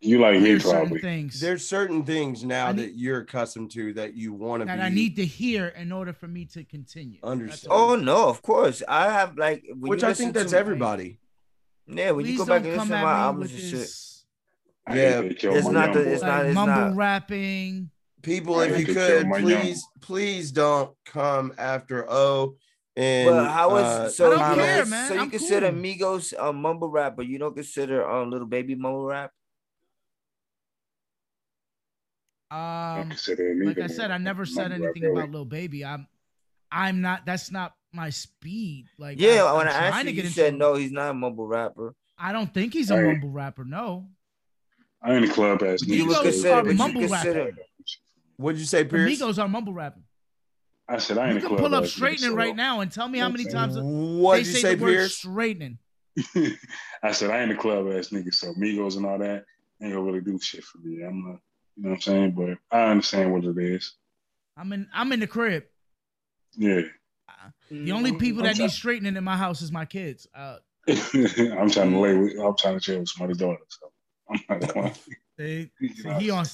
D: You like me
C: hear certain
D: probably.
C: things
A: There's certain things now
C: I need-
A: that you're accustomed to that you want to be.
C: that I need to hear in order for me to continue. That's
A: Understood.
C: all.
B: Oh no, of course. I have like when
A: which
B: you
A: I
B: listen
A: think that's
B: to-
A: everybody.
B: Yeah, when you
C: Please
B: go back
C: don't
B: and
C: come
B: listen to my
C: at me
B: albums
C: with
B: and shit.
C: this,
D: I
A: Yeah,
D: think they killed
B: it's
D: my
B: not
D: young
B: the-
D: boy.
B: it's not-
C: like,
B: it's
C: mumble
B: not.
C: rapping.
A: People,
D: I
A: if
D: need
A: you
D: to kill
A: could
D: my young-
A: please, please don't come after O. And
B: But how is
A: uh,
B: so?
C: I don't
B: you
A: Tyler-
C: care,
B: cons-
C: man.
B: So you
C: I'm
B: consider
C: cool.
B: Migos a mumble rap, but you don't consider um little baby mumble rap.
C: Um,
D: consider him
C: like
D: even
C: I said, I never said
D: Right,
C: anything
D: right.
C: about Lil Baby. I'm, I'm not. That's not my speed. Like
B: yeah,
C: I'm,
B: when
C: I'm
B: I
C: trying to
B: asked you,
C: get
B: you
C: into-
B: said no, he's not a mumble rapper.
C: I don't think he's a
D: Hey.
C: mumble rapper. No,
D: I ain't a club ass
C: You
D: nigga.
C: would
D: so-
C: consider-
D: I
C: but you mumble consider-
A: What did you say,
C: The
A: Pierce?
C: Migos are mumble rapping.
D: said I
C: You
D: ain't a
C: can
D: club
C: pull up
D: ass nigga,
C: straightening
D: so-
C: right now and tell me how many times
A: What
C: they
A: did you
C: say,
A: say,
C: the word
A: Pierce?
C: straightening.
D: I said I ain't a club ass nigga, so Migos and all that ain't gonna really do shit for me. I'm not, you know what I'm saying? But I understand what it is.
C: I'm in. I'm in the crib.
D: Yeah,
C: The only people
D: I'm
C: that
D: sorry.
C: need straightening in my house is my kids. Uh,
D: I'm trying to lay. With, I'm trying to chill with somebody's daughter, so I'm not going.
C: they,
D: You
C: see,
D: know.
C: he on.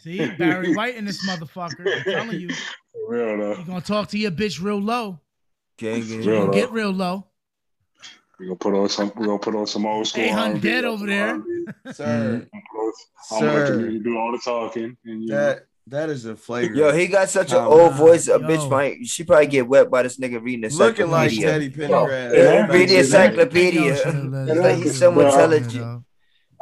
C: See Barry White in this motherfucker. I'm telling you,
D: For real
C: you
D: though,
C: gonna talk to your bitch real low.
B: Gang,
D: Real.
B: gang.
C: You gonna
D: though.
C: get real low.
D: we gonna put on some. We gonna put on some old school.
C: They hung
D: R&B,
C: dead over there.
D: R&B.
A: Sir,
D: I'm gonna I'm gonna let the
A: sir,
D: music do all the talking. And, you know,
A: that that is a flavor.
B: Yo, he got such an
A: Um,
B: old voice. A
C: yo.
B: bitch might she probably get wet by this nigga reading the
A: looking like Teddy
B: encyclopedia.
A: Pendergrass.
D: Yeah,
A: Back
B: read
A: in
B: the
A: day.
B: encyclopedia.
D: It's like he's so
B: intelligent.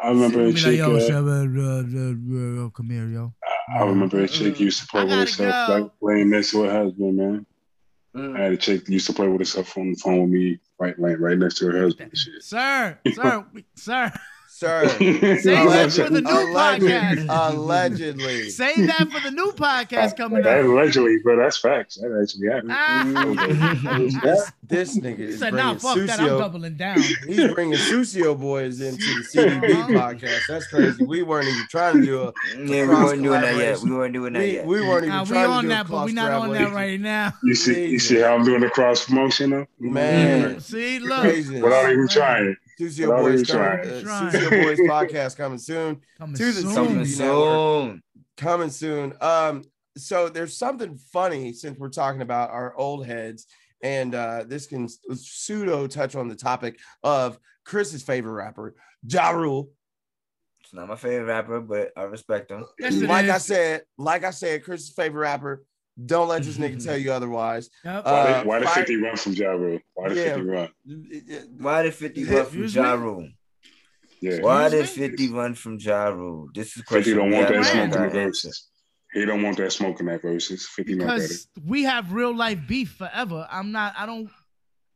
D: I remember a chick. uh,
C: uh, come here, yo.
D: I remember a chick used to play
C: Uh, I
D: with
C: gotta
D: herself,
C: go.
D: like playing next to her husband, man. I
B: Mm.
D: had a chick that used to play with herself on the phone with me, right, like, right next to her husband. and Shit.
C: Sir, sir, we- sir.
A: Sir,
C: Save that for the new
A: allegedly,
C: podcast.
A: allegedly.
C: Save that for the new podcast coming
D: That
C: up. Ah.
D: allegedly, bro, that's facts. That actually happened. Mm-hmm.
A: this, this nigga
C: He
A: is
C: said,
A: bringing
C: nah, fuck that. I'm
A: Susio.
C: doubling down.
A: He's bringing Susio boys into the CDB
C: Uh-huh.
A: podcast. That's crazy. We weren't even trying to do a.
B: mm, Yeah, we weren't doing that yet. We weren't doing that
A: We,
B: yet.
A: we weren't even
C: Nah, we
A: trying
C: on
A: to do a
C: that, but we not on that
A: cross-collaboration.
C: right now.
D: You see, you see how I'm doing the cross promotion though, Mm-hmm.
A: Man,
C: See, look.
A: crazy.
D: without even trying.
A: Susio
D: Without
A: boys,
D: even
A: coming,
D: trying.
A: uh,
C: Trying.
A: Susio boys podcast coming soon.
C: Coming
A: To the
C: soon.
B: Something
A: Network.
B: soon.
A: coming soon. Um, so there's something funny since we're talking about our old heads, and uh, this can pseudo touch on the topic of Chris's favorite rapper, Ja Rule.
B: It's not my favorite rapper, but I respect him.
C: Yes, it
A: Like I
C: is.
A: said, like I said, Chris's favorite rapper. Don't let this nigga tell you otherwise.
C: Yep.
A: Uh,
D: Why, did, why did
A: fire-
D: 50 run from Ja Rule? Why did
A: Yeah.
D: 50 run?
B: Why did 50 run from
C: Excuse
B: Ja
C: me?
B: Rule?
D: Yeah,
B: Why did
C: Excuse
B: 50 run from Ja Rule? This is a
D: 50
B: question.
D: don't
B: we
D: want that
B: haven't
D: smoke in
B: got
D: the
B: answered.
D: verses. He don't want that smoke in that verses. 50 not that.
C: because we have real life beef forever. I'm not. I don't.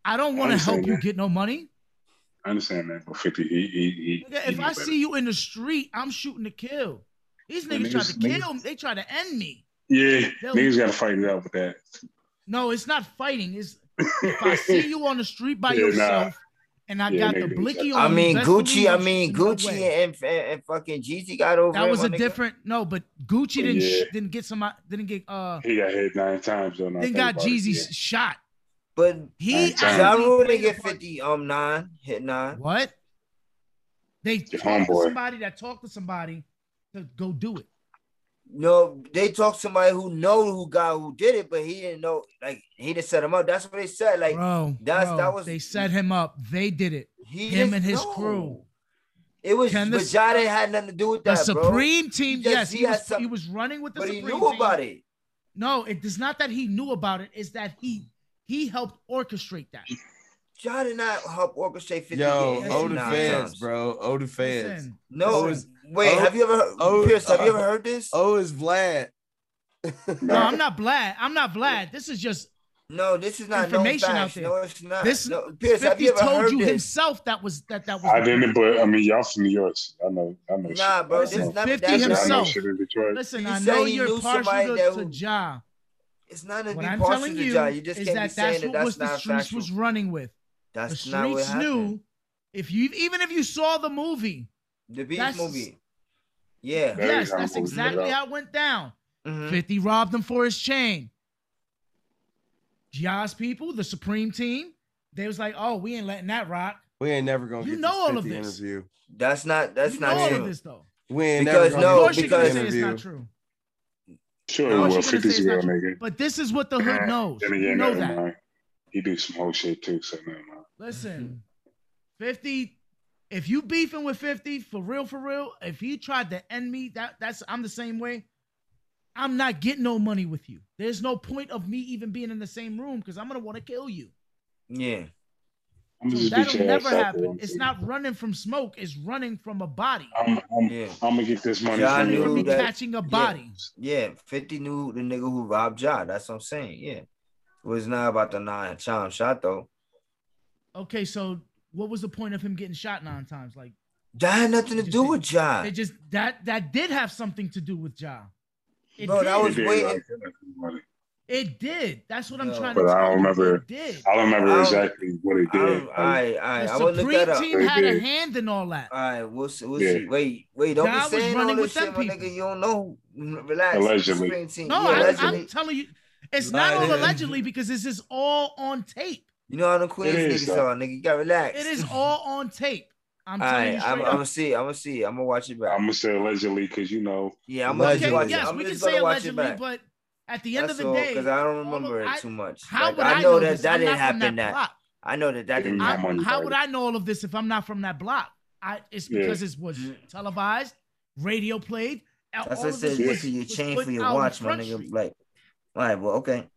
C: I don't want to help
D: understand
C: you
D: that.
C: get no money.
D: I understand that, but 50, he, he, he,
C: Nigga,
D: he
C: if
D: know
C: I
D: better.
C: see you in the street, I'm shooting to kill. These
D: Well,
C: niggas tried to
D: niggas- niggas-
C: kill me. They tried to end me.
D: yeah,
C: Yo.
D: niggas got to fight it out with that.
C: No, it's not fighting. It's if I see you on the street by
D: Yeah, nah.
C: yourself and I
D: Yeah,
C: got
D: nigga,
C: the
D: you
C: blicky on
B: I
C: you,
B: mean,
C: best
B: Gucci.
C: believe
B: I
C: I'm
B: mean,
C: shooting no
B: Gucci
C: way.
B: and, and, and fucking Jeezy got over.
C: That
B: him,
C: was
B: my
C: a
B: nigga.
C: different no, but Gucci didn't
D: Yeah.
C: sh- didn't get some didn't get uh
D: He got hit nine times. Though, now
C: didn't
D: I think
C: got
D: about it,
C: Jeezy
D: yeah.
C: shot.
B: But
C: He
D: Nine
B: Ja
C: actually
B: Rule
C: played
B: didn't
C: a
B: get
C: part-
B: fifty um nine hit nine.
C: What? They talked to
D: homeboy.
C: somebody that talked to somebody to go do it.
B: No, they talked to somebody who know who got who did it, but he didn't know. Like he didn't set him up. That's what they said. Like
C: bro,
B: that's-
C: bro,
B: that was-
C: they set him up. They did it.
B: he
C: him
B: didn't
C: and his
B: know.
C: crew.
B: It was
C: Can
B: but
C: this-
B: Ja didn't had nothing to do with
C: The
B: that, bro.
C: Supreme Team,
B: Yes,
C: yes,
B: he
C: he,
B: had
C: was,
B: some-
C: he was running with the
B: But he
C: Supreme
B: knew
C: Team.
B: about it.
C: No, it is not that he knew about it. It's that he he helped orchestrate that.
B: Ja did not help orchestrate fifty.
A: Yo,
B: getting hit
A: oh the
B: nine
A: feds,
B: times.
A: bro. Oh the feds.
C: Listen,
B: No,
A: Listen.
B: wait.
A: Oh,
B: have you ever heard,
A: oh,
B: Pierce? Have you ever
A: uh,
B: heard this?
A: Oh is Vlad.
C: no, I'm not Vlad. I'm not Vlad. This is just
B: No, this is not
C: Information
B: known
C: out
B: facts.
C: there.
B: No, it's not.
C: this.
B: no, Pierce, have
C: Fifty
B: you ever
C: told
B: heard
C: you
B: this?
C: himself that was that that was.
D: I didn't, but I mean, y'all from New York. so I know, I know.
B: Nah,
D: shit.
B: bro,
D: I
B: this
D: know-
B: is not
C: 50
B: that's
D: I know
B: not-
C: himself.
D: shit in Detroit.
C: Listen,
B: You
C: I
B: say
C: know
B: he
C: you're
B: knew
C: partial
B: somebody that
C: to, to
B: would-
C: Ja.
B: It's not a
C: What
B: be
C: I'm
B: partial
C: telling
B: to
C: you
B: Ja. You just
C: is
B: can't be
C: that that's
B: saying
C: what
B: that that's
C: was the
B: not
C: streets
B: factual.
C: was running with. The
B: That's not what
C: streets
B: happened.
C: knew. If you even if you saw the movie,
B: The Beast
C: That's-
B: movie. Yeah.
D: That
C: yes,
D: is how
C: that's
D: it was set
C: exactly
D: up.
C: how it went down.
B: Mhm.
C: 50 robbed him for his chain. Ja's people, the Supreme Team, they was like, oh, we ain't letting that rock.
A: We ain't never gonna
C: You
A: get
C: know all
A: this
C: of
A: 50
C: this.
A: interview.
B: That's not that's
C: you know
B: not
C: all of
B: true.
C: this though.
A: We ain't
B: Because
A: never
C: of
B: no,
A: gonna
C: course
A: get
C: you're gonna
A: this
B: because-
C: say it's
A: interview.
C: not true.
D: Sure,
C: Of
D: it
C: course
D: was
C: you're gonna say
D: 50
C: it's
D: ago,
C: not
D: nigga.
C: But this is what the hood knows.
D: Then
C: You
D: again,
C: know
D: never
C: that.
D: mind. He do some whole shit too, so never mind.
C: Listen, 50, if you beefing with 50, for real, for real, if he tried to end me, that that's I'm the same way. I'm not getting no money with you. There's no point of me even being in the same room because I'm gonna want to kill you.
B: Yeah.
D: I'm just bitch
C: That'll
D: ass
C: never
D: out there.
C: happen.
D: I'm
C: It's
D: saying.
C: not running from smoke. It's running from a body.
D: I'm, I'm,
B: Yeah.
D: I'm gonna get this money
B: Yeah, I
D: from
B: knew
D: you.
B: that.
C: Catching a body.
B: Yeah, 50 knew the nigga who robbed Ja. That's what I'm saying. Yeah. It was not about the nine time shot though.
C: Okay, so what was the point of him getting shot nine times? Like
B: That had nothing to do with Ja.
C: they just that that did have something to do with Ja. It
B: Bro,
C: did.
B: that I was
D: He did
B: waiting.
D: not get that money.
C: it did. That's what I'm
B: No.
C: trying to
D: But I
C: tell
D: don't
C: you.
D: remember-
C: It did.
D: I don't remember
B: I don't-
D: exactly what he
B: I,
D: did.
B: don't- I, I, I
C: The
B: would look that
C: Supreme
B: up.
C: Team
D: They
C: had a
D: did.
C: hand in all that.
B: All right, we'll see. We'll
D: Yeah.
B: see. Wait, wait, don't
C: Ja
B: be
C: was
B: saying all
C: running
B: this
C: with them
B: shit, my
C: people.
B: nigga. You don't know. Relax.
D: Allegedly.
B: Supreme Team.
C: No,
B: Yeah,
C: I,
B: allegedly.
C: I'm telling you, it's not all
B: Allegedly.
C: allegedly because this is all on tape.
B: You know how the Queens
D: It is,
B: niggas
D: though.
B: talk, nigga. You gotta relax.
C: It is all on tape. I'm
B: All
C: telling
B: right,
C: you straight
B: I'm, I'm
C: up.
B: gonna see. I'm gonna see. I'm gonna watch it back.
D: I'm gonna say allegedly because you know
B: yeah, I'm gonna
C: okay,
B: watch
C: yes,
B: it. I'm
C: we can
B: just
C: say
B: gonna watch it
C: allegedly,
B: back.
C: but at the end
B: That's
C: of the
B: all,
C: day,
B: because I don't
C: all of-
B: remember
C: I-
B: it too much.
C: how
B: Like,
C: would
B: I
C: I,
B: know
C: this?
B: that that
C: I'm
B: didn't
C: not from
B: happen. That
C: block.
B: I know that that
D: Give me
B: didn't
D: my
B: happen.
D: money.
C: I, how
D: buddy.
C: would I know all of this if I'm not from that block? I, it's
D: Yeah.
C: because it was televised, radio played. and
B: Mm-hmm. That's
C: all
B: what I
C: of this
B: said.
D: was-
B: This is your
C: was
B: chain
C: put
B: for your
C: out in
B: watch, my
C: Front
B: nigga.
C: Street.
B: Like, all right, well, okay.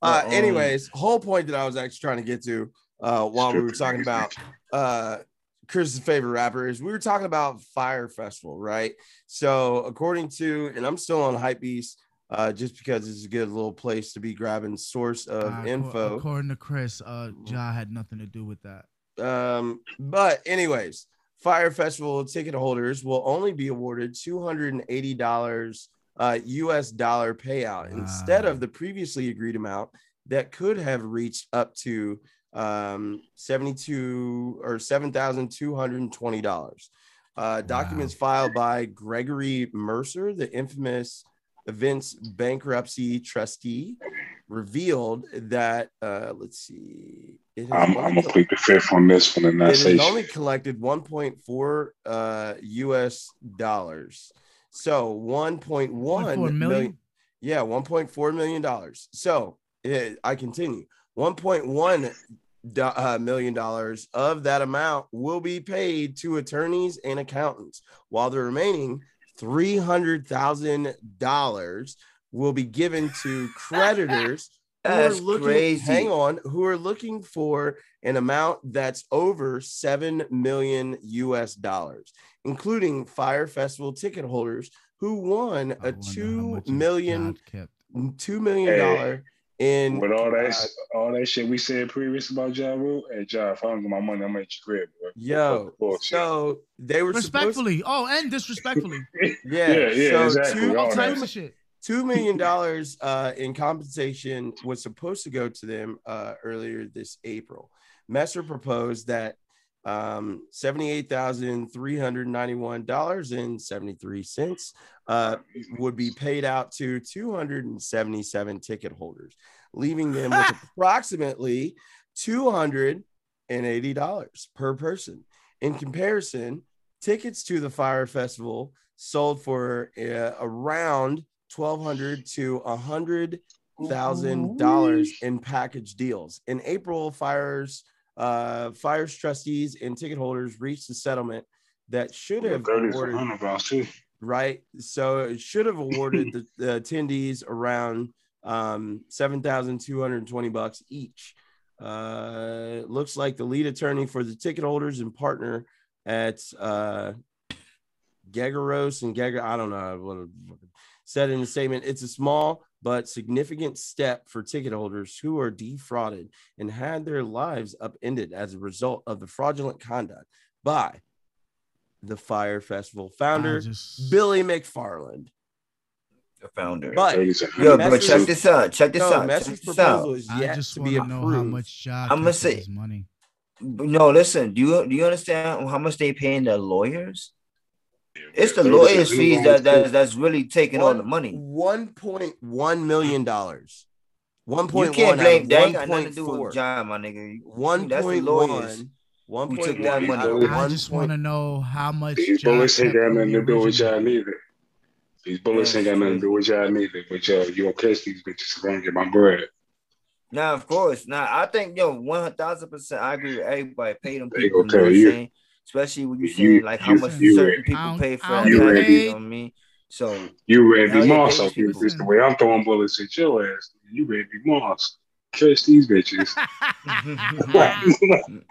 A: Uh,
B: Well, um,
A: anyways, whole point that I was actually trying to get to uh, while we were talking about uh, Chris's favorite rapper is we were talking about Fire Festival, right? So according to, and I'm still on Hypebeast, uh, just because it's a good little place to be grabbing source of
C: Uh, acco-
A: info.
C: According to Chris, uh, Ja had nothing to do with that.
A: Um, but anyways, Fire Festival ticket holders will only be awarded two hundred and eighty dollars uh, U.S. dollar payout instead
C: Wow.
A: of the previously agreed amount that could have reached up to um, seventy-two or seven thousand two hundred and twenty dollars. Uh, documents filed by Gregory Mercer, the infamous events bankruptcy trustee, revealed that uh, let's see, it has
D: I'm,
A: only
D: I'm gonna plead the fifth on this one and not
A: it
D: say
A: has only
D: shit.
A: collected 1.4 uh, US dollars. So 1.1
C: Point four
A: million-
C: million?
A: Yeah, 1.4 million dollars. So eh, I continue. 1.1 do- uh, million dollars of that amount will be paid to attorneys and accountants, while the remaining three hundred thousand dollars will be given to creditors who are
B: That's
A: looking,
B: crazy.
A: Hang on, who are looking for an amount that's over seven million U.S. dollars, including Fire Festival ticket holders who won
C: I wonder how
A: a two
C: much of
A: million
C: God kept.
A: two million
D: Hey,
A: dollar in
D: With all that,
A: uh,
D: s- all that shit we said previous about Ja Rule, hey Ja, if I don't get my money, I'm at your crib, bro.
A: yo.
D: Bullshit.
A: So they were supposed
C: Respectfully, oh, and disrespectfully,
A: Yeah,
D: Yeah, yeah,
A: so
D: exactly.
A: Two,
D: All
C: all
D: right.
C: types of shit.
A: two million dollars uh, in compensation was supposed to go to them uh, earlier this April. Messer proposed that um, seventy-eight thousand three hundred ninety-one dollars and seventy-three cents uh, would be paid out to two hundred and seventy-seven ticket holders, leaving them with approximately two hundred and eighty dollars per person. In comparison, tickets to the Fire Festival sold for uh, around twelve hundred to a hundred thousand dollars in package deals. In April, fires uh, fires trustees and ticket holders reached a settlement that should have
D: Thirty for
A: awarded-
D: hundred dollars too.
A: right? So it should have awarded the, the attendees around um, seven thousand two hundred twenty bucks each. Uh, looks like the lead attorney for the ticket holders and partner at uh, Gagaros and Gaga, I don't know what said in the statement. It's a small but significant step for ticket holders who are defrauded and had their lives upended as a result of the fraudulent conduct by the Fire Festival founder
C: I just-
A: Billy McFarland.
B: The founder.
A: But
D: Thirty for
B: Yo,
D: $100.
B: but
A: Messer's-
B: check this out. Check this
A: no,
B: out. Check
A: Messer's
B: this out.
A: proposal is
C: I
A: yet
C: just
A: to
C: want
A: be
C: to know how
A: approved.
C: much Ja
B: I'ma
C: kept of
B: say-
C: his money.
B: No, listen. Do you do you understand how much they paying the lawyers? It's the
D: Thirty
B: lawyers'
D: for
B: fees
D: $100
B: that,
D: too.
B: that that's really taking all the money.
A: One point one million dollars. One
B: You
A: point
B: can't
A: one.
B: blame. That ain't
A: One
B: got nothing to
A: point
B: do with
A: four.
B: John, my nigga.
A: One
B: That's the
A: point
B: lawyers.
A: one. One
B: who
A: point
B: took
A: one.
B: that money.
A: out of
C: I
A: one
C: just want to
A: point-
C: know how much
D: These
C: Ja
D: bullets ain't
C: kept
D: got
C: from
D: nothing
C: the
D: to do with
C: original.
D: y'all neither. These bullets ain't got nothing to do with y'all neither. But yo, you gonna catch these bitches if I don't get my bread.
B: Nah, of course. Nah, I think yo, one thousand percent. I agree with everybody. Pay them
D: They
B: people.
D: gonna
B: You know what
D: tell you.
B: I'm saying? Especially when you
D: You-
B: saying like how
D: you-
B: much
C: you
B: certain
D: ready.
C: I
B: people
C: don't-
B: pay for.
C: I
B: that.
D: don't
B: You know
D: ready.
B: what I mean? So
D: You Randy
B: Hell yeah,
D: Moss
B: they
D: off you,
C: should.
D: bitch. The way I'm throwing bullets at your ass, you Randy Moss. trust these bitches.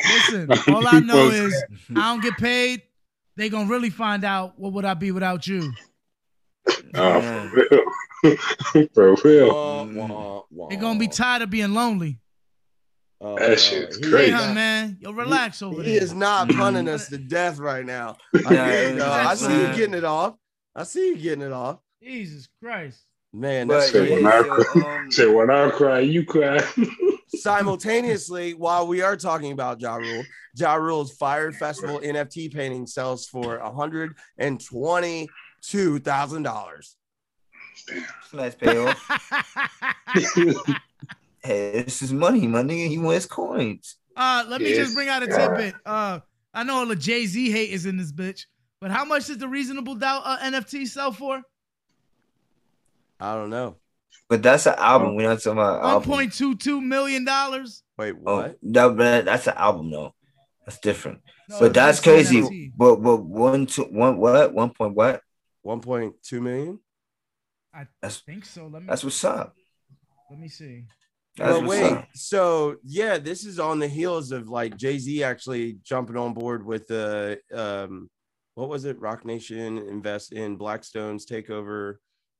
C: Listen, all I know is I don't get paid. They gonna really find out what would I be without you.
D: Nah, for real. for real.
A: Wah, wah, wah.
C: They gonna be tired of being lonely.
A: Oh,
D: That
A: no.
D: shit's
A: He-
C: Hey,
D: crazy.
C: huh, man, yo, relax over
A: He
C: there.
A: is not punning us to death right now. I,
B: Yeah,
A: hear you, dog. I see you
B: man.
A: getting it off. I see you getting it off.
C: Jesus Christ.
A: Man, that's
B: But
D: Say
A: crazy.
D: when
B: yeah,
D: I
B: so, um,
D: Say when I cry, you cry.
A: Simultaneously, while we are talking about Ja Rule, Ja Rule's Fire Festival NFT painting sells for $122,000.
B: Nice
C: Uh,
B: payoff. hey, this is money, my nigga. He wants coins.
C: Uh, let me
D: Yes.
C: just bring out a tidbit. Uh, I know all the Jay Z hate is in this bitch, but how much does the reasonable doubt uh, NFT sell for?
A: I don't know.
B: But that's an album. We're not talking about
C: One
B: album.
C: point two two million dollars.
A: Wait,
B: Oh,
A: what?
B: that, that- that's an album though. That's different.
C: No,
B: but that's
C: it's
B: crazy.
C: NFT.
B: But but one two one what one point what?
A: 1.2 million?
C: I
B: That's
C: think so. Let me
B: that's what's up.
C: let me see.
B: That's
A: but
B: what's
A: wait,
B: up.
A: so yeah, this is on the heels of like Jay Z actually jumping on board with the um, what was it? Rock Nation invest in Blackstone's takeover.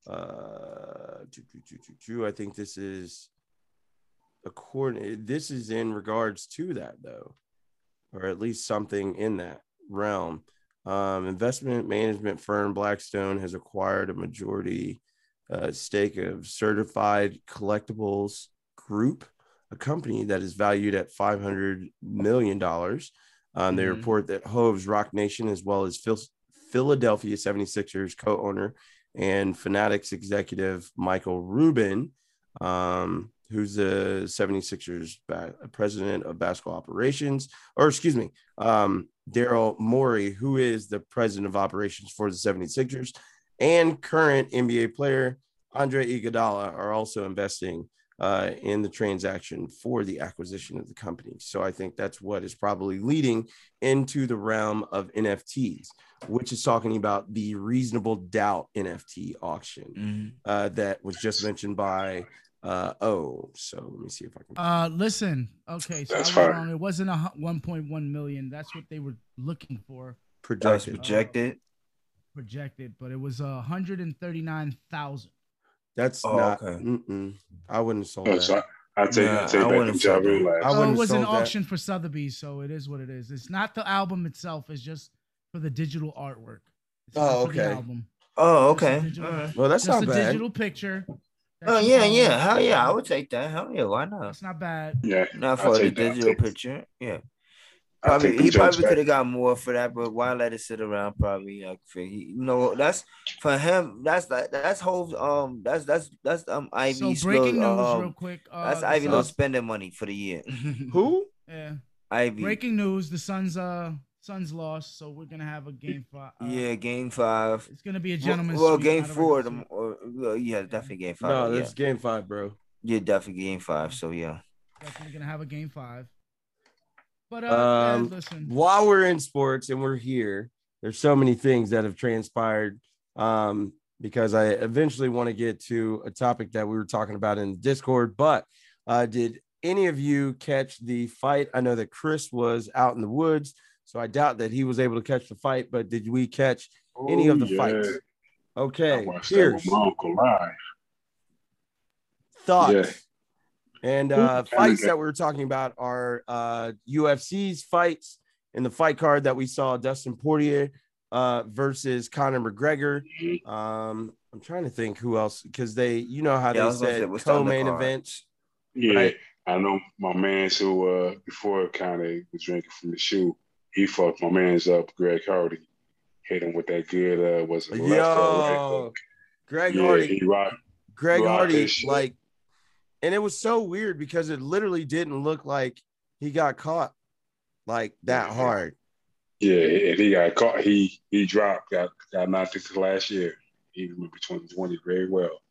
A: Uh, choo- choo- choo- choo- choo. I think this is according. This is in regards to that though, or at least something in that realm. Um, investment management firm Blackstone has acquired a majority uh, stake of Certified Collectibles Group, a company that is valued at five hundred million dollars. Um, they
B: Mhm.
A: report that Hove's Rock Nation, as well as Phil- Philadelphia 76ers co-owner and Fanatics executive Michael Rubin, um, who's the 76ers ba- president of basketball operations, or excuse me, um, Daryl Morey, who is the president of operations for the 76ers, and current NBA player Andre Iguodala are also investing uh, in the transaction for the acquisition of the company. So I think that's what is probably leading into the realm of NFTs, which is talking about the reasonable doubt NFT auction
B: Mhm.
A: uh, that was just mentioned by uh, O. So let me see if I can.
C: Uh, listen. Okay, so I was
D: That's fire.
C: wrong. It wasn't a one point one million. That's what they were looking for
B: That was
A: project it.
B: projected.
C: projected, but it was a uh, hundred and thirty nine thousand.
A: That's
B: Oh,
A: not.
B: okay.
A: Mm-mm, I wouldn't have sold
D: Oh,
A: that.
D: so I, I take,
B: Nah,
D: I take
B: I
D: back
B: wouldn't
D: the
B: have
D: job
B: said that.
D: in
A: I
D: life.
C: So Oh, it
A: wouldn't
C: was an
A: sold that.
C: auction for Sotheby's, so it is what it is. It's not the album itself; it's just for the digital artwork. It's not
A: Oh,
C: for the
A: okay.
C: album.
B: Oh,
C: Just a
B: okay.
C: digital-
B: All right.
A: Well, that's
C: just
A: not
C: a
A: bad.
C: digital picture.
B: Oh
C: That's
B: yeah,
C: all.
B: yeah. Hell yeah, I would take that. Hell yeah, why not?
C: That's not bad.
D: Yeah,
B: Not
D: I'll
B: for the
D: take that. I'll
B: digital
D: take-
B: picture. Yeah.
D: I
B: Probably
D: take the
B: he
D: jokes
B: probably
D: back.
B: could have got more for that, but why let it sit around? Probably like for he, you know that's for him. That's like that's whole um that's that's that's um
C: so
B: Ivy's
C: breaking
B: little,
C: news,
B: um,
C: real quick. Uh,
B: that's
C: the
B: Ivy little
C: Suns-
B: spending money for the year.
A: Who?
C: yeah.
B: Ivy,
C: Breaking news: the Suns, uh, Suns lost, so we're gonna have a game five. Uh,
B: yeah, game five.
C: It's gonna be a
B: Well-
C: gentleman's.
B: Well,
C: sweep,
B: game
C: not a
B: four,
C: regular
B: the,
C: sweep.
B: or, well, yeah, definitely game five.
A: No,
B: yeah.
A: that's game five, bro.
B: yeah, definitely game five. So yeah,
C: Definitely gonna have a game five. But uh,
A: Um,
C: yeah, listen.
A: While we're in sports and we're here, there's so many things that have transpired. Um, because I eventually want to get to a topic that we were talking about in Discord. But uh, did any of you catch the fight? I know that Chris was out in the woods, so I doubt that he was able to catch the fight. But did we catch any of
D: Oh,
A: the
D: yeah.
A: fights?
D: I
A: Okay,
D: watched that
A: Pierce,
D: with my uncle live.
A: thoughts
D: Yeah.
A: and
D: Ooh,
A: uh,
D: kinda
A: fights
D: good.
A: that we were talking about are uh, UFC's fights and the fight card that we saw Dustin Poirier uh, versus Conor McGregor. Um, I'm trying to think who else because they, you know how
B: Yeah, I
A: they
B: was gonna say,
A: said
B: what's the
A: co-main
B: undercard?
A: events.
D: Yeah,
A: Right.
D: I know my man's who uh before Kanye was drinking from the shoe, he fucked my man's up, Greg Hardy. Hit him with that good uh was it left or right
A: Yo,
D: hook.
A: Greg
D: yeah,
A: Hardy,
D: he rocked
A: Greg
D: rocked
A: Hardy,
D: his shit.
A: like, and it was so weird because it literally didn't look like he got caught like that
D: Mhm.
A: hard.
D: yeah, and he got caught. He he dropped, got got knocked into last year. He remember twenty twenty very well.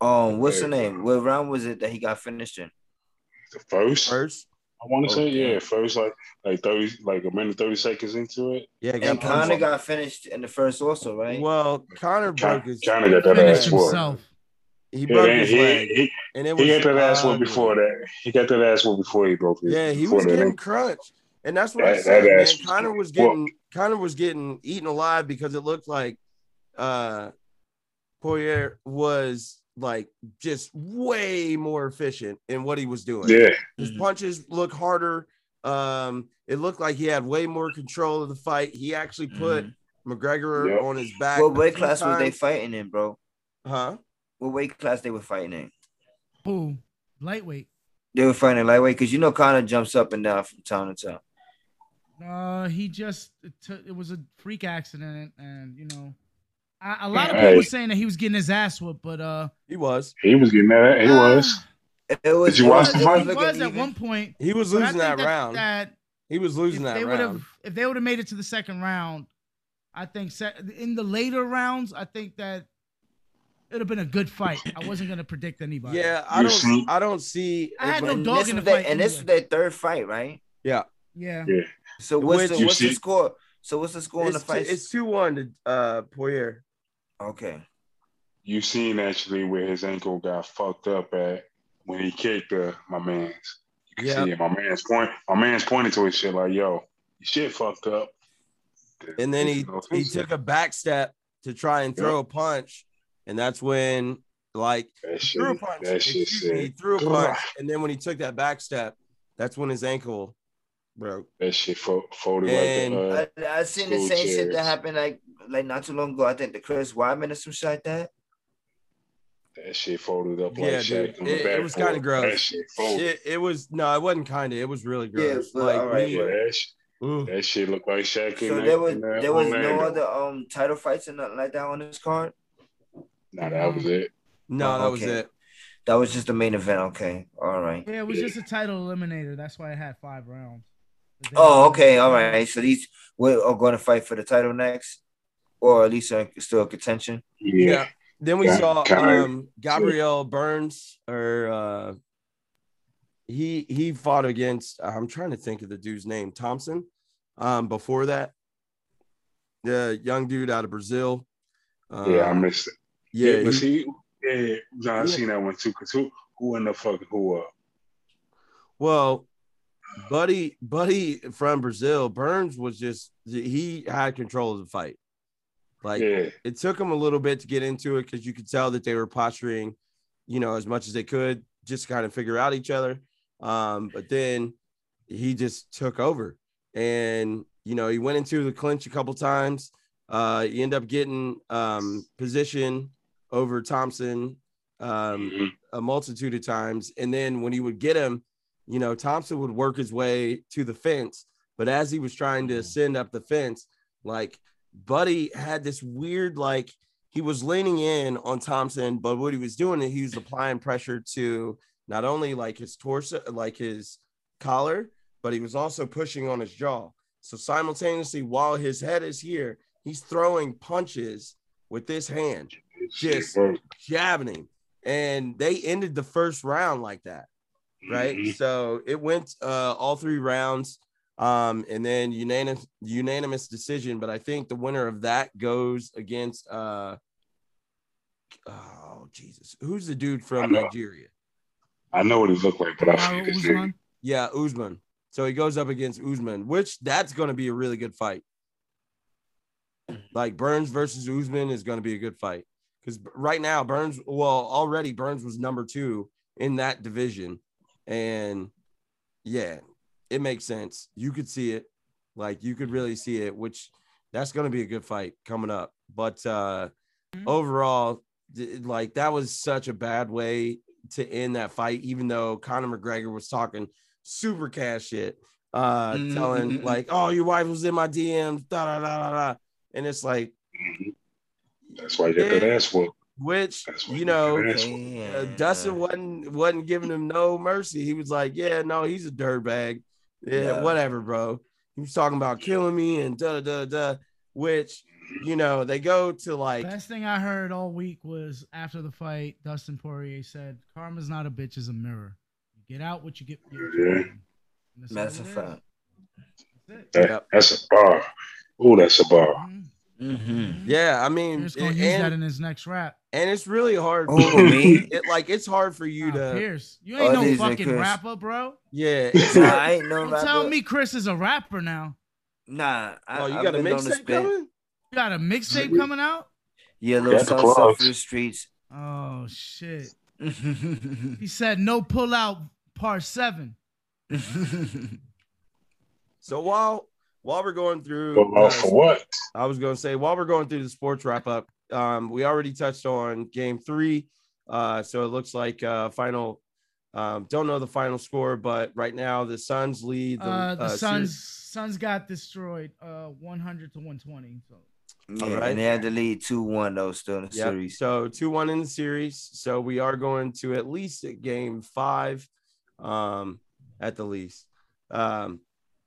B: um, what's the
D: Okay.
B: name? What round was it that he got finished in?
D: The first,
A: First,
D: I wanna say,
B: Okay.
D: yeah, first like like thirty like a minute thirty seconds into it.
A: yeah, he got
B: And Connor
A: punched.
B: got finished in the first also, right?
A: well, Connor broke
D: Conor
A: his
D: got that
C: finished
D: ass for
C: himself.
A: He
D: Yeah,
A: broke
D: and
A: his
D: he,
A: leg,
D: he,
A: and it was
D: he got that ass whooped
A: ugly.
D: before that. He got that ass whooped before he broke his.
A: Yeah, he
D: before
A: was
D: that.
A: getting crunched, and that's what I
D: That-
A: said,
D: that
A: man.
D: ass was
A: Connor was
D: getting
A: getting Connor was getting eaten alive because it looked like uh Poirier was like just way more efficient in what he was doing.
D: Yeah,
A: His punches look harder. Um, it looked like he had way more control of the fight. He actually put McGregor
D: Mm-hmm. Yep.
A: on his back.
B: What weight
A: a few
B: class was they
A: times.
B: fighting in, bro?
A: Huh?
B: What weight class they were fighting in?
C: Ooh, lightweight.
B: They were fighting lightweight because you know Connor jumps up and down from time to time.
C: Uh, he just it, took- it was a freak accident, and you know, I, a lot of
D: Hey.
C: people were saying that he was getting his ass whooped, but uh,
A: He was.
D: he was getting that. He
C: uh,
A: Ah.
D: was.
B: It was,
D: you
B: it
D: watch
B: was-
D: the
B: it
D: fight?
C: he
B: looking
C: was at
B: even.
C: one point.
A: He was
C: but I
A: losing
C: think
A: that, round.
C: That
A: he was
C: if
A: losing
C: they
A: that
C: would
A: round.
C: have, if they would have made it to the second round, I think se- in the later rounds, I think that it'd have been a good fight. I wasn't gonna predict anybody.
A: Yeah, I
D: You
A: don't.
D: see?
A: I don't see.
C: I had no
B: And
C: dog
B: this
C: in
B: was
C: the
B: their-
C: fight
B: and this was
C: anyway.
B: their third fight, right?
C: yeah.
B: So what's
A: Which-
B: the
D: You
B: what's the
D: see-
B: score? So what's the score in the
A: It's,
B: fight?
A: it's two one to uh Poirier.
B: okay.
D: You seen actually where his ankle got fucked up at when he kicked uh, my man's. You can
A: Yep.
D: see it. My man's point. My man's pointed to his shit like, "Yo, your shit fucked up."
A: And then he he took a back step to try and throw a punch, and that's when like
D: that
A: he
D: shit.
A: threw a punch.
D: That shit
A: excuse me, he
D: said.
A: threw a
D: "Grr."
A: punch, and then when he took that back step, that's when his ankle broke.
D: That shit fo- folded
A: And-
D: like the. Uh,
B: I, I seen the
D: Cool
B: same shit that
D: chairs.
B: happened like like not too long ago. I think the Chris Wyman or some shit like that.
D: that shit folded up like
A: Yeah,
D: shit.
A: dude.
D: on the
A: It- it was
D: backboard.
A: kinda gross.
D: That shit folded.
A: It, it was no, it wasn't kind of. It was really
B: Yeah,
A: gross.
B: but
A: like
B: all right,
A: we-
D: Yeah, that, sh-
A: ooh.
D: that shit looked like Shaq.
B: So
D: in that-
B: there was
D: in that
B: there was no
D: Orlando.
B: other um title fights or nothing like that on this card.
D: Nah, that was it.
A: no,
D: Oh,
A: that was
B: Okay.
A: it.
B: That was just the main event. Okay, all right.
C: Yeah, it was just a title eliminator. That's why it had five rounds. But they-
B: Oh, okay, all right. So these we're all going to fight for the title next, or at least are still in contention.
D: Yeah.
A: Yeah. Then we
D: Yeah,
A: saw
D: kinda.
A: um Gabriel Burns or uh he he fought against I'm trying to think of the dude's name, Thompson. Um before that. The young dude out of Brazil. Uh,
D: yeah, I missed it.
A: yeah,
D: but see,
A: he-
D: yeah, nah, I
A: Yeah.
D: seen that one too. Cause who, who in the fuck, who uh, up?
A: Well, buddy, buddy from Brazil, Burns was just he had control of the fight. Like
D: yeah,
A: it took him a little bit to get into it because you could tell that they were posturing, you know, as much as they could, just to kind of figure out each other. Um, but then he just took over, and you know, he went into the clinch a couple times. Uh, he ended up getting um, position over Thompson. Um,
D: Mhm.
A: a multitude of times. And then when he would get him, you know, Thompson would work his way to the fence. But as he was trying to ascend up the fence, like Buddy had this weird, like he was leaning in on Thompson, but what he was doing is he was applying pressure to not only like his torso, like his collar, but he was also pushing on his jaw. So simultaneously, while his head is here, he's throwing punches with this hand Just-
D: Shit, bro.
A: jabbing him. And they ended the first round like that, right?
D: Mhm.
A: So it went uh, all three rounds, um, and then unanimous unanimous decision. But I think the winner of that goes against uh, oh Jesus, who's the dude
D: I
A: from
D: know.
A: Nigeria?
D: I know what it looked like, but I
C: Kamaru
D: forget his name.
C: Usman.
A: Yeah, Usman. So he goes up against Usman, which that's going to be a really good fight. Like Burns versus Usman is going to be a good fight because right now Burns, well, already Burns was number two in that division, and yeah, it makes sense. You could see it, like you could really see it, which that's going to be a good fight coming up. But uh overall, th- like that was such a bad way to end that fight, even though Conor McGregor was talking super cash shit, uh,
B: Mm, mm,
A: telling
B: mm,
A: like, "Oh, your wife was in my DMs," da da da da da, and it's like,
D: Mhm. That's why you got that
A: Yeah.
D: ass whooped.
A: which
D: That's why
A: you know,
D: got that ass whooped.
A: uh,
B: Damn.
A: Dustin wasn't wasn't giving him no mercy. He was like, "Yeah, no, he's a dirtbag. Yeah,
B: Yeah.
A: whatever, bro." He was talking about killing me and da da da da, which you know they go to like,
C: Best thing I heard all week was after the fight, Dustin Poirier said, "Karma's not a bitch; it's a mirror. You get out what you get." What you
D: Yeah.
C: get." And
B: That's a
C: all it is.
B: fact.
C: That's it.
D: That-
A: Yep.
D: That's a bar. Oh, that's a bar.
C: Mhm.
B: Mm-hmm.
A: Yeah, I mean,
C: Pierce gonna
A: and,
C: use that in his next rap.
A: and it's really hard.
B: Oh,
A: for-
B: me?
A: It, like it's hard for you
C: Nah,
A: to.
C: Pierce, you ain't
B: Oh,
C: no
B: these are
C: fucking
B: Pierce.
C: rapper, bro.
A: Yeah,
B: Nah, I ain't no
C: Don't
B: rapper.
C: tell me Chris is a rapper now.
B: Nah, I,
A: oh, you
B: I've
A: got a
B: been on the
A: mixtape
B: spin.
A: coming?
C: You got a mixtape coming out?
B: Yeah,
D: Yeah,
B: little
D: the
B: something, something
D: clubs.
B: for the streets.
C: Oh shit.
B: yeah,
C: He said no pull out part seven.
A: So while while we're going through,
D: Well,
A: uh,
D: well, for what?
A: I was going to say while we're going through the sports wrap up, um, we already touched on game three. Uh, so it looks like uh, final. Um, don't know the final score, but right now the Suns lead. The,
C: Uh the
A: uh,
C: Suns Suns got destroyed uh 100 to 120. So
A: Alright.
B: and they had to lead two one though, still in the
A: Yep.
B: series.
A: So two one in the series. So we are going to at least at game five, um, at the least. Um,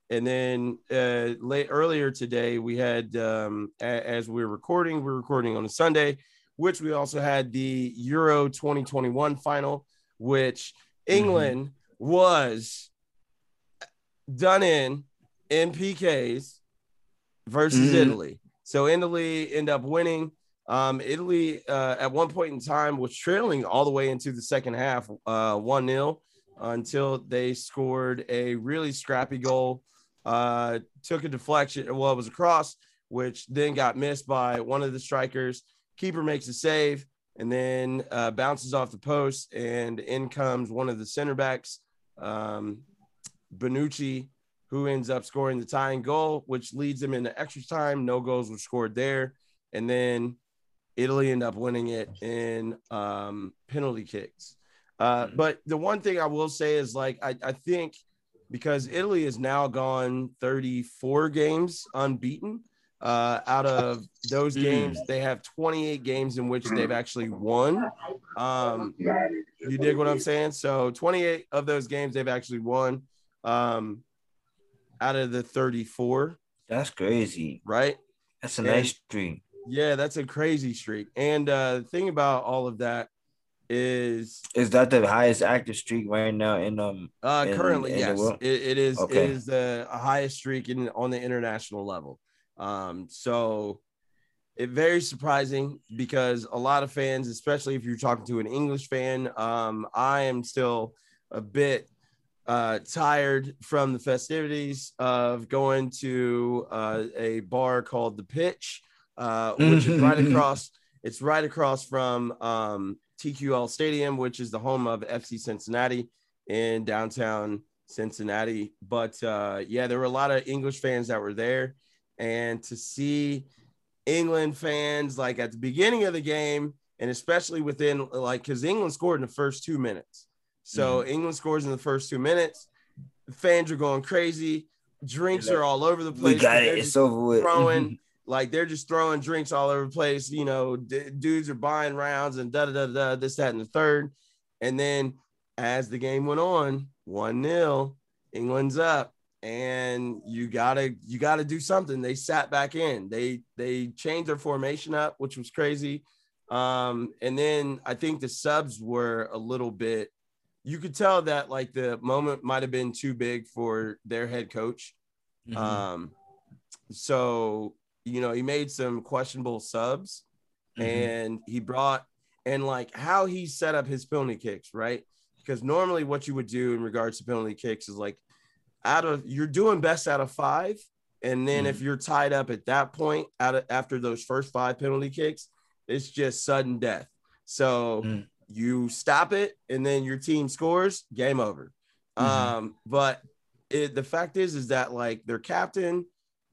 A: and then uh, late earlier today we had um, a- as we were recording, we were recording on a Sunday, which we also had the Euro 2021 final, which England was done in in PKs versus
B: Mhm.
A: Italy. So Italy end up winning. Um, Italy uh, at one point in time was trailing all the way into the second half, uh, one 0 until they scored a really scrappy goal. Uh, took a deflection. Well, it was a cross, which then got missed by one of the strikers. Keeper makes a save and then uh, bounces off the post, and in comes one of the center backs, um, Benucci, who ends up scoring the tying goal, which leads them into extra time. No goals were scored there and then Italy end up winning it in um, penalty kicks. Uh, but the one thing I will say is like I, I think because Italy has now gone 34 games unbeaten. Uh, out of those
B: Mm.
A: games, they have 28 games in which they've actually won. Um,
D: Nah,
A: you dig what I'm saying? So 28 of those games they've actually won um, out of the 34,
B: That's crazy.
A: right?
B: That's a
A: And-
B: nice streak.
A: Yeah, that's a crazy streak. And uh, the thing about all of that is
B: Is that the highest active streak right now in um
A: uh,
B: In-
A: currently,
B: in the
A: yes,
B: world?
A: it, it is
B: Okay.
A: it is the highest streak in on the international level. Um, so it very surprising because a lot of fans, especially if you're talking to an English fan, um, I am still a bit uh, tired from the festivities of going to uh, a bar called the Pitch, uh, which is right across. It's right across from um, TQL Stadium, which is the home of FC Cincinnati in downtown Cincinnati. But uh, yeah, there were a lot of English fans that were there, and to see England fans like at the beginning of the game, and especially within like because England scored in the first two minutes. So
B: Mm-hmm.
A: England scores in the first two minutes. Fans are going crazy. Drinks are all over the place.
B: we got
A: They're
B: it,
A: just
B: it's over with.
A: throwing like they're just throwing drinks all over the place. You know, d- dudes are buying rounds and da da da da this that and the third. And then as the game went on, one 0 England's up, and you gotta you gotta do something. They sat back in. They they changed their formation up, which was crazy. Um, and then I think the subs were a little bit. You could tell that like the moment might have been too big for their head coach.
B: Mhm.
A: Um, so you know, he made some questionable subs,
B: Mhm.
A: and he brought and like how he set up his penalty kicks, right? Because normally, what you would do in regards to penalty kicks is like out of you're doing best out of five, and then if you're tied up at that point, out of after those first five penalty kicks, it's just sudden death. So
B: Mm.
A: you stop it, and then your team scores, game over.
B: Mhm.
A: Um, but it, the fact is, is that like their captain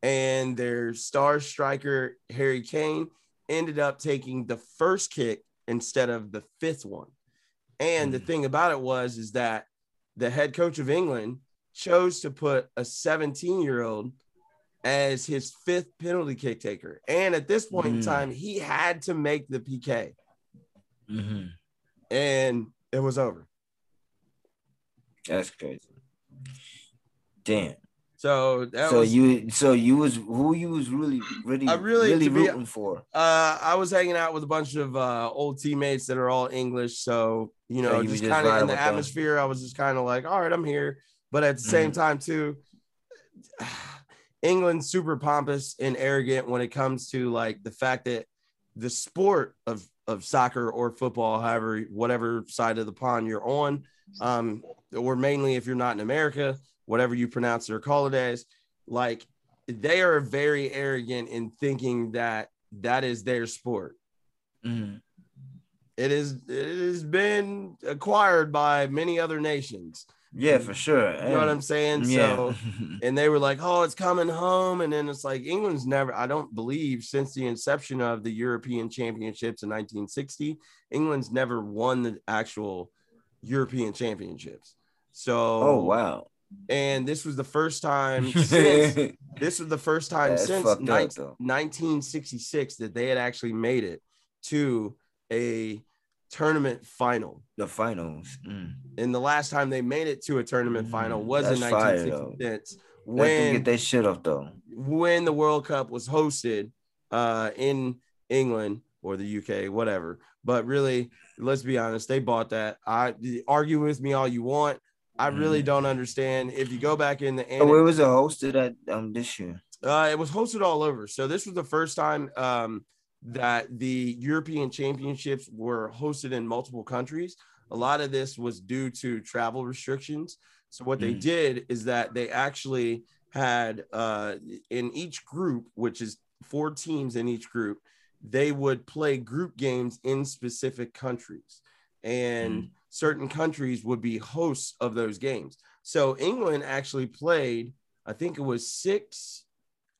A: and their star striker Harry Kane ended up taking the first kick instead of the fifth one. And the thing about it was, is that the head coach of England chose to put a 17 year old as his fifth penalty kick taker. And at this point in
B: Mm.
A: time, he had to make the PK
B: Mhm.
A: and it was over.
B: That's crazy. Damn.
A: So that
B: so
A: was,
B: you so you was who you was really really
A: I really,
B: really,
A: to be-
B: rooting for.
A: uh, I was hanging out with a bunch of uh, old teammates that are all English. So, you know,
B: you
A: just
B: were just
A: kind of
B: riding
A: in the
B: with them.
A: atmosphere, I was just kind of like, all right, I'm here. But at the same time, too, England's super pompous and arrogant when it comes to like the fact that the sport of of soccer or football, however, whatever side of the pond you're on, um, or mainly if you're not in America, whatever you pronounce or call it as, like they are very arrogant in thinking that that is their sport.
B: Mhm.
A: It is it has been acquired by many other nations.
B: Yeah, for sure.
A: You know what I'm saying?
B: Yeah.
A: So and they were like, "Oh, it's coming home," and then it's like England's never. I don't believe since the inception of the European Championships in 1960, England's never won the actual European Championships. So,
B: oh wow.
A: And this was the first time since this was the first time
B: That's
A: since
B: fucked up,
A: 19
B: though.
A: 1966 that they had actually made it to a tournament final.
B: the finals. Mm.
A: And the last time they made it to a tournament final was in
B: That's fire, though.
A: 1966
B: When
A: when
B: get that shit off though.
A: when the World Cup was hosted uh, in England or the UK, whatever. But really, let's be honest, they bought that. I argue with me all you want. I really don't understand. If you go back in the
B: Oh, where was it hosted at um this year?
A: uh, it was hosted all over. So this was the first time um, that the European Championships were hosted in multiple countries. A lot of this was due to travel restrictions. So what they
B: Mm.
A: did is that they actually had uh, in each group, which is four teams in each group, they would play group games in specific countries, and certain countries would be hosts of those games. So England actually played, I think it was six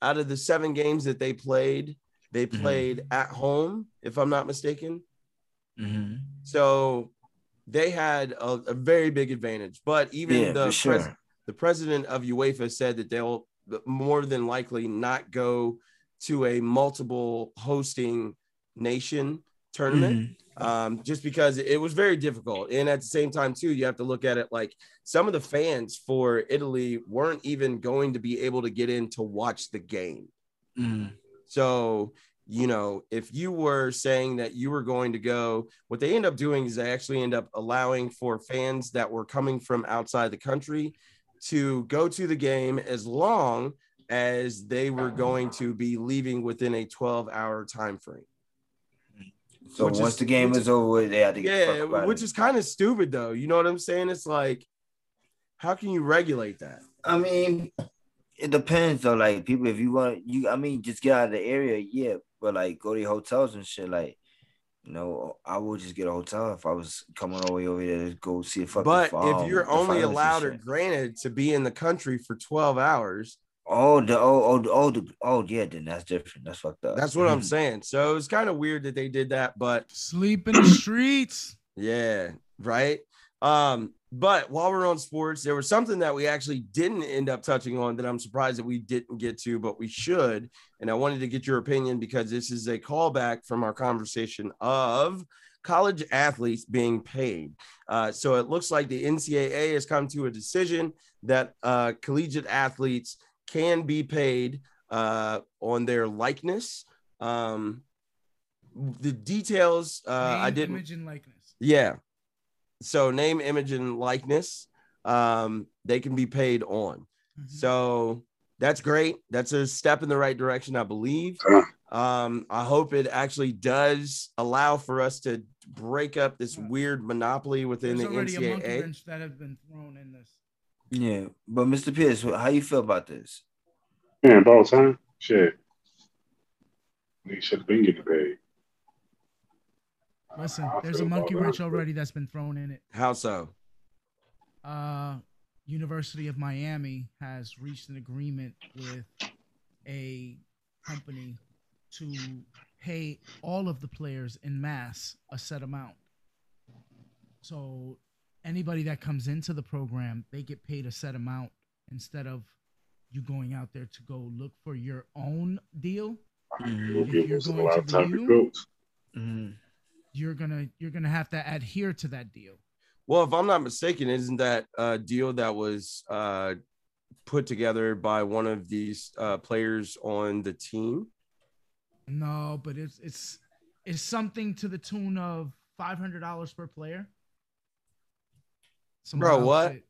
A: out of the seven games that they played, they
B: Mhm.
A: played at home, if I'm not mistaken.
B: Mm-hmm.
A: So they had a, a very big advantage. But even
B: Yeah,
A: the
B: for sure.
A: pres- the president of UEFA said that they'll more than likely not go to a multiple hosting nation tournament
B: Mhm.
A: um, just because it was very difficult. And at the same time, too, you have to look at it like some of the fans for Italy weren't even going to be able to get in to watch the game.
B: Mhm.
A: So, you know, if you were saying that you were going to go, what they end up doing is they actually end up allowing for fans that were coming from outside the country to go to the game as long as they were going to be leaving within a 12 hour time frame.
B: So
A: Which
B: once
A: is-
B: the game
A: which
B: is over, with, they had to get the
A: Yeah,
B: fuck up outta
A: which
B: there.
A: is kind of stupid though. You know what I'm saying? It's like how can you regulate that?
B: I mean, it depends though. Like people, if you want you, I mean, just get out of the area, yeah. But like, go to your hotels and shit. Like, you know, I would just get a hotel if I was coming all the way over there to go see a fucking.
A: But
B: fall-
A: if you're
B: the
A: only
B: finals and
A: allowed or
B: shit.
A: granted to be in the country for 12 hours,
B: oh the oh oh the- oh the oh yeah, then that's different. That's fucked up.
A: that's what I'm saying. So it's kind of weird that they did that, but
C: Sleep in the streets.
A: Yeah, right. Um, but while we're on sports, there was something that we actually didn't end up touching on that I'm surprised that we didn't get to, but we should. And I wanted to get your opinion because this is a callback from our conversation of college athletes being paid. Uh, so it looks like the NCAA has come to a decision that uh, collegiate athletes can be paid uh, on their likeness. Um, the details uh, I
C: Name,
A: didn't.
C: Image and likeness.
A: Yeah. So name, image, and likeness, um, they can be paid on.
C: Mm-hmm.
A: So that's great. That's a step in the right direction, I believe. Um, I hope it actually does allow for us to break up this weird monopoly within
C: There's
A: the
C: already a monkey
A: NCAA.
C: wrench that have been thrown in this.
B: Yeah, but Mr. Pierce, how you feel about this?
D: Yeah, about time. Shit. They should have been getting paid.
C: Listen, there's a monkey wrench already that's been thrown in it.
A: How so?
C: uh, University of Miami has reached an agreement with a company to pay all of the players in mass a set amount. So anybody that comes into the program, they get paid a set amount instead of you going out there to go look for your own deal.
D: We'll
C: If
D: give
C: you're
D: us a
C: Mm-hmm. going
D: lot
C: to
D: of time
C: the
D: to
C: U,
D: coach.
B: Mhm.
C: You're gonna you're gonna have to adhere to that deal.
A: Well, if I'm not mistaken, isn't that a deal that was uh, put together by one of these uh, players on the team?
C: No, but it's it's it's something to the tune of five hundred dollars per player. Some
A: Bro,
C: wild
A: what?
C: shit.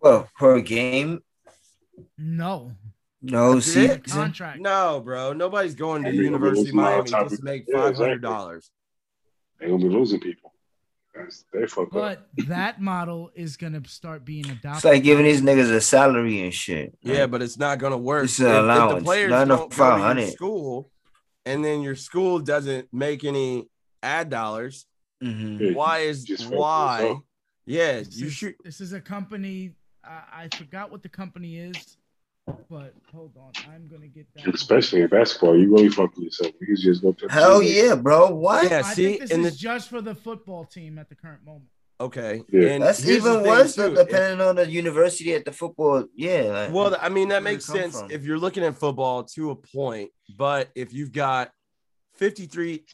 B: Well, per game,
C: No,
B: No,
A: That's
B: see,
A: it?
C: Contract.
A: No, bro. Nobody's going to
D: I
A: the
D: mean,
A: University
D: it's
A: of
D: not a
A: Miami just
D: topic.
A: to make
D: Yeah,
A: five
D: exactly.
A: hundred dollars.
D: They gonna be losing people. That's, they fuck up.
C: But that model is gonna start being adopted.
B: it's like giving these niggas a salary and shit.
A: Yeah, but it's not gonna work.
B: It's an
A: If- if
B: allowance.
A: the players
B: Not
A: don't
B: enough
A: go to your
B: 500.
A: school, and then your school doesn't make any ad dollars.
B: Mhm.
D: Yeah,
A: Why is
D: just fuck
A: why?
D: yourself.
A: Yeah,
C: This
A: you
C: is-
A: should.
C: This is a company. I, I forgot what the company is, but hold on, I'm gonna get that.
D: Especially in basketball, you really fuck with yourself. You just go to the
B: Hell
D: gym.
B: yeah, bro. What?
A: Yeah,
C: I
A: see,
C: think this
A: and
C: is
A: the
C: just for the football team at the current moment.
A: okay,
D: Yeah.
A: and
B: That's
A: here's the
B: even
A: thing,
B: worse than
A: too. If-
B: depending on the university at the football. Yeah. Like,
A: Well, I mean, that
B: Where it
A: makes
B: come
A: sense
B: from.
A: if you're looking at football to a point, but if you've got 53,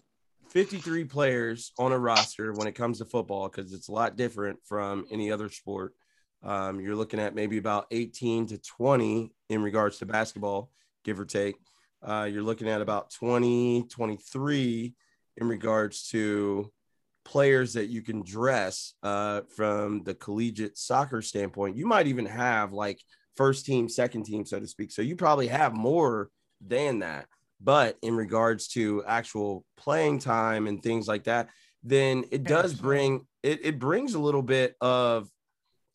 A: 53 players on a roster when it comes to football, because it's a lot different from any other sport, um, you're looking at maybe about 18 to 20 in regards to basketball, give or take. Uh, you're looking at about 20, 23 in regards to players that you can dress uh, from the collegiate soccer standpoint. You might even have like first team, second team, so to speak. So you probably have more than that. But in regards to actual playing time and things like that, then it does
C: Excellent.
A: bring it, it brings a little bit of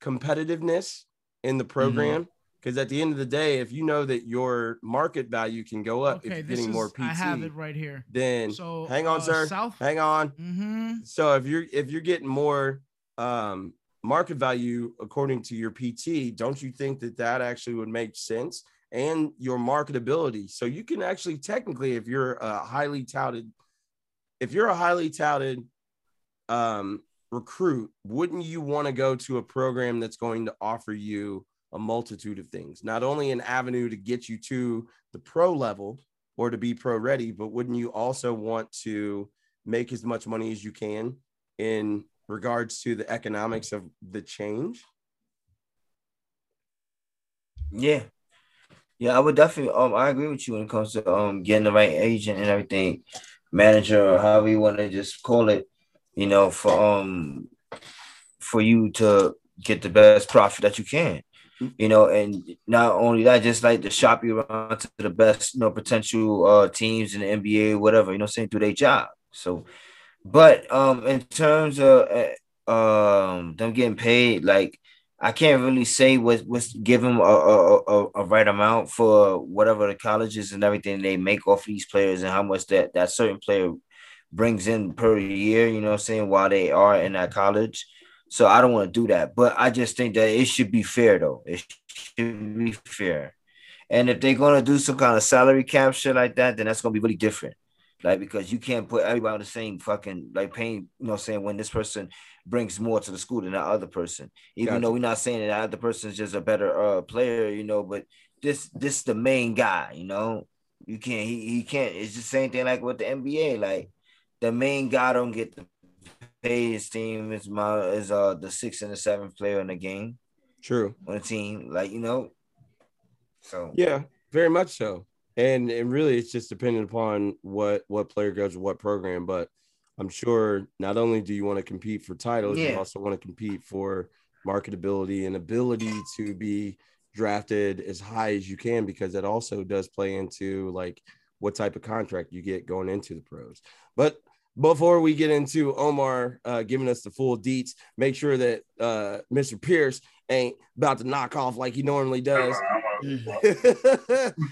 A: competitiveness in
C: Mm-hmm.
A: the program. Because at the end of the day, if you know that your market value can go up if
C: Okay,
A: you're
C: this
A: getting
C: is
A: more PT,
C: I have it right here.
A: then
C: So
A: hang on,
C: uh,
A: sir.
C: South.
A: hang on
C: hmm
A: so if you're if you're getting more um market value according to your pt don't you think that that actually would make sense and your marketability so you can actually technically if you're a highly touted if you're a highly touted um recruit wouldn't you want to go to a program that's going to offer you a multitude of things not only an avenue to get you to the pro level or to be pro ready but wouldn't you also want to make as much money as you can in regards to the economics of the change.
B: Yeah. Yeah, I would definitely um I agree with you when it comes to um getting the right agent and everything, manager or however you want to just call it, you know, for um for you to get the best profit that you can. You know, and not only that, just like to shop you around to the best, you know, potential uh teams in the NBA, whatever, you know, what I'm saying do their job. So but um in terms of uh, um them getting paid, like I can't really say what what's give them a, a, a, a right amount for whatever the colleges and everything they make off these players and how much that, that certain player brings in per year, you know what I'm saying, while they are in that college. So I don't want to do that. But I just think that it should be fair though. It should be fair. And if they're gonna do some kind of salary cap shit like that, then that's gonna be really different. Like because you can't put everybody on the same fucking like paying, you know what I'm saying, when this person brings more to the school than the other person even
A: Gotcha.
B: though we're not saying that the other person is just a better uh player, you know, but this this the main guy, you know. You can't he, he can't it's the same thing like with the NBA, like the main guy don't get the pay his team is my is uh the sixth and the seventh player in the game
A: True.
B: on the team, like you know. So
A: Yeah, very much so. And and really it's just dependent upon what what player goes to what program, but I'm sure not only do you want to compete for titles, you
B: Yeah.
A: also want to compete for marketability and ability to be drafted as high as you can because that also does play into like what type of contract you get going into the pros. But before we get into Omar uh, giving us the full deets, make sure that uh, Mr. Pierce ain't about to knock off like he normally does.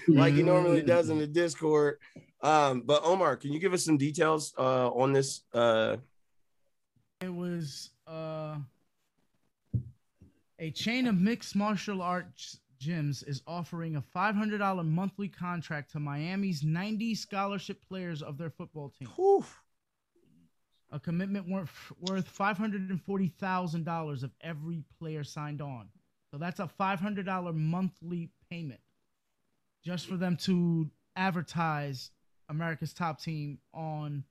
A: like he normally does in the Discord. Um, but Omar, can you give us some details uh, on this? Uh,
C: It was uh, a chain of mixed martial arts gyms is offering a $500 monthly contract to Miami's 90 scholarship players of their football team.
A: whew,
C: A commitment worth worth five hundred and forty thousand dollars of every player signed on. So that's a five hundred dollar monthly payment just for them to advertise America's top team on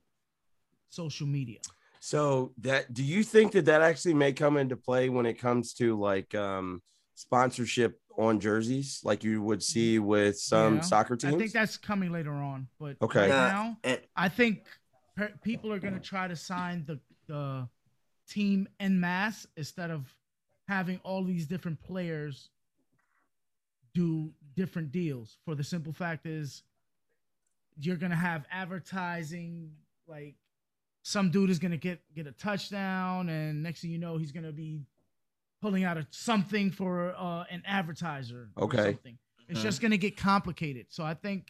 C: social media.
A: so that do you think that that actually may come into play when it comes to like um, sponsorship on jerseys, like you would see with some
C: Yeah,
A: soccer teams?
C: I think that's coming later on, but
A: Okay.
C: right
B: Yeah.
C: now
B: and
C: I think per- people are going to try to sign the the team en masse instead of having all these different players do different deals for the simple fact is you're gonna have advertising like some dude is gonna get get a touchdown and next thing you know he's gonna be pulling out a, something for uh, an advertiser or
A: Okay.
C: something. it's just gonna get complicated so i think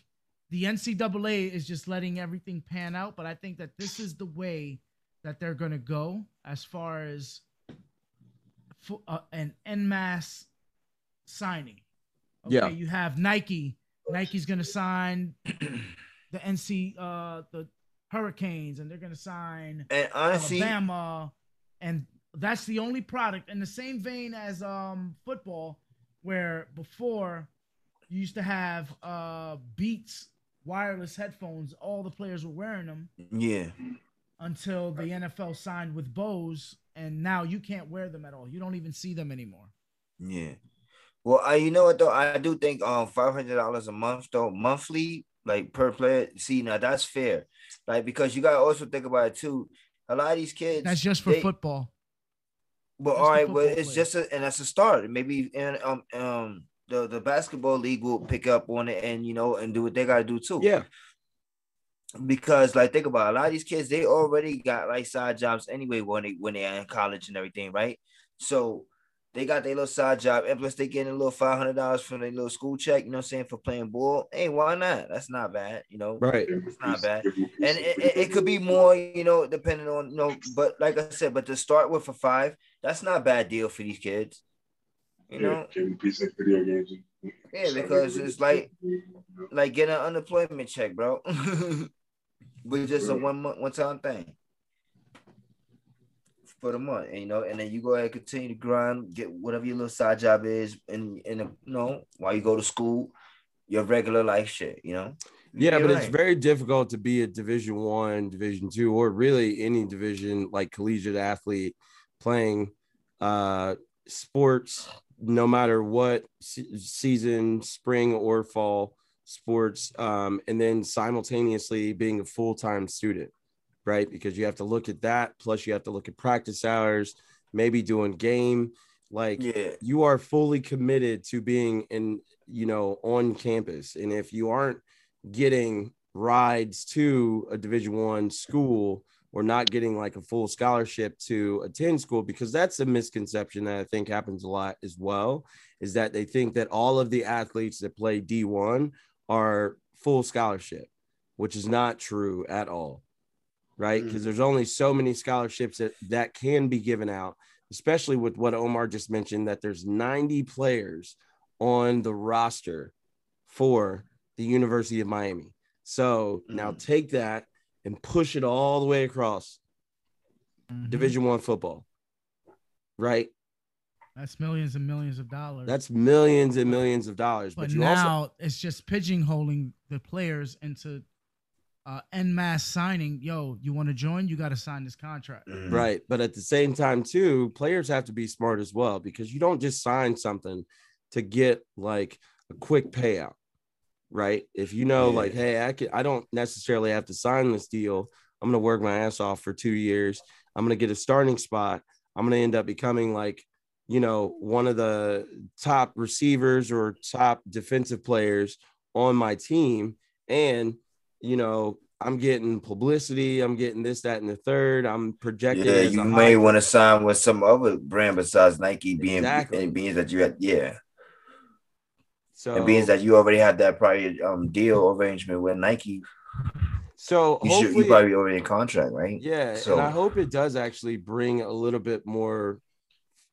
C: the ncaa is just letting everything pan out but i think that this is the way that they're gonna go as far as fo- uh, an en masse signing okay,
A: Yeah.
C: you have nike nike's gonna sign the nc uh the hurricanes and they're gonna sign
B: And honestly,
C: Alabama, and that's the only product in the same vein as um football, where before you used to have uh Beats wireless headphones, all the players were wearing them
B: yeah,
C: until the NFL signed with Bose, and now you can't wear them at all. You don't even see them anymore.
B: yeah. Well, I, you know what though, I do think um five hundred dollars a month though monthly, like per player. See, now that's fair, like because you gotta also think about it too. A lot of these kids
C: That's just for
B: they-
C: football.
B: But
C: Just
B: all
C: the
B: right, but
C: football
B: it's
C: player.
B: just a, and that's a start. Maybe and um um the, the basketball league will pick up on it and you know and do what they gotta do too.
A: Yeah.
B: Because like think about it, a lot of these kids, they already got like side jobs anyway when they when they're in college and everything, right? So they got their little side job, and plus they getting a little five hundred dollars from their little school check, you know what I'm saying, for playing ball. Hey, why not? That's not bad, you know.
A: Right.
D: It's
B: not bad. and it, it, it could be more, you know, depending on you know. But like I said, but to start with a five, that's not a bad deal for these kids. You know,
D: Give me piece of video games.
B: yeah, because it's like like getting an unemployment check, bro. but just a one month, one time thing for the month, and, you know. And then you go ahead, and continue to grind, get whatever your little side job is, and and you know, while you go to school, your regular life shit, you know.
A: Yeah,
B: You're
A: but it's
B: right.
A: very difficult to be a Division One, Division Two, or really any division like collegiate athlete playing uh, sports, no matter what se- season, spring or fall sports, um, and then simultaneously being a full time student, right? Because you have to look at that. Plus, you have to look at practice hours, maybe doing game. Like,
B: Yeah,
A: you are fully committed to being in you know on campus and if you aren't getting rides to a division one school or not getting like a full scholarship to attend school because that's a misconception that i think happens a lot as well is that they think that all of the athletes that play d1 are full scholarship which is not true at all right
C: Mm-hmm.
A: because there's only so many scholarships that, that can be given out especially with what Omar just mentioned, that there's 90 players on the roster for the University of Miami. So now
C: Mm-hmm.
A: take that and push it all the way across
B: Mm-hmm.
C: Mm-hmm.
A: Division One football. Right?
C: That's millions and millions of dollars.
A: That's millions and millions of dollars. But,
C: but
A: you also
C: now it's just pigeonholing the players into uh, en masse signing. Yo, you want to join? You got to sign this contract.
A: Mm-hmm.
B: Mm-hmm.
A: Right. But at the same time, too, players have to be smart as well because you don't just sign something to get like a quick payout. Right. If you know, like, hey, I can I don't necessarily have to sign this deal. I'm gonna work my ass off for two years. I'm gonna get a starting spot. I'm gonna end up becoming like, you know, one of the top receivers or top defensive players on my team. And, you know, I'm getting publicity. I'm getting this, that, and the third. I'm projected.
B: Yeah,
A: as
B: you
A: a
B: may
A: high-
B: want to sign with some other brand besides Nike, being
A: Exactly.
B: and being that you had, yeah,
A: So,
B: and being that you already had that prior um deal arrangement with Nike,
A: so
B: you
A: hopefully,
B: should you probably already in contract, right?
A: yeah.
B: so-
A: and I hope it does actually bring a little bit more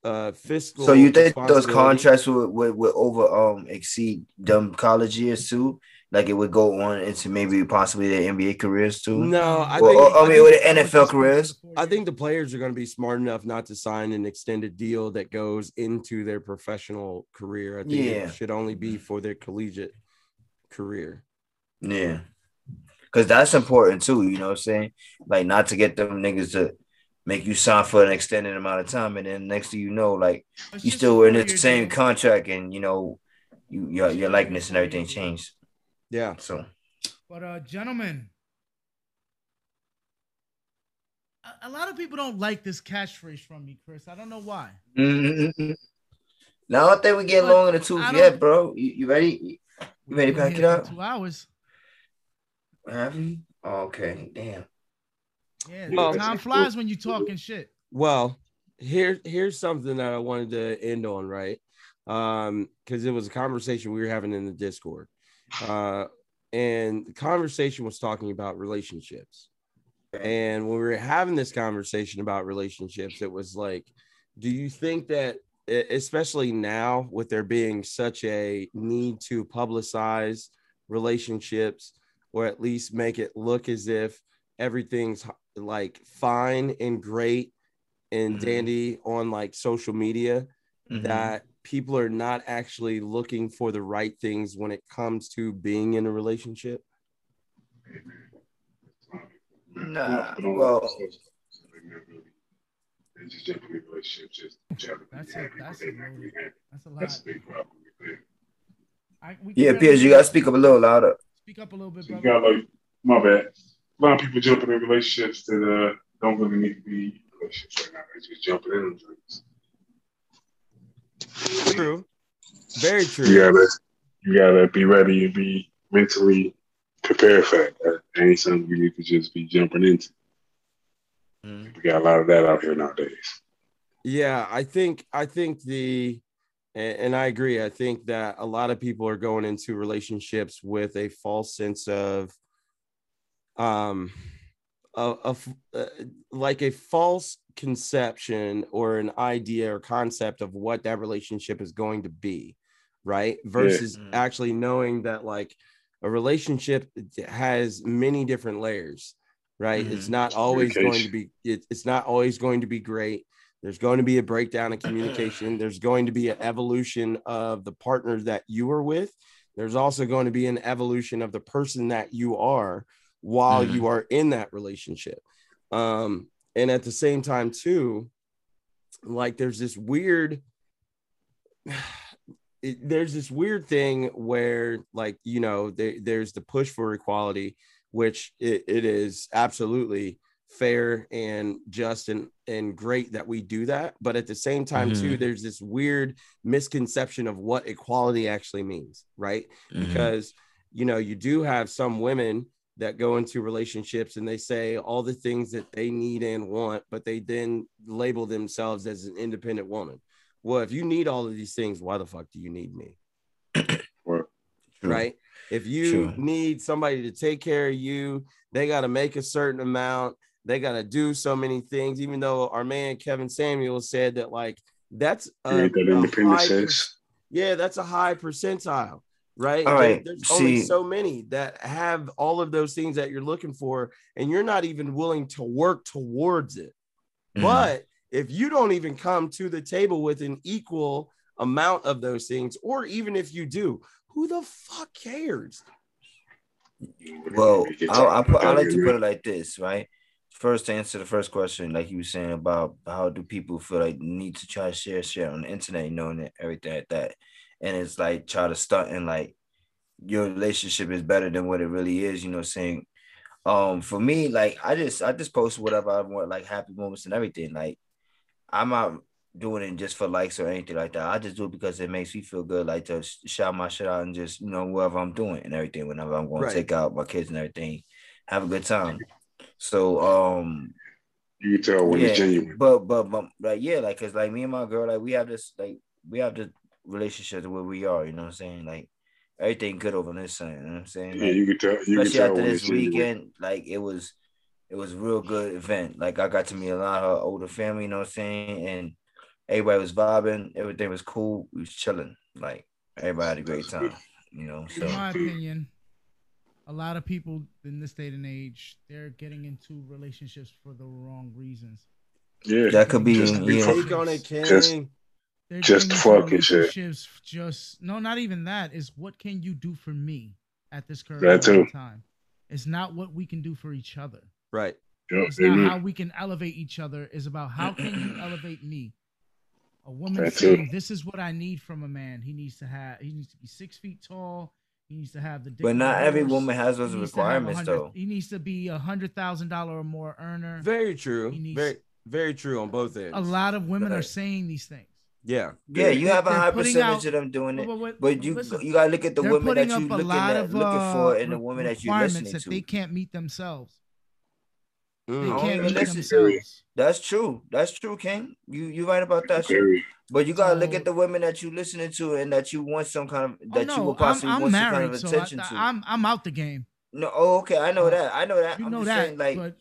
A: uh fiscal.
B: So you think those
A: responsibility.
B: contracts would, would would over um exceed them college years too? Like it would go on into maybe possibly their NBA careers too.
A: No,
C: Um,
A: I
B: Well, oh,
A: think.
B: I mean,
A: I think-
B: with the NFL careers,
A: I think the players are going to be smart enough not to sign an extended deal that goes into their professional career. I think
B: Yeah.
A: it should only be for their collegiate career.
B: yeah, because that's important too. You know what I'm saying? Like not to get them niggas to make you sign for an extended amount of time, and then next thing you know, like.
C: It's
B: you
C: just
B: still
C: a
B: were in the
C: four-year
B: same
C: deal.
B: contract and you know you, your your likeness and everything changed
A: Yeah.
B: so
C: But uh, gentlemen, a-, a lot of people don't like this catchphrase from me, Chris. I don't know why.
B: Now I don't think we get long in the tooth
C: I don't-
B: yet, bro. You, you ready? You ready
C: We've been
B: to pack it
C: here for
B: up?
C: Two hours.
B: Have you? Oh, okay, damn.
C: Yeah,
D: Oh,
A: Well-
C: time flies when you talking shit.
A: Well, here here's something that I wanted to end on, right? Um, because it was a conversation we were having in the Discord. Uh, and the conversation was talking about relationships. And when we were having this conversation about relationships, it was like, do you think that e- especially now with there being such a need to publicize relationships or at least make it look as if everything's like fine and great and
B: Mhm.
A: dandy on like social media
B: Mhm.
A: that people are not actually looking for the right things when it comes to being in a relationship
B: Nah,
D: Put on
B: well-
D: themselves. So they not really- they just genuinely relationships, just each other.
C: That's
D: being
C: it,
D: happy,
C: that's
D: but they
C: it,
D: not
C: man.
D: really happy.
C: That's a
D: That's
C: lot.
D: a big problem. right there.
C: I, we can
B: Yeah,
C: barely-
B: Piers, you gotta speak up a little louder.
C: Speak up a little bit,
D: So you
C: brother.
D: got like, my bad. A lot of people jumping in relationships that uh, don't really need to be in relationships right now. They just jumping in them joints.
A: true very true
D: You gotta, you gotta be ready and be mentally prepared for it. That ain't something you need to just be jumping into.
B: Mhm.
D: We got a lot of that out here nowadays.
A: Yeah, I think I think the a- and I agree. I think that a lot of people are going into relationships with a false sense of um a, a f- uh, like a false conception or an idea or concept of what that relationship is going to be, right? Versus
B: Mhm.
A: actually knowing that like a relationship has many different layers, right? It's
B: Mhm.
A: not always going to
D: Communication.
A: be it, it's not always going to be great. There's going to be a breakdown in communication. There's going to be an evolution of the partner that you are with. There's also going to be an evolution of the person that you are while
B: Mhm.
A: you are in that relationship. Um, and at the same time, too, like there's this weird, it, there's this weird thing where, like, you know, there, there's the push for equality, which it, it is absolutely fair and just and and great that we do that but at the same time too
B: Mhm.
A: there's this weird misconception of what equality actually means right
D: Mm-hmm.
A: because you know you do have some women that go into relationships and they say all the things that they need and want but they then label themselves as an independent woman well if you need all of these things why the fuck do you need me
D: Or
B: True.
A: right? If you
B: True.
A: need somebody to take care of you, they got to make a certain amount. They got to do so many things. Even though our man Kevin Samuel said that, like, that's a,
B: Uh,
D: create that
A: a
D: independent
A: high per-
D: sex.
A: yeah, that's a high percentile, right?
B: All
A: There-
B: right,
A: There's only
B: see-
A: so many that have all of those things that you're looking for, and you're not even willing to work towards it.
B: Mhm.
A: But if you don't even come to the table with an equal amount of those things, or even if you do, who the fuck cares?
B: Well,
D: We get
B: I, I,
D: to-
B: put, I like to put it like this, right? First, to answer the first question, like you were saying about how do people feel like need to try to share shit on the internet, you know, and everything like that. And it's like try to stunt and like your relationship is better than what it really is, you know what I'm saying? Um, for me, like I just I just post whatever I want, like happy moments and everything. Like I'm not doing it just for likes or anything like that. I just do it because it makes me feel good, like to sh- shout my shit out and just you know whatever I'm doing and everything. Whenever I'm going
A: Right.
B: to take out my kids and everything, have a good time. So um,
D: You can tell when
B: yeah,
D: it's genuine.
B: but but but like yeah, like cause like me and my girl, like we have this like we have the relationship where we are. You know what I'm saying? Like everything good over this side. You know what I'm saying?
D: Yeah,
B: Like,
D: you can tell. You can
B: especially
D: tell
B: after
D: when it's
B: this
D: genuine.
B: weekend, like it was it was a real good event. Like I got to meet a lot of her older family, you know what I'm saying? And everybody was vibing, everything was cool, we was chilling. Like everybody had a great time, you know.
C: In
B: So
C: my opinion, a lot of people in this day and age, they're getting into relationships for the wrong reasons.
D: Yeah,
B: that could be
D: Just to be
B: yeah.
A: Speak on it, King.
D: Just-
C: They're
D: Just
C: getting
D: fuck
C: into
D: and shit.
C: relationships Just no, not even that. Is what can you do for me at this current
D: That
C: point in
D: too.
C: time? It's not what we can do for each other.
A: right.
D: yeah,
C: It's not
D: amen.
C: how we can elevate each other. It's about how can you elevate me? A woman
D: That's
C: saying, "This is what I need from a man. He needs to have. He needs to be six feet tall. He needs to have the." dick
B: but
C: of a
B: not every
C: horse.
B: woman has
C: He
B: those
C: needs to have a
B: requirements
C: hundred-
B: though.
C: He needs to be a hundred thousand dollar or more earner.
A: Very true.
C: He needs-
A: Very, very true on both ends.
C: a lot of women are
B: Right.
C: saying these things.
A: Yeah.
B: Yeah, you have a
C: They're
B: high
C: putting
B: percentage
C: out-
B: of them doing it.
C: But, what-
B: But you
C: listen,
B: you gotta look at the
C: they're
B: women that
C: putting
B: you
C: up a
B: looking
C: lot
B: at,
C: of,
B: looking
C: uh,
B: for, and the
C: re-
B: women that you
C: requirements
B: listening
C: that
B: to.
C: they can't meet themselves. They
B: Mm.
C: can't meet
B: That's-
C: themselves.
B: That's true. That's true, King. You you right about that. shit.
D: Period.
B: But you gotta look
C: So-
B: at the women that you listening to and that you want some kind of
C: Oh,
B: that you
C: no,
B: will possibly
C: I'm, I'm
B: want
C: married,
B: some kind of
C: so
B: attention
C: I,
B: to.
C: I'm I'm out the game.
B: no, oh, okay, I know
C: Uh,
B: that. I know that.
C: You
B: I'm
C: know
B: just
C: that,
B: saying, like,
C: but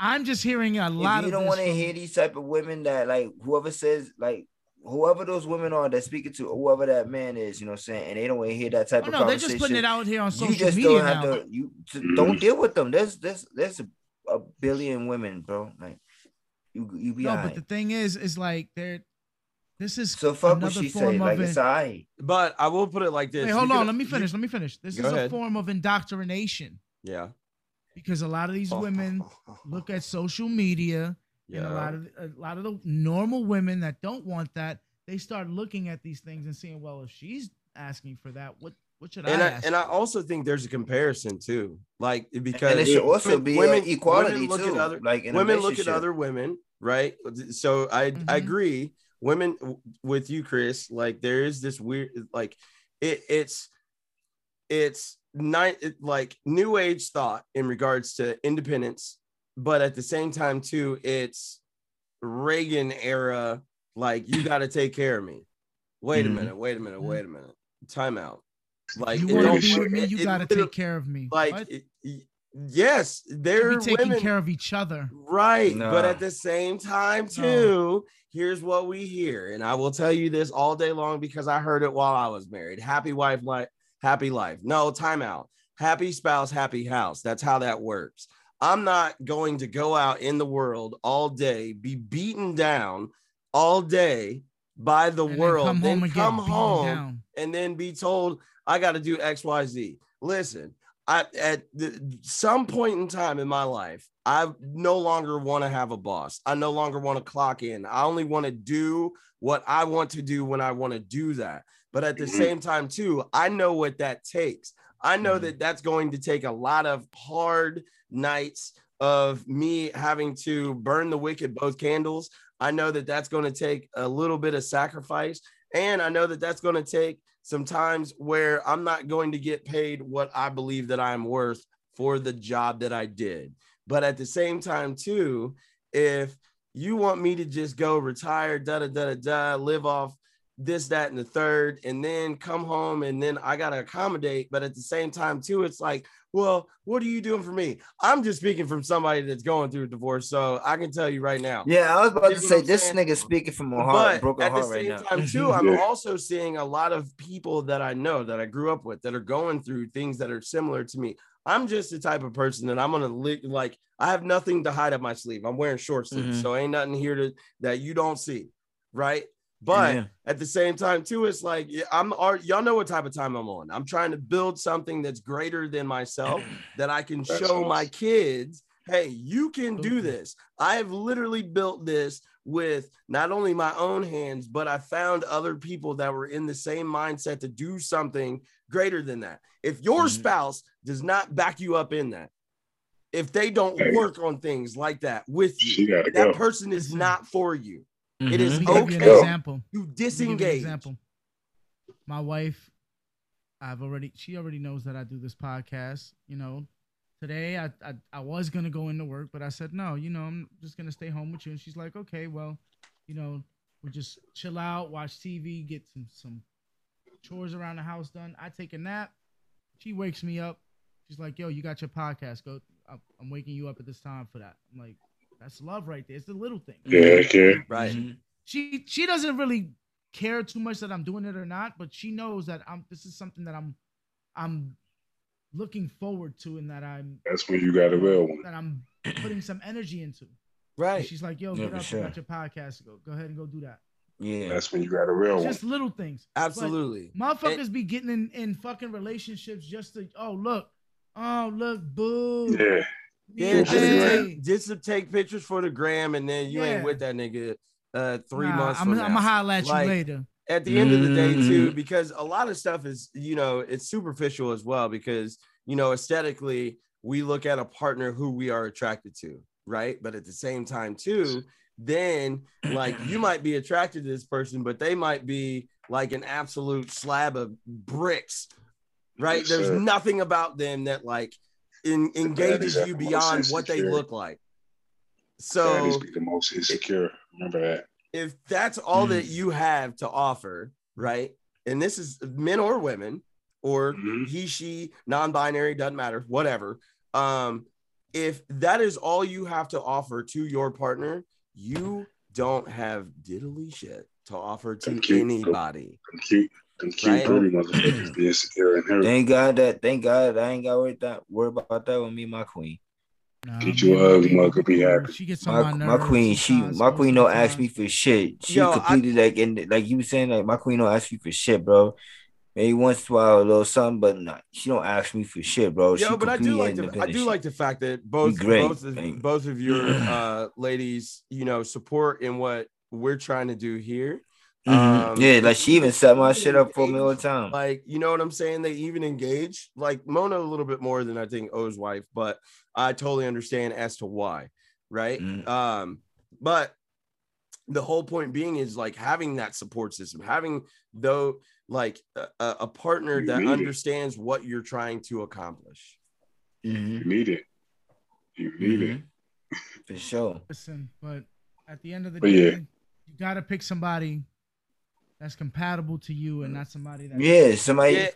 C: I'm just hearing a lot
B: if you
C: of.
B: don't
C: this
B: want to
C: from-
B: hear these type of women that like whoever says like whoever those women are that speaking to whoever that man is, you know what I'm saying, and they don't want to hear that type
C: Oh
B: of
C: no, they're
B: conversation.
C: just putting it out here on
B: you
C: social
B: just
C: media
B: don't have
C: now.
B: to you t-
D: Mhm.
B: don't deal with them. There's there's there's a, a billion women, bro. Like you you be
C: No,
B: all
C: but the
B: right.
C: thing is, is like they're. This is
B: So fuck what
C: another
B: she
C: form
B: say.
C: of
B: Like
C: it-
B: it's all right.
A: But I will put it like this.
C: Wait,
A: You
C: hold
A: can-
C: on. Let me
A: you-
C: finish. Let me finish. This
A: Go
C: is a
A: ahead.
C: form of indoctrination
A: Yeah.
C: because a lot of these women look at social media and a lot
A: Yeah.
C: of a lot of the normal women that don't want that, they start looking at these things and seeing, well, if she's asking for that, what what should
A: And
C: I,
A: I,
C: ask?
A: and I also think there's a comparison too, like because
B: And it should also
A: women-
B: be uh,
A: women-
B: equality
A: women look
B: too.
A: at other-
B: like in a
A: women look at
B: relationship.
A: other women, right? So I I
C: Mhm.
A: agree. Women w- with you, Chris. Like there is this weird, like it it's it's night like new age thought in regards to independence, but at the same time too, it's Reagan era. Like you got to take care of me. Wait
B: Mhm.
A: a minute. Wait a minute. Wait a minute. Time out. Like
C: you
A: it
C: want
A: don't
C: to be with
A: work-
C: me,
A: it-
C: you
A: it
C: gotta
A: literally-
C: take care of me. What?
A: like
C: You
A: y- y- yes
C: should
A: they're
C: be taking
A: women
C: care of each other.
A: right but
B: Nah.
A: at the same time too here's what we hear and i will tell you this all day long because i heard it while i was married happy wife life happy life no timeout happy spouse happy house that's how that works i'm not going to go out in the world all day be beaten down all day by the
C: and then
A: world
C: come
A: then
C: home and get
A: come
C: beaten
A: home
C: down.
A: and then be told I got to do X, Y, Z. Listen, I at the, some point in time in my life, I no longer want to have a boss. I no longer want to clock in. I only want to do what I want to do when I want to do that. But at the
D: Mhm.
A: same time, too, I know what that takes. I know
B: Mhm.
A: that that's going to take a lot of hard nights of me having to burn the wick at both candles. I know that that's going to take a little bit of sacrifice. And I know that that's going to take some times where I'm not going to get paid what I believe that I'm worth for the job that I did. But at the same time, too, if you want me to just go retire, da da da da da, live off this, that, and the third, and then come home and then I got to accommodate. But at the same time, too, it's like, well, what are you doing for me? I'm just speaking from somebody that's going through a divorce. So I can tell you right now.
B: Yeah, I was about
A: You
B: to
A: know
B: say
A: what I'm
B: this
A: saying?
B: nigga speaking from a heart,
A: But
B: broken
A: at the
B: heart right
A: same
B: now. Mm-hmm.
A: time, too, I'm
D: Yeah.
A: also seeing a lot of people that I know that I grew up with that are going through things that are similar to me. I'm just the type of person that I'm gonna li- like. I have nothing to hide up my sleeve. I'm wearing short sleeves,
B: Mhm.
A: so ain't nothing here to, that you don't see, right? But
B: Yeah.
A: at the same time, too, it's like yeah, I'm ar- y'all know what type of time I'm on. I'm trying to build something that's greater than myself that I can
D: That's
A: show
D: awesome.
A: my kids. Hey, you can
C: Mm-hmm.
A: do this. I have literally built this with not only my own hands, but I found other people that were in the same mindset to do something greater than that. If your
B: Mhm.
C: Mm-hmm.
A: spouse does not back you up in that, if they don't
D: Hey.
A: work on things like that with
D: She
A: you,
D: gotta go.
A: that person is
C: Listen.
A: not for you. It
C: Let
A: is
C: me give you an
A: okay.
C: example.
A: You
C: Let me give you an
A: disengage.
C: Example. My wife, I've already she already knows that I do this podcast. You know, today I I, I was gonna go into work, but I said no. You know, I'm just gonna stay home with you. And she's like, okay, well, you know, we just chill out, watch TV, get some some chores around the house done. I take a nap. She wakes me up. She's like, yo, you got your podcast. Go. I'm- I'm waking you up at this time for that. I'm like, that's love right there. It's the little thing
A: Mm-hmm.
D: Yeah, yeah.
A: Right.
C: Mm-hmm.
B: Mhm.
C: she she doesn't really care too much that I'm doing it or not, but she knows that I'm this is something that I'm I'm looking forward to and that I'm
D: That's when you got a real one.
C: that I'm putting some energy into. And
A: Right.
C: she's like, yo,
B: Yeah,
C: get
B: for
C: up,
B: sure.
C: you got your podcast to go. Go ahead and go do that.
B: Yeah.
D: That's when you got a real one.
C: Just little things.
A: Absolutely.
C: Motherfuckers be getting in, in fucking relationships just to oh look, oh look, boo.
D: Yeah,
A: Yeah, just to,
D: Yeah.
A: take, just to take pictures for the gram, and then you ain't
C: Yeah.
A: with that nigga uh, three
C: Nah,
A: months
C: I'm,
A: from
C: I'm gonna
A: now.
C: holler at you
A: Like,
C: later.
A: at the end of the day too
D: Mm-hmm.
B: Mhm.
A: because a lot of stuff is you know it's superficial as well because you know aesthetically we look at a partner who we are attracted to right but at the same time too then like you might be attracted to this person, but they might be like an absolute slab of bricks, right?
D: Yes,
A: There's
D: sir.
A: nothing about them that like en- engages
D: exactly
A: you
D: what I'm
A: beyond
D: saying,
A: what they
D: security.
A: look like.
D: That is
A: So
D: be the most insecure. Remember that.
A: if that's all that
B: Mm.
A: you have to offer, right? And this is men or women or
D: Mhm.
B: Mm-hmm.
A: he, she, non-binary, doesn't matter, whatever. Um, if that is all you have to offer to your partner, you don't have diddly shit to offer to
D: Thank you.
A: anybody.
D: Them cute, them cute,
A: Right.
D: pretty motherfuckers be insecure and hurt.
B: Thank God that. Thank God I ain't got worry that worry about that with me, and my queen.
C: Nah,
D: Get
C: me
D: you
C: and my
D: a ugly
C: queen-
D: mug, I'll be happy.
C: She gets
B: My,
C: on my,
B: my
C: nerves
B: queen, she
C: sometimes,
B: my queen don't ask
C: sometimes.
B: me for shit. She
A: Yo, I-
B: completed like and like you were saying like my queen don't ask you for shit, bro. Maybe once in a while a little something, but not. She don't ask me for shit, bro. Oh, she
A: Yo, but I do
B: completely
A: like the I
B: independent
A: do
B: shit.
A: like the fact that both
B: great,
A: both of,
B: man.
A: both of your uh ladies, you know, support in what we're trying to do here.
B: Mhm.
A: um,
B: yeah, like she even set my shit up for me all the time.
A: Like, you know what I'm saying? They even engage like Mona a little bit more than I think O's wife, but I totally understand as to why, right?
B: Mm.
A: Um, but the whole point being is like having that support system, having though like a, a a partner
D: You
A: that
D: need it.
A: understands what you're trying to accomplish.
B: Mhm.
D: You need it. You need it.
A: Mm-hmm.
B: Mhm. For sure.
C: Listen, but at the end of the
D: But
C: day,
D: yeah.
C: you gotta pick somebody that's compatible to you and not somebody that.
B: Yeah, somebody
A: Yeah.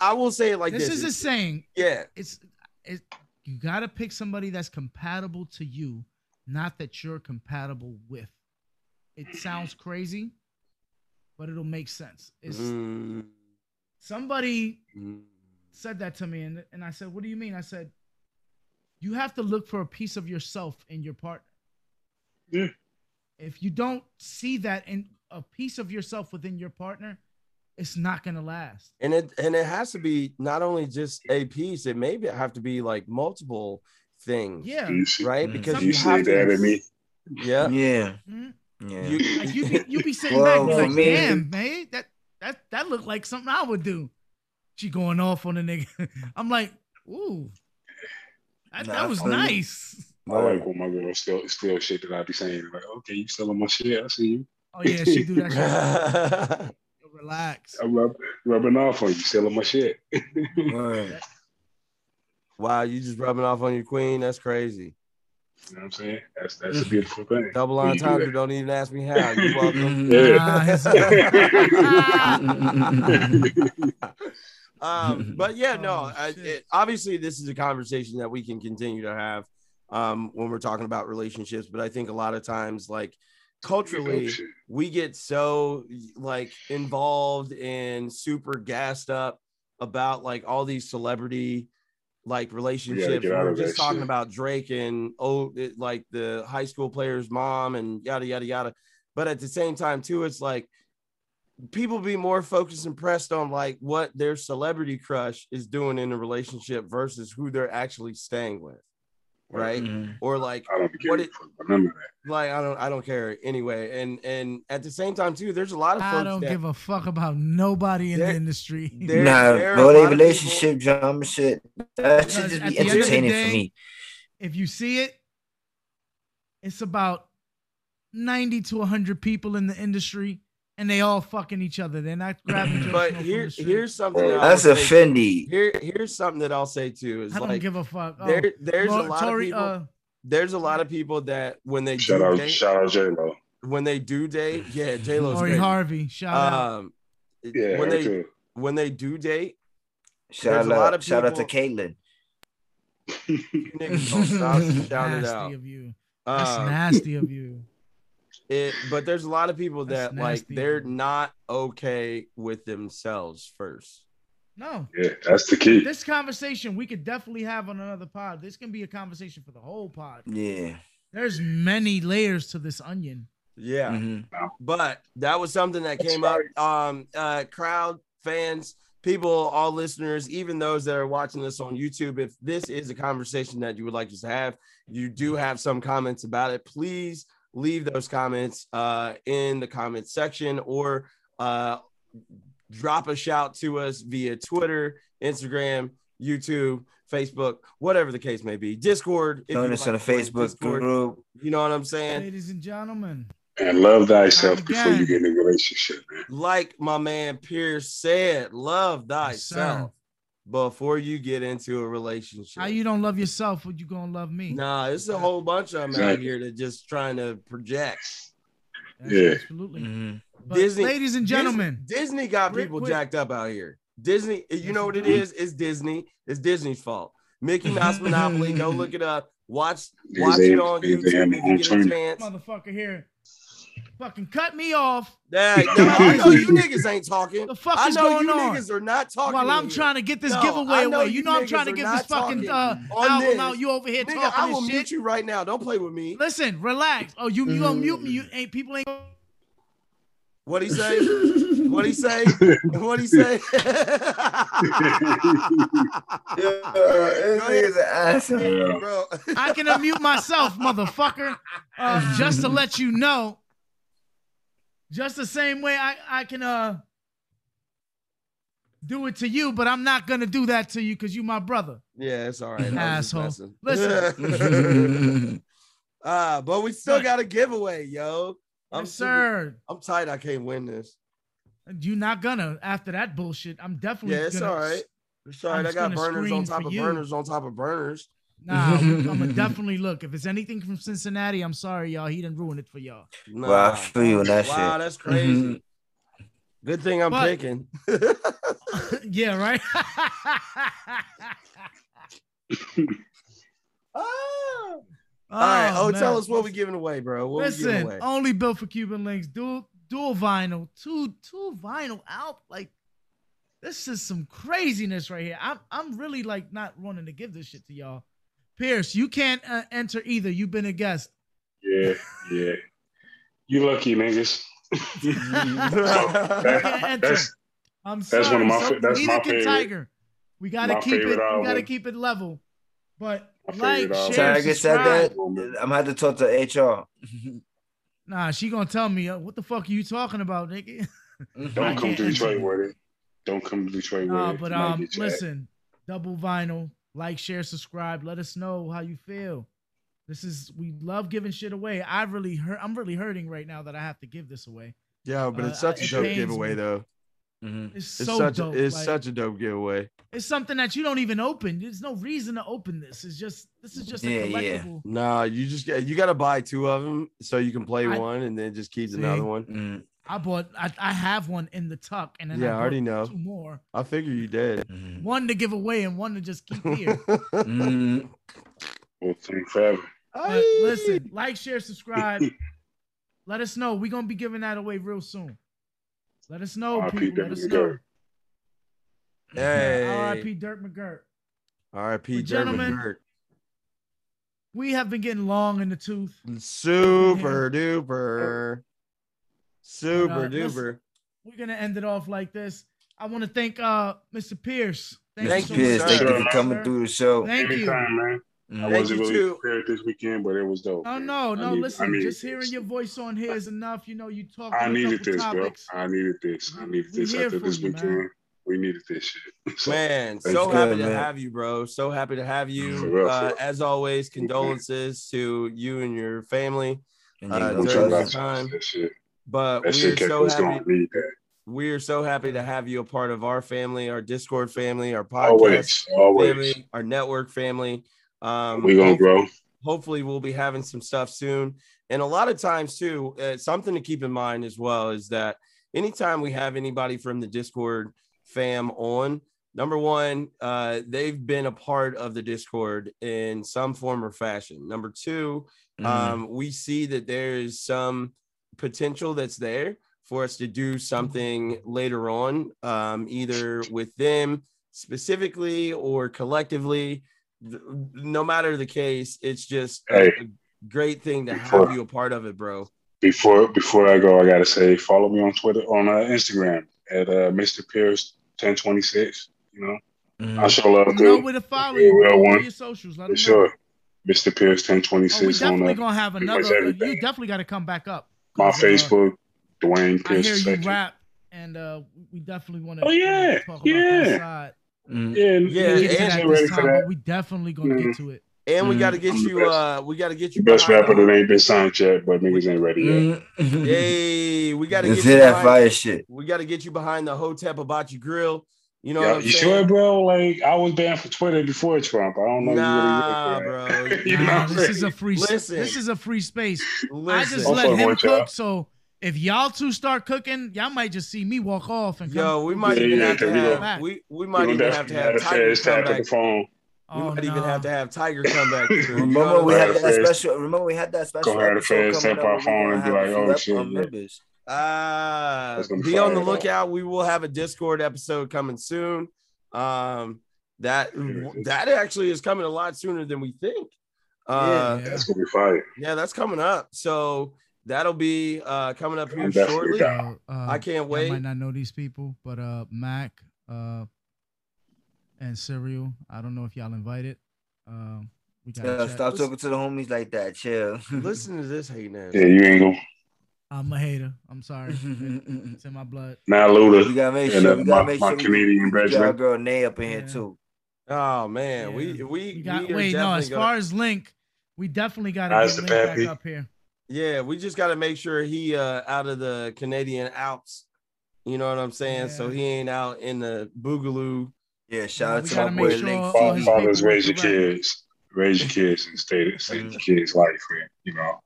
A: I will say it like
C: this,
A: this.
C: is a saying.
A: yeah,
C: It's it. You gotta pick somebody that's compatible to you, not that you're compatible with. It sounds crazy, but it'll make sense. It's
A: Mm,
C: somebody
A: mm.
C: said that to me and, and I said, What do you mean? I said, You have to look for a piece of yourself in your partner.
D: Yeah.
C: If you don't see that in a piece of yourself within your partner, it's not gonna last.
A: and it and it has to be not only just a piece. It may be, have to be like multiple
B: Oh,
A: things,
C: Yeah.
D: Do you see,
A: Mm-hmm. right?
B: Mhm.
A: Because
D: do
A: you,
D: you see
A: have to,
D: that at me?
B: yeah.
A: yeah. Mm-hmm.
B: Yeah.
C: Mhm.
B: Yeah.
A: You,
C: Like you be you be sitting
B: Well,
C: back
B: for
C: and like,
B: me-
C: damn, man, that that that looked like something I would do. She going off on the nigga. I'm like, ooh, that,
B: Nah,
C: that was
B: for me-
C: nice.
D: I like when my girl still still shit that I be saying. Like, okay, you selling my shit. I see you.
C: Oh yeah, she do that shit.
A: yeah,
C: Relax.
D: I'm rub, rubbing off on you, selling my shit.
B: Word.
A: wow, you just rubbing off on your queen. That's crazy.
D: You know what I'm saying? That's that's a beautiful thing.
A: Double
D: When you do
A: entendre.
D: that.
A: Don't even ask me how. You welcome.
B: Mm-hmm.
C: Nah, uh, it's-
A: um, but yeah, no.
C: Oh,
A: I,
C: shit.
A: it, obviously, this is a conversation that we can continue to have um, when we're talking about relationships. But I think a lot of times, like culturally,
D: Dope shit.
A: we get so like involved and super gassed up about like all these celebrity like relationships. We
D: get out
A: were
D: of
A: just
D: that
A: talking
D: shit.
A: about Drake and oh, it- like the high school player's mom and yada yada yada. But at the same time, too, it's like people be more focused and pressed on like what their celebrity crush is doing in a relationship versus who they're actually staying with, right?
B: Mhm.
A: Or like
D: I don't give
A: What
D: a
A: it-
D: fuck about none of that.
A: like I don't I don't care anyway. And and at the same time too, there's a lot of folks
C: I don't
A: that
C: give a fuck about nobody in the
A: There-
C: industry.
A: there-
B: nah,
A: there are a
B: bro,
A: lot
B: they
A: of
B: relationship drama shit. That should
C: Because
B: just
C: at
B: be
C: the end of the
B: entertaining
C: day-
B: for me.
C: if you see it, it's about 90 to 100 people in the industry and they all fucking each other. They're not grabbing jokes
A: but
C: no from
A: here
C: the street.
A: here's something that
B: That's
A: I'll say,
B: offendy.
A: here here's something that I'll say too is
C: I don't
A: like
C: give a fuck. Oh,
A: there there's
C: Lord-
A: a lot
C: Tory,
A: of people
C: uh,
A: there's a lot of people that when they
D: Shout
A: do
D: out,
A: date,
D: shout out J Lo.
A: when they do date yeah J Lo's
C: Lori Harvey, shout out.
A: um
D: Yeah,
A: when
D: her
A: they
D: too.
A: when they do date There's
B: Shout
A: a lot
B: out,
A: of
B: shout out to Caitlin.
A: you niggas don't stop shouting it
C: nasty
A: out
C: of you. That's
A: um,
C: nasty of you.
A: it, but there's a lot of people
C: That's
A: that like
C: nasty.
A: they're not okay with themselves first
C: No,
D: yeah, that's the key.
C: this conversation we could definitely have on another pod. This can be a conversation for the whole pod.
B: Yeah.
C: There's many layers to this onion.
A: yeah
B: Mhm.
A: but that was something that
D: That's
A: came up um uh crowd fans people all listeners even those that are watching this on youtube if this is a conversation that you would like us to have you do have some comments about it please leave those comments uh in the comments section or uh drop a shout to us via twitter instagram youtube Facebook, whatever the case may be. Discord. if
B: Join
A: you
B: us
A: like
B: on the
A: to join
B: Facebook
A: Discord,
B: group.
A: You know what I'm saying?
C: Ladies and gentlemen,
D: And love thyself before
C: Again.
D: you get in a relationship, man.
A: Like my man Pierce said, love
C: Yes, sir.
A: thyself before you get into a relationship.
C: how you don't love yourself? Would you gonna love me?
A: Nah, it's a whole bunch of them out
D: Exactly.
A: here that just trying to project.
C: That's
D: Yeah.
C: absolutely.
B: Mm-hmm.
C: But
A: Mm. Disney-
C: ladies and gentlemen,
A: Dis- Disney got
C: Real
A: people
C: quick.
A: jacked up out here. Disney, you
C: Yes,
A: know what it
D: it
A: is? It's Disney. It's Disney's fault. Mickey Mouse Monopoly. Go look it up. Watch,
D: These
A: watch
D: they-
A: it on
D: these they have
A: YouTube
D: their
A: if
D: own
A: you get a
D: tournament.
A: chance.
C: motherfucker here, fucking cut me off
A: Nah, no, I know you niggas ain't talking.
C: The fuck
A: I
C: is
A: know
C: going
A: you
C: on?
A: niggas are not talking.
C: while I'm
A: in here.
C: trying to get this
A: No, I
C: giveaway
A: know
C: away.
A: you
C: You know I'm trying to
A: niggas
C: get
A: are
C: this
A: not
C: fucking uh,
A: talking on
C: album
A: this.
C: out. You over here
A: Nigga, I
C: talking
A: will
C: this
A: mute
C: shit.
A: you right now. Don't play with me.
C: Listen, relax. Oh, you you gonna mute me?
A: Mm.
C: You ain't people ain't.
A: What he say? what he say? What he say?
D: Yeah.
A: Bro,
C: I can unmute myself, motherfucker. Uh, just to let you know. Just the same way I, I can uh do it to you, but I'm not gonna do that to you because you my brother.
A: yeah, it's all right. I was just
C: Asshole.
A: messing.
C: Listen.
A: Uh, but we still got a giveaway, yo. I'm
C: yes,
A: super-
C: sir.
A: I'm tight. I can't win this.
C: You not gonna after that bullshit. I'm definitely
A: Yeah, it's
C: gonna,
A: all right. Sorry,
C: Oh I'm
A: I
C: just
A: got
C: gonna
A: burners on
C: scream
A: top
C: for
A: of
C: you.
A: burners on top of burners.
C: Nah, I'm gonna definitely look. If it's anything from Cincinnati, I'm sorry, y'all. He didn't ruin it for y'all.
A: Nah.
B: Well, I feel you on that
A: wow,
B: shit.
A: that's crazy. Good thing I'm
C: Mm-hmm. But-
A: picking.
C: yeah, right.
A: Ah. All right. Oh,
C: man.
A: tell us what we giving away, bro. What we giving
C: Listen, oh,
A: away?
C: only built for Cuban links. Dual dual vinyl, two two vinyl out. Like this is some craziness right here. I'm I'm really like not wanting to give this shit to y'all. Pierce, you can't uh, enter either. You've been a guest.
D: Yeah, yeah. You lucky niggas.
C: enter.
D: That- that's
C: I'm sorry.
D: That's one of my
C: so
D: fa- that's
C: neither
D: my
C: can
D: favorite-
C: Tiger. We gotta
D: my
C: keep it.
D: favorite
C: We gotta
D: album.
C: keep it level. But
D: My
C: like,
D: favorite album.
C: share,
B: Tiger said that.
C: subscribe.
B: I'm gonna have to talk to HR.
C: Nah, she gonna tell me uh, what the fuck are you talking about, nigga. I
A: Mm-hmm.
D: don't come
C: can't
D: to
C: answer
D: Detroit
C: you.
D: with it. Don't come to Detroit with
C: Nah,
D: it.
C: but
D: You might
C: um,
D: get your ass
C: listen, double vinyl, like, share, subscribe. Let us know how you feel. This is we love giving shit away. I really hurt. I'm really hurting right now that I have to give this away.
A: yeah, but
C: Uh,
A: it's such
C: it
A: a dope
C: pains
A: giveaway,
C: me.
A: though.
B: Mhm.
C: It's
A: It's
C: so
A: such
C: dope.
A: a, it's
C: like,
A: such a dope giveaway.
C: it's something that you don't even open. There's no reason to open this. It's just this is just
B: Yeah,
C: a
B: yeah.
C: collectible.
A: Nah, you just get you gotta buy two of them so you can play
C: I-
A: one and then just keep
C: See?
A: another one.
B: Mhm.
C: I bought. I, I have one in the tuck, and then
A: Yeah, I
C: I
A: already
C: bought
A: know.
C: two more.
A: I figure you did.
B: Mhm.
C: One to give away and one to just keep here.
A: Mm-hmm.
B: Mhm.
D: whole thing forever.
C: But listen, like, share, subscribe. Let us know. We're gonna be giving that away real soon. Let us know,
D: R.I.P.
C: people. Let
D: Dirk
C: us know.
D: McGirt.
A: Hey.
C: R.I.P. Dirk McGirt.
A: R.I.P.
C: But gentlemen-
A: German
C: We have been getting long in the tooth.
A: Dirk. Super duper. Super
C: But, uh, listen-
A: duper.
C: We're gonna end it off like this. I want to thank uh Mr. Pierce.
A: Thank
B: Mr.
A: you,
B: Pierce,
A: sir.
B: thank you
D: Sure.
B: for coming
C: sir.
B: through the show.
C: Thank you.
D: Anytime, man. I
B: Mhm.
A: Thank
D: wasn't
A: you,
D: really
A: too.
D: prepared this weekend, but it was dope.
C: No,
D: man.
C: Oh, no,
D: I
C: no.
D: need-
C: listen,
D: I needed
C: just hearing
D: this.
C: your voice on here is enough. You know, you talk.
D: I needed
C: couple
D: this, bro.
C: topics.
D: I needed this. I needed
C: We
D: this
C: here
D: after
C: for
D: this
C: you, man.
D: weekend. We needed this shit. So,
A: Man,
D: That's
A: so
B: good,
A: happy to
B: man.
A: have you, bro. So happy to have
D: For
A: you.
D: real, for
A: Uh,
D: real.
A: as always, condolences to you and your family.
B: And
A: Uh,
B: you
D: Don't
B: go,
A: during
D: you
A: this
B: cousin.
D: lie to
A: time.
D: us. That shit,
A: But
D: that
A: we're
D: shit kept
A: so
D: us
A: happy.
D: going. Need that.
A: We're so happy to have you a part of our family, our Discord family, our podcast
D: Always, always.
A: family, our network family. Um,
D: We gonna grow.
A: hopefully we'll be having some stuff soon and a lot of times too uh, something to keep in mind as well is that anytime we have anybody from the discord fam on number one uh, they've been a part of the discord in some form or fashion number two
E: Mm-hmm.
A: um, we see that there is some potential that's there for us to do something later on, um, either with them specifically or collectively. Th- No matter the case, it's just a-
D: Hey.
A: a great thing to have
D: Before-
A: you a part of it, bro.
D: Before before I go, I gotta say, follow me on Twitter on uh, Instagram at uh, Mr. Pierce ten twenty six. You know,
A: Mm-hmm.
D: I
B: Mhm.
D: show
C: You
D: love
C: know
D: too
C: where to follow
D: Yeah,
C: you.
D: well,
C: Go
D: one.
C: to your socials. Let 'em
D: for
C: know.
D: sure. Mr. Pierce ten
C: Oh,
D: twenty
C: we
D: six on
C: definitely
D: uh,
C: gonna have
D: pretty
C: another.
D: much
C: You
D: everything.
C: definitely gotta come back up.
D: my
C: 'Cause, uh,
D: Facebook. Dwayne
C: I hear
D: Pierce
C: you
D: second.
C: rap, and uh, we definitely want to.
D: Oh, yeah,
C: talk about
D: yeah.
C: that side.
E: Mm.
D: Yeah,
A: Yeah,
C: We didn't
D: yeah,
C: get to
A: and-
C: that
D: get
C: this
D: ready for
C: time, but
D: that.
C: we definitely gonna get
D: Mm-hmm.
C: to it.
A: And we
E: Mhm.
A: got to get
D: I'm the
A: you.
D: best.
A: Uh, we got to get
D: The
A: you. Mm-hmm.
D: best
A: behind
D: rapper that
A: the-
D: ain't been signed yet, but niggas ain't ready yet.
A: Hey, we got to
E: Let's
A: get
E: hear
A: you.
E: that
A: Behind,
E: fire shit.
A: We got to get you behind the Hotep Hibachi Grill. You know
D: Yeah,
A: what I'm
D: you
A: saying?
D: sure, bro? Like I was banned from Twitter before Trump. I don't know.
A: Nah,
D: you really
A: bro.
D: You know
C: Nah,
D: what I'm
C: this is a
D: saying?
C: free. s-
A: Listen.
C: This is a free space. I
A: Listen,
C: just
D: Don't
C: let
D: fuck
C: him
D: with y'all.
C: cook. So if y'all two start cooking, y'all might just see me walk off and come.
A: yo, we might
D: Yeah,
A: even
D: yeah,
A: have to
D: cause we
A: have.
C: gonna-
A: we we
D: We
A: might
D: gonna
A: even have to
D: definitely
A: have
D: have a
A: Tiger
D: fast
A: come
D: tap at
A: back.
D: the phone.
A: we
C: Oh,
A: might even
C: nah.
A: have to have Tiger come back. too. You know
E: Remember
A: what
E: we
A: I'm
E: had
A: saying?
E: that
D: Right,
E: special. Remember we had that special.
D: Go ahead,
E: episode
D: fast
E: coming
D: tap our
E: up where we
D: phone and
E: gonna
D: be
E: have a
D: like,
E: few
D: oh,
E: up-
D: shit,
E: um,
D: yeah.
E: members.
A: Uh,
D: That's gonna
A: be on
D: fire
A: the
D: it up.
A: lookout. We will have a Discord episode coming soon. Um, that that actually is coming a lot sooner than we think. Uh,
C: Yeah.
D: That's gonna be fire.
A: yeah, that's coming up. So that'll be uh coming up here
D: I'm definitely
A: shortly.
D: down.
C: So, uh,
A: I can't
C: I
A: wait.
C: might not know these people, but uh, Mac, uh, and Cereal. I don't know if y'all invited. Um, we got.
E: Yeah,
C: to
E: stop talking to the homies like that. Chill.
A: Listen to this hating ass.
D: Yeah, you ain't gonna
C: I'm a hater. I'm sorry.
E: we
C: it's in my blood.
D: now Luda.
E: gotta make
D: And
E: sure.
D: uh,
E: We
D: my,
E: gotta make
D: my
E: sure. we-
D: Canadian
E: We got our
D: brethren.
E: girl Nay up in here
C: Yeah.
E: too.
A: Oh man,
C: Yeah.
A: we we,
C: We got.
A: we are
C: wait, no.
A: definitely
C: As
A: gonna-
C: far as Link, we definitely got to
D: Nice
C: get
D: to
C: Link
D: Pappy.
C: back up here.
A: yeah, we just got to make sure he uh out of the Canadian Alps. You know what I'm saying? So
C: Yeah.
A: he ain't out in the Boogaloo.
E: Yeah, shout out
C: we
E: to
C: gotta
E: my
C: make
E: boy
C: sure
E: Link.
C: all
D: Fa-
C: his
D: Fathers
C: people
D: raise your
C: are correct.
D: kids, raise your kids, and stay stay your kids' life, man. You know.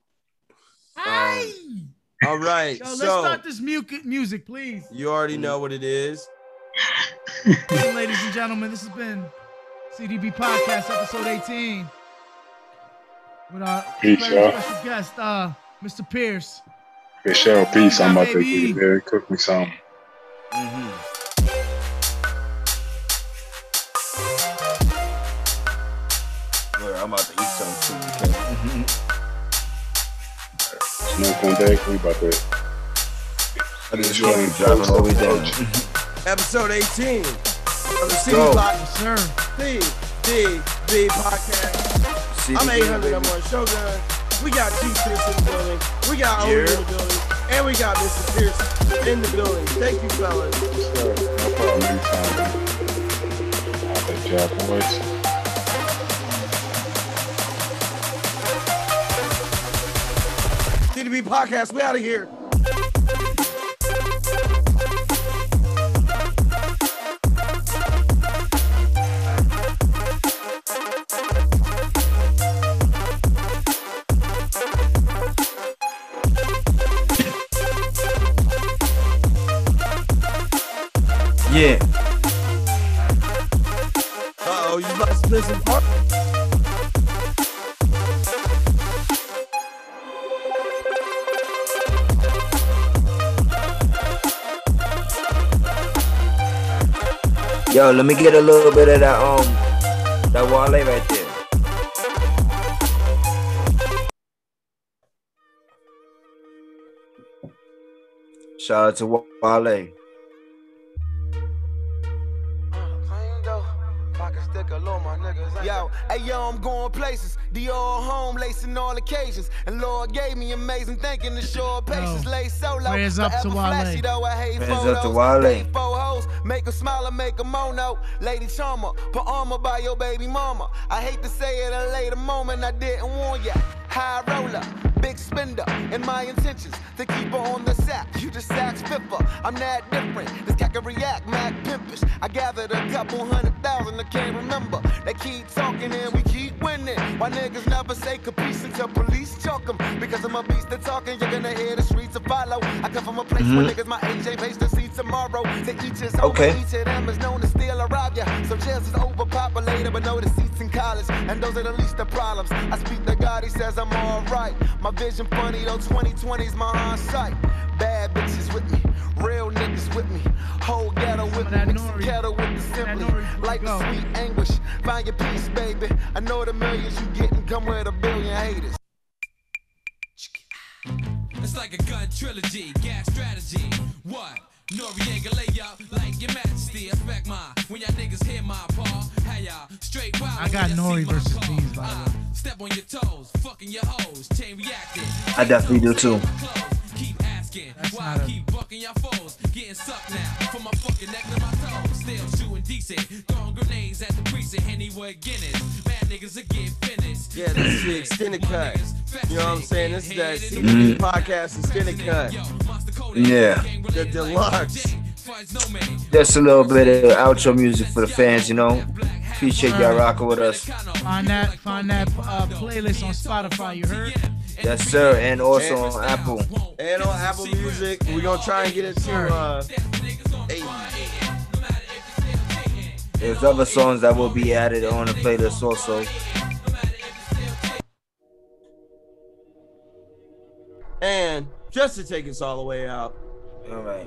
D: Um,
C: Hey,
A: All right,
C: yo, let's
A: so
C: start this mu- music, please.
A: you already know what it is.
C: Listen, ladies and gentlemen, this has been CDB Podcast episode 18 with our
D: Peace,
C: very
D: y'all.
C: special guest, uh, Mr. Pierce.
D: Michelle, peace. I'm about to get in there and cook me something.
E: Mhm. Word, I'm about to eat something too. Okay.
D: Smoke on deck. We about to.
E: I need to
D: Enjoy.
E: keep driving all the way down.
A: Episode 18 of the CD
E: go.
A: Pod-
C: Yes, sir.
A: CDB Podcast.
E: See
A: I'm
E: you again,
A: 800. I'm
E: baby.
A: on Shogun. We got G Pierce in the building. We got Owen in the building, and we got Mr. Pierce in the building. Thank you, fellas.
D: Sure, no problem. Anytime. I'll bet y'all boys.
A: CDB Podcast. We out of here.
E: Yeah.
A: Uh oh, you about to split some part?
E: Yo, let me get a little bit of that um that wale right there. Shout out to Wa- Wale.
H: Yo, hey yo, I'm going places. The old home lacing all occasions. And Lord gave me amazing thinking to show patience.
C: Yo,
H: Lay solo.
C: prayers up to
H: forever
C: Wale.
H: flashy, though I hate
E: Prayers up to
H: photos.
E: Wale.
H: Hate four hoes. Make 'em smile and make 'em mono. Lady Charmer, put armor by your baby mama. I hate to say it at a later moment, I didn't warn ya. High roller, big spender, and my intentions to keep her on the sack. You just sack spiffer. I'm that different. This guy can react, Mac pimpish. I gathered a couple hundred thousand, I can't remember. They keep talking and we keep winning. Why niggas never say caprice until police chalk 'em? Because I'm a beast of talking, you're gonna hear the streets to follow. I come from a place where niggas my age ain't faced to see tomorrow. To each his own,
E: Okay.
H: but each of them is known to steal or rob ya. So jails is overpopulated, but no the seats in college. And those are the least of problems. I speak to God, he says I'm alright. My vision funny, though 2020's my hindsight. Bad bitches with me, real niggas with me. Whole ghetto with me,
C: that
H: mix the
C: Nori.
H: ghetto with the
C: That
H: simply.
C: Nori,
H: Like
C: go.
H: the sweet anguish, find your peace, baby. I know the millions you getting come with a billion haters.
F: It's like a gun trilogy, gas strategy. What? Noriega lay up like your majesty. Expect my when y'all niggas hear my paw. How y'all straight wild.
C: I got
F: when y'all
C: Nori
F: see my
C: versus
F: car.
C: Beans, by the
F: Uh, Step on your toes, fucking your hoes, chain reacted.
E: I definitely do too.
F: Keep asking.
E: skin. Why I keep bucking y'all foes, getting sucked now. From my fucking neck to my toes, still shooting decent. Throwing grenades at the precinct, Henny with Guinness. Mad niggas are getting finished.
A: Yeah, this is the extended cut. You know what I'm saying? This is that CDB
B: Mm.
A: podcast extended cut.
B: Yeah.
A: The deluxe.
B: Just a little bit of outro music for the fans, you know. Appreciate y'all rocking with us.
C: Find that, find that uh, playlist on Spotify. You heard?
B: Yes, sir. And also on Apple.
A: And on Apple Music, we're gonna try and get it to uh eight.
B: There's other songs that will be added on the playlist also.
A: And just to take us all the way out,
B: All right.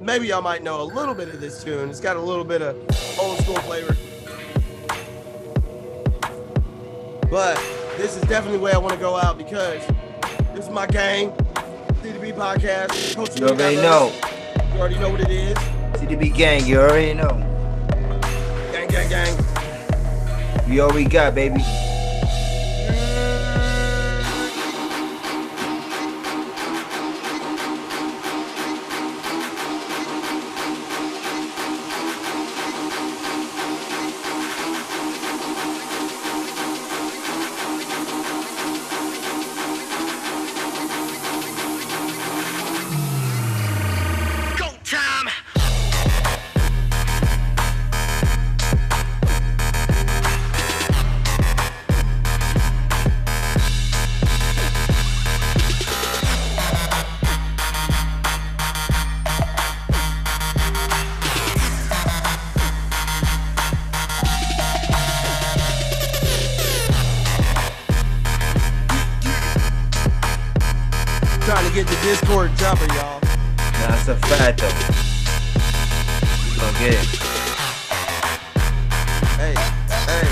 A: maybe y'all might know a little bit of this tune. It's got a little bit of old school flavor. But this is definitely where I want to go out because this is my gang, CDB podcast. Coach
B: You
A: Lee
B: already
A: got
B: know.
A: us. You already know what it is.
B: CDB gang, you already know.
A: Gang, gang, gang.
B: We already got, baby.
H: Go time.
A: Trying to get the Discord jumping, y'all.
B: That's a fact, though. You gonna get it.
A: Hey, hey.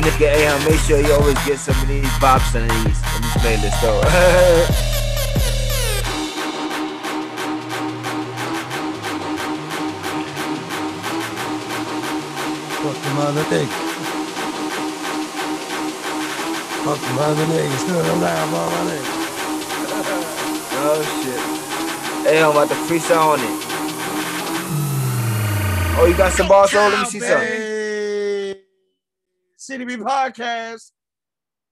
B: Nigga, hey, huh, make sure you always get some of these bops and these, in these playlists, though.
A: Fuck the mother niggas. Fuck the mother niggas. Still alive, all my niggas.
B: Oh shit. Hey, I'm about to freestyle on it. Oh, you got some bars? though? Let me see some.
A: Hey, CDB podcast.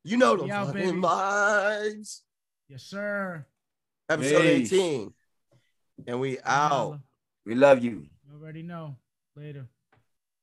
A: You know them
C: Yeah,
A: fucking
C: baby.
A: lives.
C: Yes, sir.
A: Episode
B: Hey.
A: 18. And we out.
B: We love you.
C: You already know. Later.